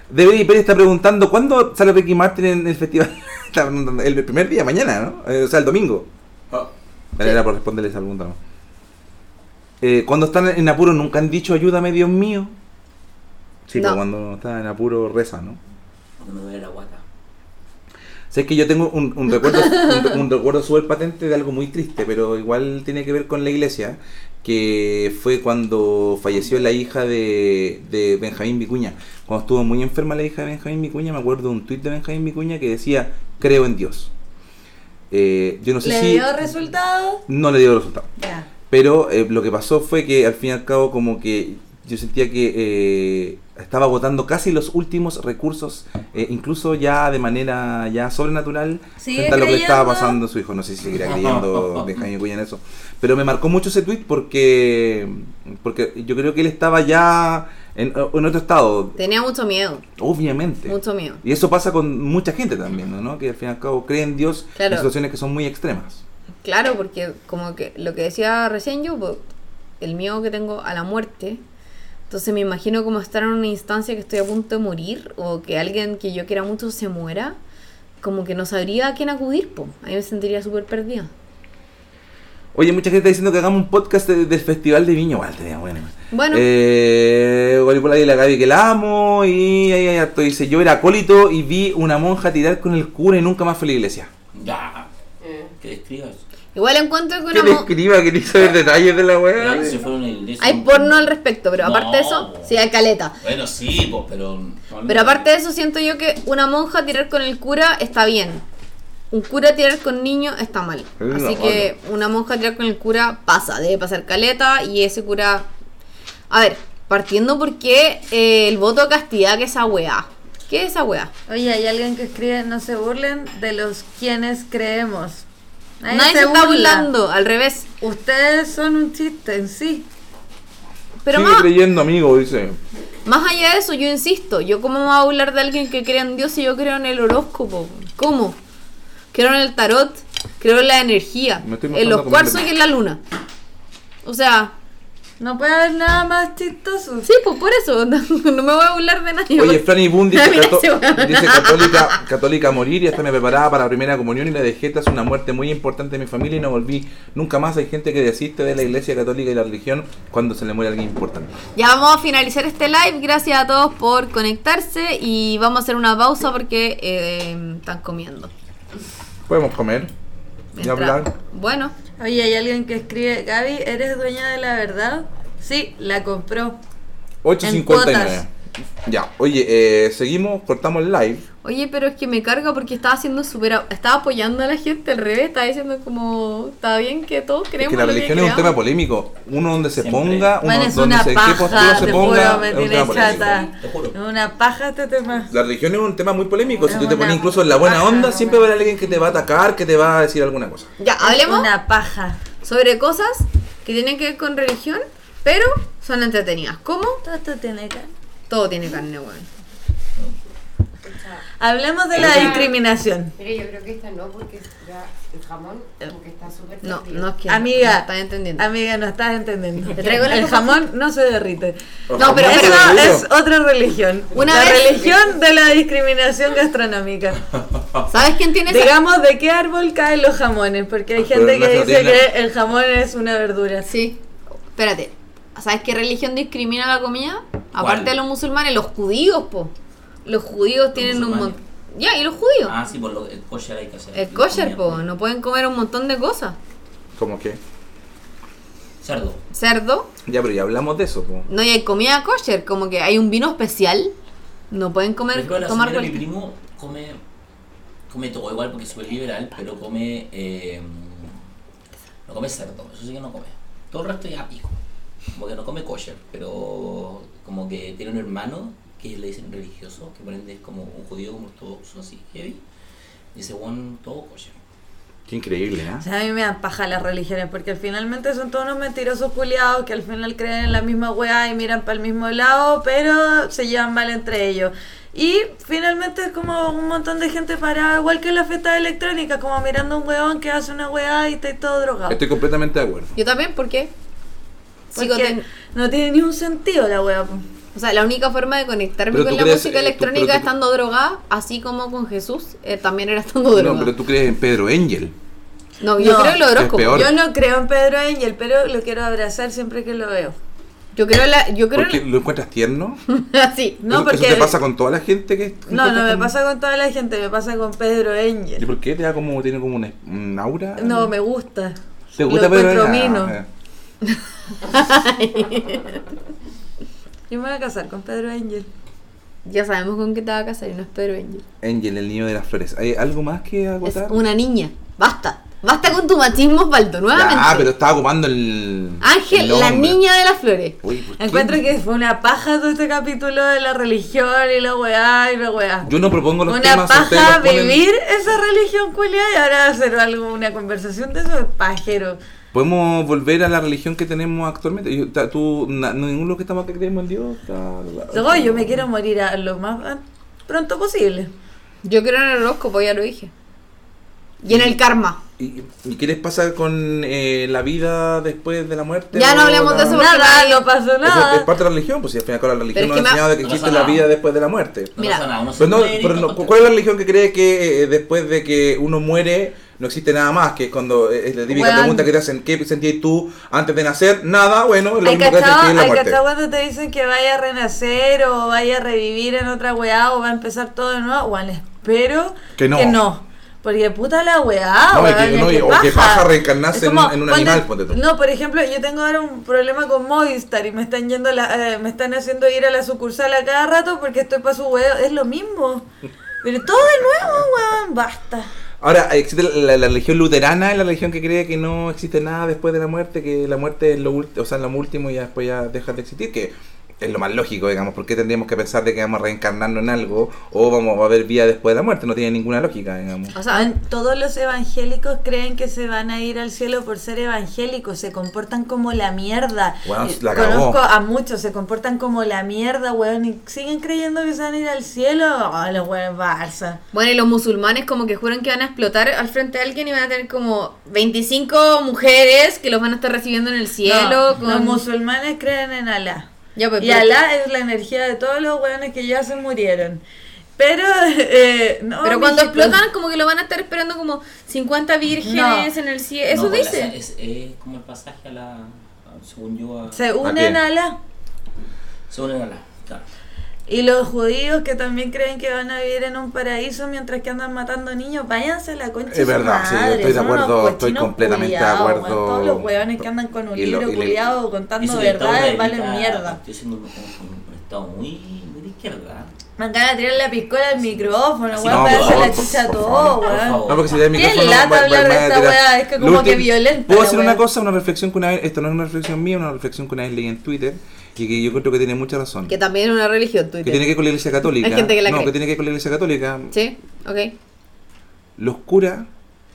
C: Debbie Pérez está preguntando cuándo sale Ricky Martin en el festival. Está preguntando, el primer día, mañana, ¿no? Eh, o sea, el domingo. Dale, era por responderle esa pregunta. ¿no? Eh, cuando están en apuro, nunca han dicho ayúdame, Dios mío. Sí,
B: No.
C: pero cuando están en apuro, reza, ¿no?
F: Cuando me duele la guata.
C: Sé que yo tengo un, un recuerdo un, un recuerdo súper patente de algo muy triste, pero igual tiene que ver con la iglesia, que fue cuando falleció la hija de, de Benjamín Vicuña. Cuando estuvo muy enferma la hija de Benjamín Vicuña, me acuerdo de un tuit de Benjamín Vicuña que decía, creo en Dios. Eh, yo no sé
D: ¿Le
C: si...
D: dio resultado?
C: No le dio resultado.
D: Ya.
C: Pero eh, lo que pasó fue que al fin y al cabo como que yo sentía que eh, estaba agotando casi los últimos recursos, eh, incluso ya de manera ya sobrenatural,
D: Sigue
C: frente a lo que le estaba
D: creyendo.
C: pasando a su hijo. No sé si seguirá creyendo Benjamín Cuya en eso. Pero me marcó mucho ese tweet porque, porque yo creo que él estaba ya en, en otro estado,
B: Tenía mucho miedo,
C: obviamente.
B: mucho miedo.
C: Y eso pasa con mucha gente también, ¿no? Que al fin y al cabo cree en Dios
B: Claro.
C: en situaciones que son muy extremas.
B: Claro, porque como que lo que decía recién yo, po, el miedo que tengo a la muerte, entonces me imagino como estar en una instancia que estoy a punto de morir o que alguien que yo quiera mucho se muera, como que no sabría a quién acudir, po. Ahí me sentiría súper perdida.
C: Oye, mucha gente está diciendo que hagamos un podcast de- del Festival de Viño. Igual, tenía bueno.
B: Bueno.
C: Eh, Guaripola y la Gaby que la amo. Y ahí ahí estoy. Dice, yo era acólito y vi una monja tirar con el cura y nunca más fue a la iglesia.
F: Ya.
I: Eh.
F: Que describas.
B: Igual encuentro que
C: ¿Qué
B: una
C: le
B: mo-
C: escriba? ¿Queréis saber detalles de la weá?
F: Ah, Se fueron a la iglesia.
B: Eh, hay porno al respecto, pero aparte de eso,
F: No.
B: sí hay caleta.
F: Bueno, sí, pues, pero.
B: Pero aparte de eso siento yo que una monja tirar con el cura está bien. un cura tirar con niños está mal.
J: Es
B: Así
J: una
B: que una monja tirar con el cura pasa, debe pasar caleta y ese cura... A ver, partiendo porque el voto de castidad que esa weá. ¿Qué es esa weá?
D: Oye, hay alguien que escribe, no se burlen de los quienes creemos.
B: Nadie, se, está
D: burla.
B: burlando, al revés.
D: Ustedes son un chiste en sí.
B: Pero
J: Sigue
B: más,
J: creyendo, amigo, dice.
B: más allá de eso, yo insisto, yo cómo me voy a hablar de alguien que crea en Dios si yo creo en el horóscopo. ¿Cómo? Creo en el tarot, creo en la energía,
J: Me estoy
B: en
J: mostrando
B: los
J: como
B: cuarzos
J: un
B: y en la luna. O sea,
D: No puede haber nada más chistoso.
B: sí, pues por eso, no, no me voy a burlar de nadie.
C: Oye, Franny Boone dice,
B: Mira
C: cató-
B: ese weón.
C: dice católica, católica a morir y hasta me preparaba para la primera comunión y la dejé tras una muerte muy importante de mi familia y no volví nunca más. Hay gente que desiste de la iglesia católica y la religión cuando se le muere alguien importante.
B: Ya vamos a finalizar este live. Gracias a todos por conectarse y vamos a hacer una pausa porque eh, están comiendo.
C: Podemos comer y
B: Mientras-
C: hablar.
B: Bueno,
D: Oye, hay alguien que escribe, Gaby, ¿eres dueña de la verdad? Sí, la compró. En
C: 8.59.
D: cuotas.
C: Ya, oye, eh, seguimos, cortamos el live.
B: oye, pero es que me carga porque estaba haciendo súper. Estaba apoyando a la gente al revés. Estaba diciendo como. Está bien que todos
C: Es
B: creemos.
C: que la
B: lo que
C: religión es un tema
B: creamos".
C: polémico. Uno donde se
F: Siempre.
C: ponga, uno
D: Bueno, es
C: donde
D: una
C: se, qué postura
D: paja,
C: se
D: te juro,
C: ponga.
D: me
C: Es un tema
D: tienes
C: polémico.
D: chata.
F: Te juro.
D: Una paja este tema.
C: La religión es un tema muy polémico. Si
D: Es
C: tú te
D: una
C: pones incluso en la buena
D: paja,
C: onda,
D: una-
C: siempre va a haber alguien que te va a atacar, que te va a decir alguna cosa.
B: Ya, hablemos
D: Una paja.
B: sobre cosas que tienen que ver con religión, pero son entretenidas. ¿Cómo?
D: Todo esto tiene que...
B: Todo tiene carne, weón.
D: Hablemos de la discriminación.
G: Mire, yo creo que esta no, porque ya el jamón como que está súper
B: No,
G: derretido.
B: no es que.
D: Amiga,
B: no estás entendiendo.
D: Amiga, no estás entendiendo.
B: Te traigo la
D: El
B: cosa-
D: jamón no se derrite.
B: No, pero-
D: Eso
B: pero-
D: es otra religión.
B: Una
D: la
B: vez-
D: religión de la discriminación gastronómica.
B: ¿Sabes quién tiene esa
D: Digamos de qué árbol caen los jamones, porque hay
C: Pero
D: gente
C: no
D: que
C: se
D: dice
C: tiene-
D: que el jamón es una verdura.
B: Sí. Espérate. ¿Sabes qué religión discrimina la comida? Aparte de los musulmanes, los judíos, po. Los judíos tienen un
F: musulmanes.
B: montón. Ya, y los judíos.
F: Ah, sí, por lo, el kosher hay que hacer.
B: el kosher,
F: Comida.
B: po. No pueden comer un montón de cosas.
C: Como que.
F: Cerdo.
B: Cerdo.
C: Ya, pero ya hablamos de eso, po.
B: No, y hay comida kosher. Como que hay un vino especial. No pueden
F: Por
B: comer,
F: ejemplo, la
B: tomar
F: señora de mi
B: cualquier-
F: primo come, come todo igual porque es súper liberal, pero come. eh, no come cerdo, eso sí que no come. Todo el resto ya pico. Como que no come kosher, pero como que tiene un hermano que le dicen religioso, que por ende es como un judío como ortodoxo, así, heavy. Y según todo kosher.
C: Qué increíble, ¿eh?
D: O sea, a mí me dan paja las religiones, porque finalmente son todos unos mentirosos culiados que al final creen en la misma weá y miran para el mismo lado, pero se llevan mal entre ellos. Y finalmente es como un montón de gente parada, igual que en la fiesta electrónica, como mirando a un weón que hace una weá y está todo drogado.
C: Estoy completamente de acuerdo.
B: Yo también, porque. sigo
D: Porque
B: ten-
D: no tiene ni un sentido la weá. po.
B: O sea, la única forma de conectarme
C: Pero
B: con
C: tú
B: la
C: crees,
B: música
C: eh, tú-
B: electrónica
C: pero tú-
B: estando drogada, así como con Jesús, eh, también era estando
C: No,
B: drogada. No,
C: pero tú crees en Pedro Angel.
B: yo
D: No,
B: creo en los
C: es
B: horóscopos.
C: peor.
D: Yo no creo en Pedro Angel, pero lo quiero abrazar siempre que lo veo.
B: Yo creo la, yo creo
C: ¿Por qué lo encuentras tierno?
B: así.
D: No,
C: ¿Eso, eso
D: porque-
C: te pasa con toda la gente que. que
D: No, no
C: encuentras
D: me
C: tierno?
D: pasa con toda la gente, me pasa con Pedro
C: ¿Y
D: Angel.
C: por qué te da como, tiene como una, un aura?
D: No, me gusta.
C: ¿Te gusta
D: lo
C: Pedro
D: encuentro
C: Angel?
D: mino.
C: Ah,
D: Yo me voy a casar con Pedro Angel.
B: Ya sabemos con qué te va a casar y no es Pedro Angel.
C: Angel, el niño de las flores. ¿Hay algo más que
B: Es
C: agotar?
B: una niña. Basta. Basta con tu machismo, Osvaldo, nuevamente.
C: Ah, pero estaba ocupando el.
B: Ángel,
C: el
B: la
C: hombre.
B: niña de las flores.
C: Uy, ¿por qué?
D: Encuentro que fue una paja todo este capítulo de la religión y la weá y la weá.
C: Yo no propongo los
D: Una
C: temas. ustedes
D: paja
C: los ponen-
D: vivir esa religión, Julia, y ahora hacer algo, una conversación de esos pajeros.
C: Podemos volver a la religión que tenemos actualmente. Yo- ta- tú, na- ninguno que estamos acá creemos en Dios. ta- la-
D: Luego yo me quiero morir a lo más a- pronto posible.
B: Yo creo en el horóscopo, ya lo dije. Y en el karma.
C: ¿Y, y qué les pasa con eh, la vida después de la muerte?
B: Ya no
C: o
B: hablemos
C: la-
B: de eso porque
D: Nada,
B: nadie-
D: no pasó
C: Eso es
D: nada.
C: parte de la religión, pues si al final con la religión
B: es
C: nos
B: que
C: ha
B: me-
C: enseñado de que
F: no
C: existe
F: pasa
C: la
F: nada.
C: vida después de la muerte.
F: No
B: Mira,
F: pasa nada, uno se
C: Pero no,
F: muere y
C: pero
F: no
C: no,
F: contesta.
C: ¿cuál es la religión que cree que eh, después de que uno muere no existe nada más? Que es cuando eh, es la típica
D: Weón.
C: pregunta que te hacen, ¿qué sentías tú antes de nacer? Nada, bueno, es lo
D: Hay
C: mismo que sentí en
D: cachado,
C: la
D: hay
C: muerte.
D: cachado cuando te dicen que vaya a renacer o vaya a revivir en otra weá o va a empezar todo de nuevo. Bueno, espero
C: Que no.
D: Porque puta la weá,
C: No, y
D: weón,
C: que-
D: es
C: no, y-
D: que
C: o que paja reencarnarse
D: Es como,
C: en un- en un
D: ponte-
C: animal, ponte tú.
D: No, por ejemplo, yo tengo ahora un problema con Movistar y me están yendo a la- eh, me están haciendo ir a la sucursal a cada rato porque estoy para su weá. Es lo mismo. Pero todo de nuevo, weón, basta.
C: Ahora, existe la, la religión luterana, es la religión que cree que no existe nada después de la muerte, que la muerte es lo último, o sea, lo último y ya después ya deja de existir, que es lo más lógico, digamos, porque tendríamos que pensar de que vamos a reencarnarnos en algo o vamos a haber vida después de la muerte, no tiene ninguna lógica, digamos.
D: O sea, en- todos los evangélicos creen que se van a ir al cielo por ser evangélicos, se comportan como la mierda.
C: Weón,
D: Eh,
C: la cagó.
D: Conozco a muchos, se comportan como la mierda, weón, y siguen creyendo que se van a ir al cielo. Oh, los weones Barça.
B: Bueno, y los musulmanes como que juran que van a explotar al frente de alguien y van a tener como 25 mujeres que los van a estar recibiendo en el cielo.
D: No,
B: con-
D: Los musulmanes creen en Alá.
B: Ya, pues,
D: Y
B: pero-
D: Alá es la energía de todos los weones que ya se murieron. Pero, eh, no,
B: Pero cuando
D: mijito.
B: explotan como que lo van a estar esperando como 50 vírgenes
D: No.
B: en el cielo. Eso
F: No, pues,
B: dice.
F: la- Es, es como el pasaje a la. a- según yo, a.
D: Se
C: qué?
D: unen a Alá.
F: según el ala, claro.
D: Y los judíos que también creen que van a vivir en un paraíso mientras que andan matando niños, váyanse a la concha.
C: Es
D: de su
C: verdad, sí, yo
D: madre,
C: estoy de
D: son unos
C: acuerdo, estoy
D: cochinos
C: completamente de
D: culiados, weón.
C: acuerdo.
D: Todos los huevones que andan con un
C: Y lo-
D: libro
C: y le-
D: culiado
F: Eso
D: contando
F: que el Estado
D: verdades
F: de
D: valen
F: América-
D: mierda.
F: Estoy siendo un, un- un Estado muy, muy de izquierda. ¿eh?
D: Me acaban de tirar la piscola al micrófono,
F: Así
D: weón,
C: no,
D: para
C: por
D: darse la
C: favor, por-
D: chucha a
C: por
D: todo,
C: favor,
F: por
D: weón.
F: favor.
C: No, porque si da el
D: Qué
C: micrófono.
D: lata
C: va- va-
D: hablar
C: va
D: de
C: a
D: esta
C: tirar-
D: weá, es que
C: Lo
D: como
C: último-
D: que violenta
C: Puedo
D: la
C: decir
D: weá.
C: una cosa, una reflexión que una vez. Esto no es una reflexión mía, una reflexión que una vez leí en Twitter y que yo creo que tiene mucha razón.
B: Que también es una religión,
C: Que
B: Twitter.
C: tiene que ver con la iglesia católica.
B: Hay gente que la
C: no,
B: cree.
C: que tiene que ver con la iglesia católica.
B: Sí, ok.
C: Los curas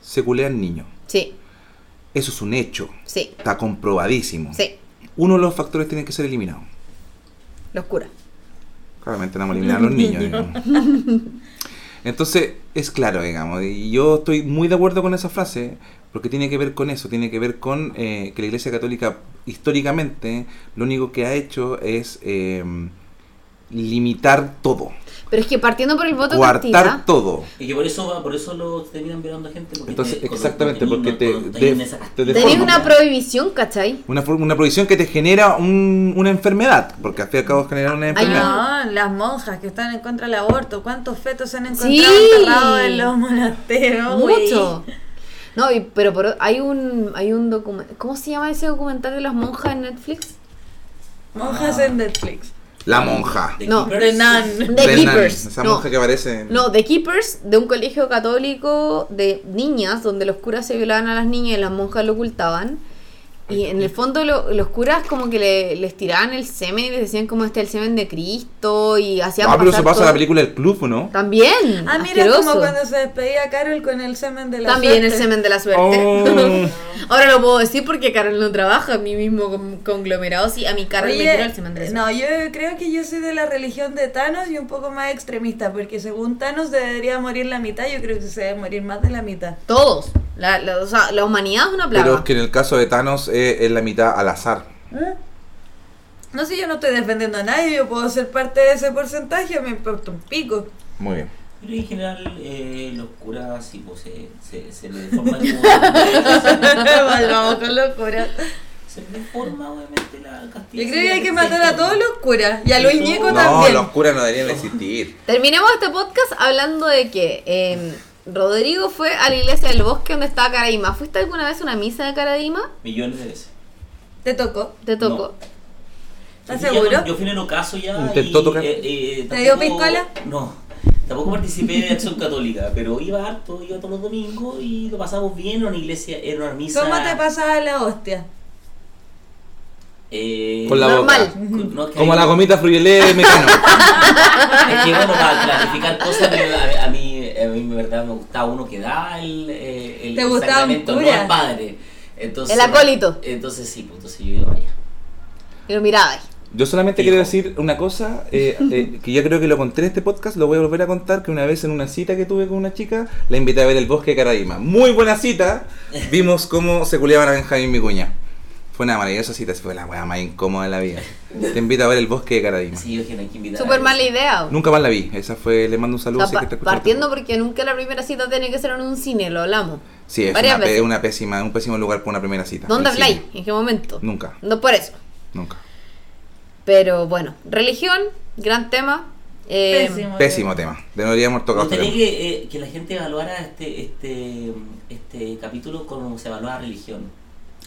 C: se culean niños.
B: Sí,
C: Eso es un hecho.
B: sí,
C: Está comprobadísimo.
B: sí.
C: Uno de los factores tiene que ser eliminado.
B: Los curas.
C: Claramente no vamos a eliminar a los niños. digamos. Entonces, es claro, digamos, y yo estoy muy de acuerdo con esa frase, porque tiene que ver con eso, tiene que ver con eh, que la Iglesia Católica históricamente lo único que ha hecho es eh, limitar todo,
B: Pero es que partiendo por el voto
C: coartar
B: castidad,
C: todo.
F: Y que por eso, por eso lo terminan violando gente. Porque
C: Entonces,
F: te- con los
C: exactamente, porque te-
F: contenidos, con
C: de-
F: los contenidos,
C: te
F: esas-
B: tenés
C: deforma.
B: una prohibición, ¿cachai?
C: Una, for- una provisión que te genera un- una enfermedad, porque al fin y al cabo genera una
B: Ay,
C: enfermedad.
D: No, las monjas que están en contra del aborto, ¿cuántos fetos se han encontrado
B: Sí.
D: enterrados en los monasterios? güey?
B: Mucho. No, y- pero por o- hay un hay un documental, ¿cómo se llama ese documental de las monjas en Netflix?
D: Monjas en Netflix.
C: La monja.
F: de
B: No.
F: Keepers.
D: Renan.
B: The
C: Renan,
B: Keepers.
C: Esa
B: no.
C: monja que aparece. en-
B: No, The Keepers, de un colegio católico de niñas, donde los curas se violaban a las niñas y las monjas lo ocultaban. Y en el fondo lo- los curas como que le- les tiraban el semen y les decían como este es el semen de Cristo y hacían
C: Ah, pero eso
B: pasar
C: pasa en
B: todo.
C: la película El Club, ¿o no?
B: También.
D: Ah, mira, es como
B: asqueroso.
D: cuando se despedía Carol con el semen de la
B: También el
D: suerte.
B: semen de la suerte.
C: Oh.
B: Ahora lo puedo decir porque Carol no trabaja en mi mismo con- conglomerado. Sí, a mi Carol
D: Oye, eh,
B: le tiró el semen de la suerte.
D: no, yo creo que yo soy de la religión de Thanos y un poco más extremista, porque según Thanos debería morir la mitad, yo creo que se debe morir más de la mitad.
B: Todos. La, la- o sea, la humanidad es una plaga.
C: Pero es que en el caso de Thanos eh, es la mitad al azar.
D: No sé, yo no estoy defendiendo a nadie, yo puedo ser parte de ese porcentaje, me importa un pico.
C: Muy bien.
F: Pero en general, eh, los curas, sí, pues, se, se, se le deforma como-
D: Vamos con locura.
F: Se le deforma, obviamente, la
D: Yo
F: castilla.
D: creo que hay que matar a todos los curas y a Luis Ñeco
F: No,
D: también.
C: curas no deberían existir.
B: Terminemos este podcast hablando de que eh, Rodrigo fue a la iglesia del bosque donde estaba Caraíma. ¿Fuiste alguna vez a una misa de Caraíma?
F: Millones de veces.
D: Te tocó.
B: Te tocó.
D: ¿Estás
F: Sí, ya
D: seguro?
F: no- Yo fui en el ocaso ya.
C: ¿Intentó
F: y,
C: tocar?
F: eh, eh,
D: ¿Te dio
F: tampoco-
D: piscola?
F: No. Tampoco participé de Acción Católica, pero iba harto, iba todos los domingos y lo pasamos bien en una iglesia, en una misa.
D: ¿Cómo te pasaba la hostia?
F: Eh,
C: Con la
B: Normal.
C: boca.
F: con- no, es que
C: Como
F: ahí-
C: la gomita fruyelé de mecano.
F: Es que bueno, para clarificar cosas, a, a mí, a mí en verdad me gustaba uno que da el, eh, el
D: ¿Te gustaba un
F: sacramento, no
D: cura?
F: el padre. Entonces,
B: El acólito.
F: Entonces sí, pues entonces yo iba allá.
B: Y lo miraba ahí.
C: Yo solamente
F: Hijo.
C: quiero decir una cosa eh, eh, que ya creo que lo conté en este podcast, lo voy a volver a contar, que una vez en una cita que tuve con una chica, la invité a ver el bosque de Caraíma. Muy buena cita. Vimos cómo se culeaban a Benjamín mi cuña. Fue una maravillosa cita, fue la weá más incómoda de la vida. Te invito a ver el bosque de Caraíma.
F: Así yo dije, no hay que invitar. a
B: Súper
F: nadie.
B: mala idea. o.
C: Nunca más la vi. Esa fue, le mando un
B: O
C: saludo.
B: sea,
C: sé que
B: pa-
C: está escuchando.
B: partiendo porque nunca la primera cita tiene que ser en un cine, lo hablamos.
C: Sí, es
B: Varias
C: una, pe-
B: veces.
C: una pésima, un pésimo lugar para una primera cita.
B: ¿Dónde
C: El
B: habláis?
C: cine.
B: ¿En qué momento?
C: Nunca,
B: No por eso.
C: nunca.
B: Pero bueno, religión, gran tema. Eh,
D: Pésimo.
C: Pésimo tema. De no deberíamos
F: Me
C: tocar otro
F: gustaría
C: tema.
F: que, eh, que la gente evaluara este, este, este capítulo como se evalúa religión.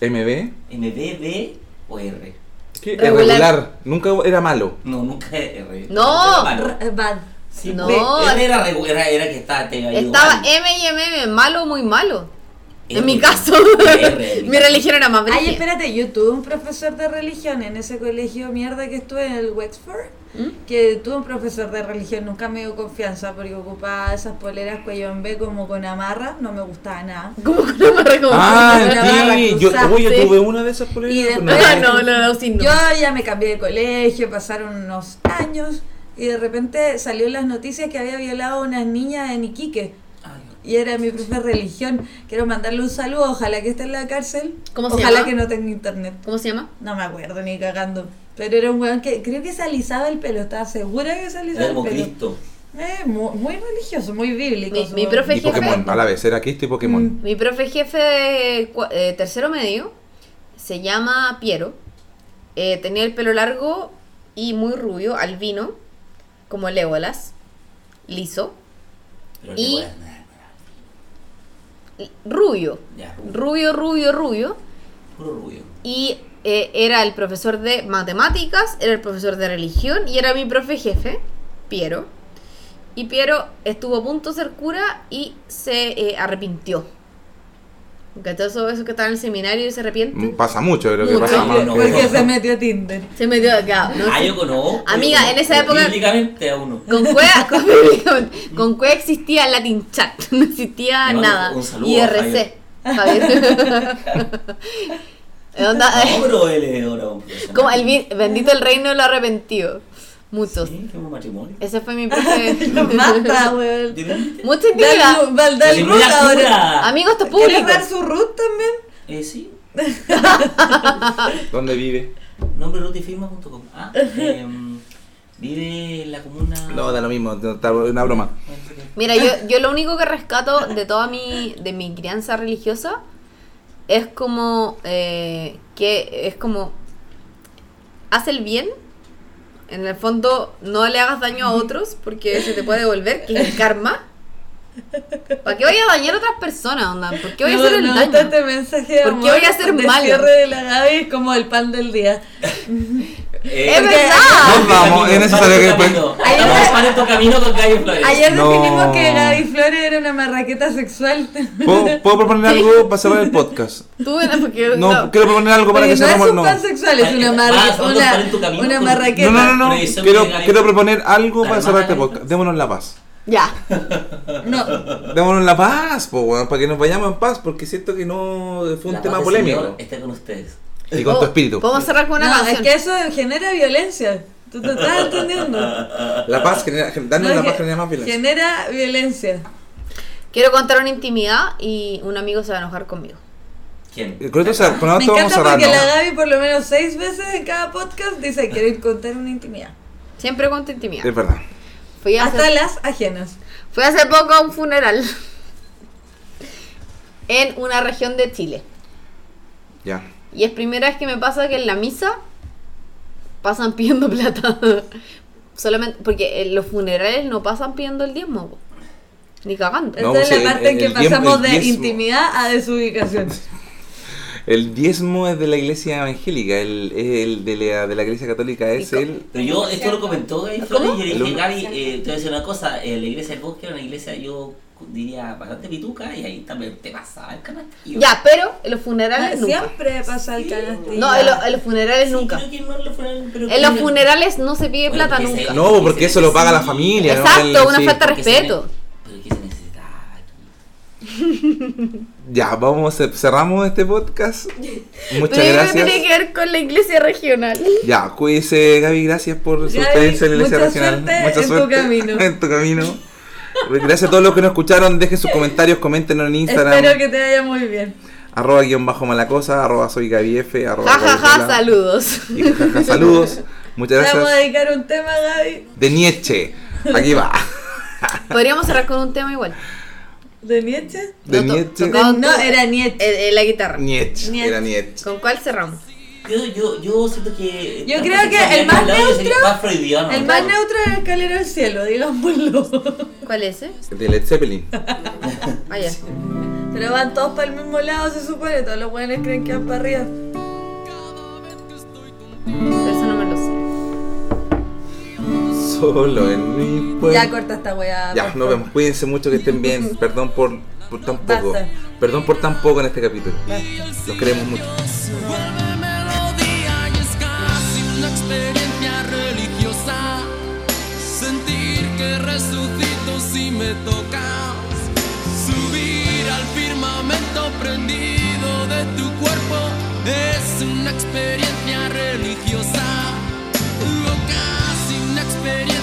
C: MB.
F: MBB o R.
C: ¿Qué?
B: Regular.
C: Regular. Nunca era malo.
F: No, nunca es R.
B: No.
F: Era malo.
D: Eh, Bad.
F: Sí,
B: No.
F: pues, él era, re- era, era que estaba, te iba
B: Estaba
F: igual.
B: M y MM, malo, muy malo.
F: R.
B: En mi caso,
F: R, en mi
B: mi
F: caso.
B: religión era más
D: Ay,
B: brígida.
D: espérate, yo tuve un profesor de religión en ese colegio mierda que estuve en el Wexford,
B: ¿Mm?
D: que tuve un profesor de religión, nunca me dio confianza porque ocupaba esas poleras cuello en B como con amarra, no me gustaba nada.
B: Como con la marra como
K: Ah,
D: Una barra
K: sí. Yo,
D: cruzada,
K: oye,
D: sí.
K: yo tuve una de esas poleras.
D: Y
K: pues,
D: después-
K: no,
B: Ah, no, no, no, sin no.
D: Yo ya me cambié de colegio, pasaron unos años y de repente salió en las noticias que había violado a unas niñas en Iquique. Y era mi propia religión. Quiero mandarle un saludo, ojalá que esté en la cárcel.
B: ¿Cómo se
D: ojalá
B: llama?
D: que no tenga internet.
B: ¿Cómo se llama?
D: No me acuerdo ni cagando. Pero era un weón que creo que se alisaba el pelo, estaba segura que se alisaba
F: Era
D: el
F: como
D: pelo.
F: Cristo.
D: Eh, mu- muy, religioso, muy bíblico.
B: Mi-
D: su
B: mi
D: weón.
B: profe-
C: Y Pokémon, a la vez era Cristo y Pokémon.
B: Mi profe jefe de cua- eh, tercero medio se llama Piero. Eh, tenía el pelo largo y muy rubio, albino, como Legolas, liso,
F: Pero qué
B: Y-
F: weá, nah,
B: y rubio,
F: Ya,
B: rubio,
F: rubio.
B: rubio, rubio.
F: Puro rubio.
B: Y eh, era el profesor de matemáticas, era el profesor de religión y era mi profe jefe, Piero. Y Piero estuvo a punto de ser cura y se eh, arrepintió. Porque todos esos que están en el seminario y se arrepienten.
C: Mm, Pasa mucho, creo que
B: Mm. Mucho.
C: pasa
D: Porque,
C: más.
F: no,
D: porque
F: no.
D: se metió a Tinder.
B: Se metió acá. ¿no?
F: Ah, yo conozco.
B: Amiga,
F: yo
B: en esa
F: conozco
B: época-
F: Bíblicamente a uno.
B: Con Cuea, con, con Cuea existía Latin Chat, no existía
F: Le mando
B: nada.
F: un saludo a
B: IRC. Javier. Onda,
F: No, pero él es ahora un profesional.
B: eh. como el vi- bendito el reino de lo arrepentido. Muchos.
F: Sí, que un matrimonio.
B: Ese fue mi profe.
D: Lo mata, weón.
F: ¿Directamente?
B: Mucha
D: Dale,
B: intimidad.
D: un- va- dale
F: Si
D: root
F: me la
D: ahora.
F: cura.
B: Amigos, esto es
D: ¿Quieres
B: público.
D: dar su root también?
F: Eh, sí.
C: ¿Dónde vive?
F: Nombre rutifirma.com. Ah, em, vive en la comuna.
K: No, da lo mismo, no, está- una broma.
B: Mira, yo, yo lo único que rescato de toda mi, de mi crianza religiosa es como eh, que es como haz el bien. En el fondo, no le hagas daño a otros porque se te puede devolver, que es el karma. ¿Para qué voy a dañar a otras personas, onda? ¿Por qué voy a
D: No,
B: hacer el
D: me
B: daño?
D: gusta este mensaje de
B: ¿Por qué
D: amor
B: voy a ser
D: de
B: mala?
D: cierre de la Gaby es como el pan del día.
F: Eh,
B: ¡Es verdad!
C: Nos vamos, es necesario que-
D: Ayer-
F: Estamos para tu camino con Calle Flores.
D: Ayer
C: No.
D: definimos que Gaby Flores era una marraqueta sexual.
C: ¿Puedo, puedo proponer algo para cerrar el podcast?
B: Tú, porque-
C: No, quiero proponer algo para
D: Porque
C: que
D: no es
C: cerramos.
D: un
C: No,
D: pan sexual, es una,
F: Ah,
D: marra-
F: ah, son dos pan en tu
D: una,
F: camino
D: una
F: con-
D: marraqueta.
C: no, no, no, no.
F: Revisión
C: Quiero,
F: legal.
C: quiero proponer algo
F: La
C: para cerrar este
F: hermana.
C: podcast. Démonos la paz.
B: Ya.
D: No,
C: Démonos la paz, po, weón, para que nos vayamos en paz, porque siento que no fue un
F: La
C: tema
F: paz del
C: polémico.
F: Señor Está con ustedes.
C: Y con tu espíritu.
B: Oh, Podemos cerrar con una
D: no, es
B: canción.
D: que eso genera violencia. ¿Tú te estás entendiendo?
C: La paz genera, gen- darnos
D: No,
C: la
D: ge-
C: paz genera más violencia.
D: Genera violencia.
B: Quiero contar una intimidad y un amigo se va a enojar conmigo.
F: ¿Quién?
C: Eh, Con esto, cer- con
D: Me
C: esto vamos
D: encanta porque
C: cerrando.
D: la Gaby por lo menos seis veces en cada podcast dice quiero ir contar una intimidad.
B: Siempre cuento intimidad.
C: Es verdad.
B: Fui a
D: Hasta
B: hacer-
D: las ajenas.
B: Fui hace poco a un funeral en una región de Chile.
C: Ya.
B: Y es primera vez que me pasa que en la misa pasan pidiendo plata. Solamente porque en los funerales no pasan pidiendo el diezmo. po. Ni cagando.
D: Esta
C: No,
D: es
C: sí,
D: la parte en
C: el-
D: que
C: el diezmo-
D: pasamos
C: el
D: de
C: diezmo.
D: intimidad a desubicación.
C: El diezmo es de la iglesia evangélica, el, el de, la, de la iglesia católica es
B: ¿Y
C: el...
F: Pero yo, esto lo comentó Gaby Flores y yo le dije,
C: ¿Cómo?
F: Gaby, eh, te voy a decir una cosa, eh, la iglesia del bosque era una iglesia, yo diría, bastante pituca y ahí también te pasaba el canastillo.
B: Ya, pero en los funerales Ah, nunca.
D: Ah, Siempre pasa el canastillo.
B: No, en, lo- en los funerales
F: Sí,
B: nunca.
F: creo que no lo fueron, pero
B: En los
F: creo-
B: funerales no se pide
F: Bueno,
B: plata
F: porque se-
B: nunca.
C: No, porque eso lo paga la familia. ¿no?
B: Exacto,
C: El-
B: una
C: sí.
B: falta de
F: porque se ne-
B: respeto.
F: Pero que se necesitaba aquí.
C: Ya, vamos, cer- cerramos este podcast. Muchas
B: Pero yo creo que
C: gracias.
B: tiene que ver con la iglesia regional.
C: Ya, cuídese Gaby, gracias por su
D: Gaby,
C: experiencia en la iglesia
D: mucha
C: nacional.
D: suerte en tu camino.
C: en tu camino. Gracias a todos los que nos escucharon, dejen sus comentarios, coméntenos en Instagram,
D: Espero que te vaya muy bien.
C: arroba guión bajo malacosa, arroba soy Gaby F, arroba
B: Ja, ja,
C: Gaby Sola.
B: ja, saludos.
C: Y ja, ja, saludos. Muchas
D: Te vamos a
C: gracias.
D: dedicar un tema, Gaby,
C: De Nietzsche. Aquí va.
B: Podríamos cerrar con un tema igual.
D: de Nietzsche.
C: De
B: No, to-
C: Nietzsche.
B: tocaba-
D: No, era Nietzsche.
B: Eh, eh, la guitarra.
C: Nietzsche.
D: Nietzsche.
C: Era Nietzsche.
B: ¿Con cuál cerramos?
F: Yo, yo, yo siento que.
D: Yo creo que el más
F: este
D: neutro- El más
F: neutro.
D: neutro es Escalera al Cielo, digámoslo.
B: ¿Cuál es ese?
C: De Led Zeppelin.
B: Ah, ya.
D: Pero van todos para el mismo lado, se supone. Todos los buenos creen que van para arriba.
B: Pero eso no me lo sé.
C: solo en mi pueblo.
D: Ya corta esta weá.
C: Ya,
D: por
C: nos
D: favor.
C: vemos. Cuídense mucho, que estén bien. Perdón por, por tan poco.
D: Basta.
C: Perdón por tan poco en este capítulo. Los queremos mucho.
E: Vuelve melodía y es casi una experiencia religiosa. Sentir que resucito si me tocas. Subir al firmamento prendido de tu cuerpo es una experiencia religiosa. Oh, casi una experiencia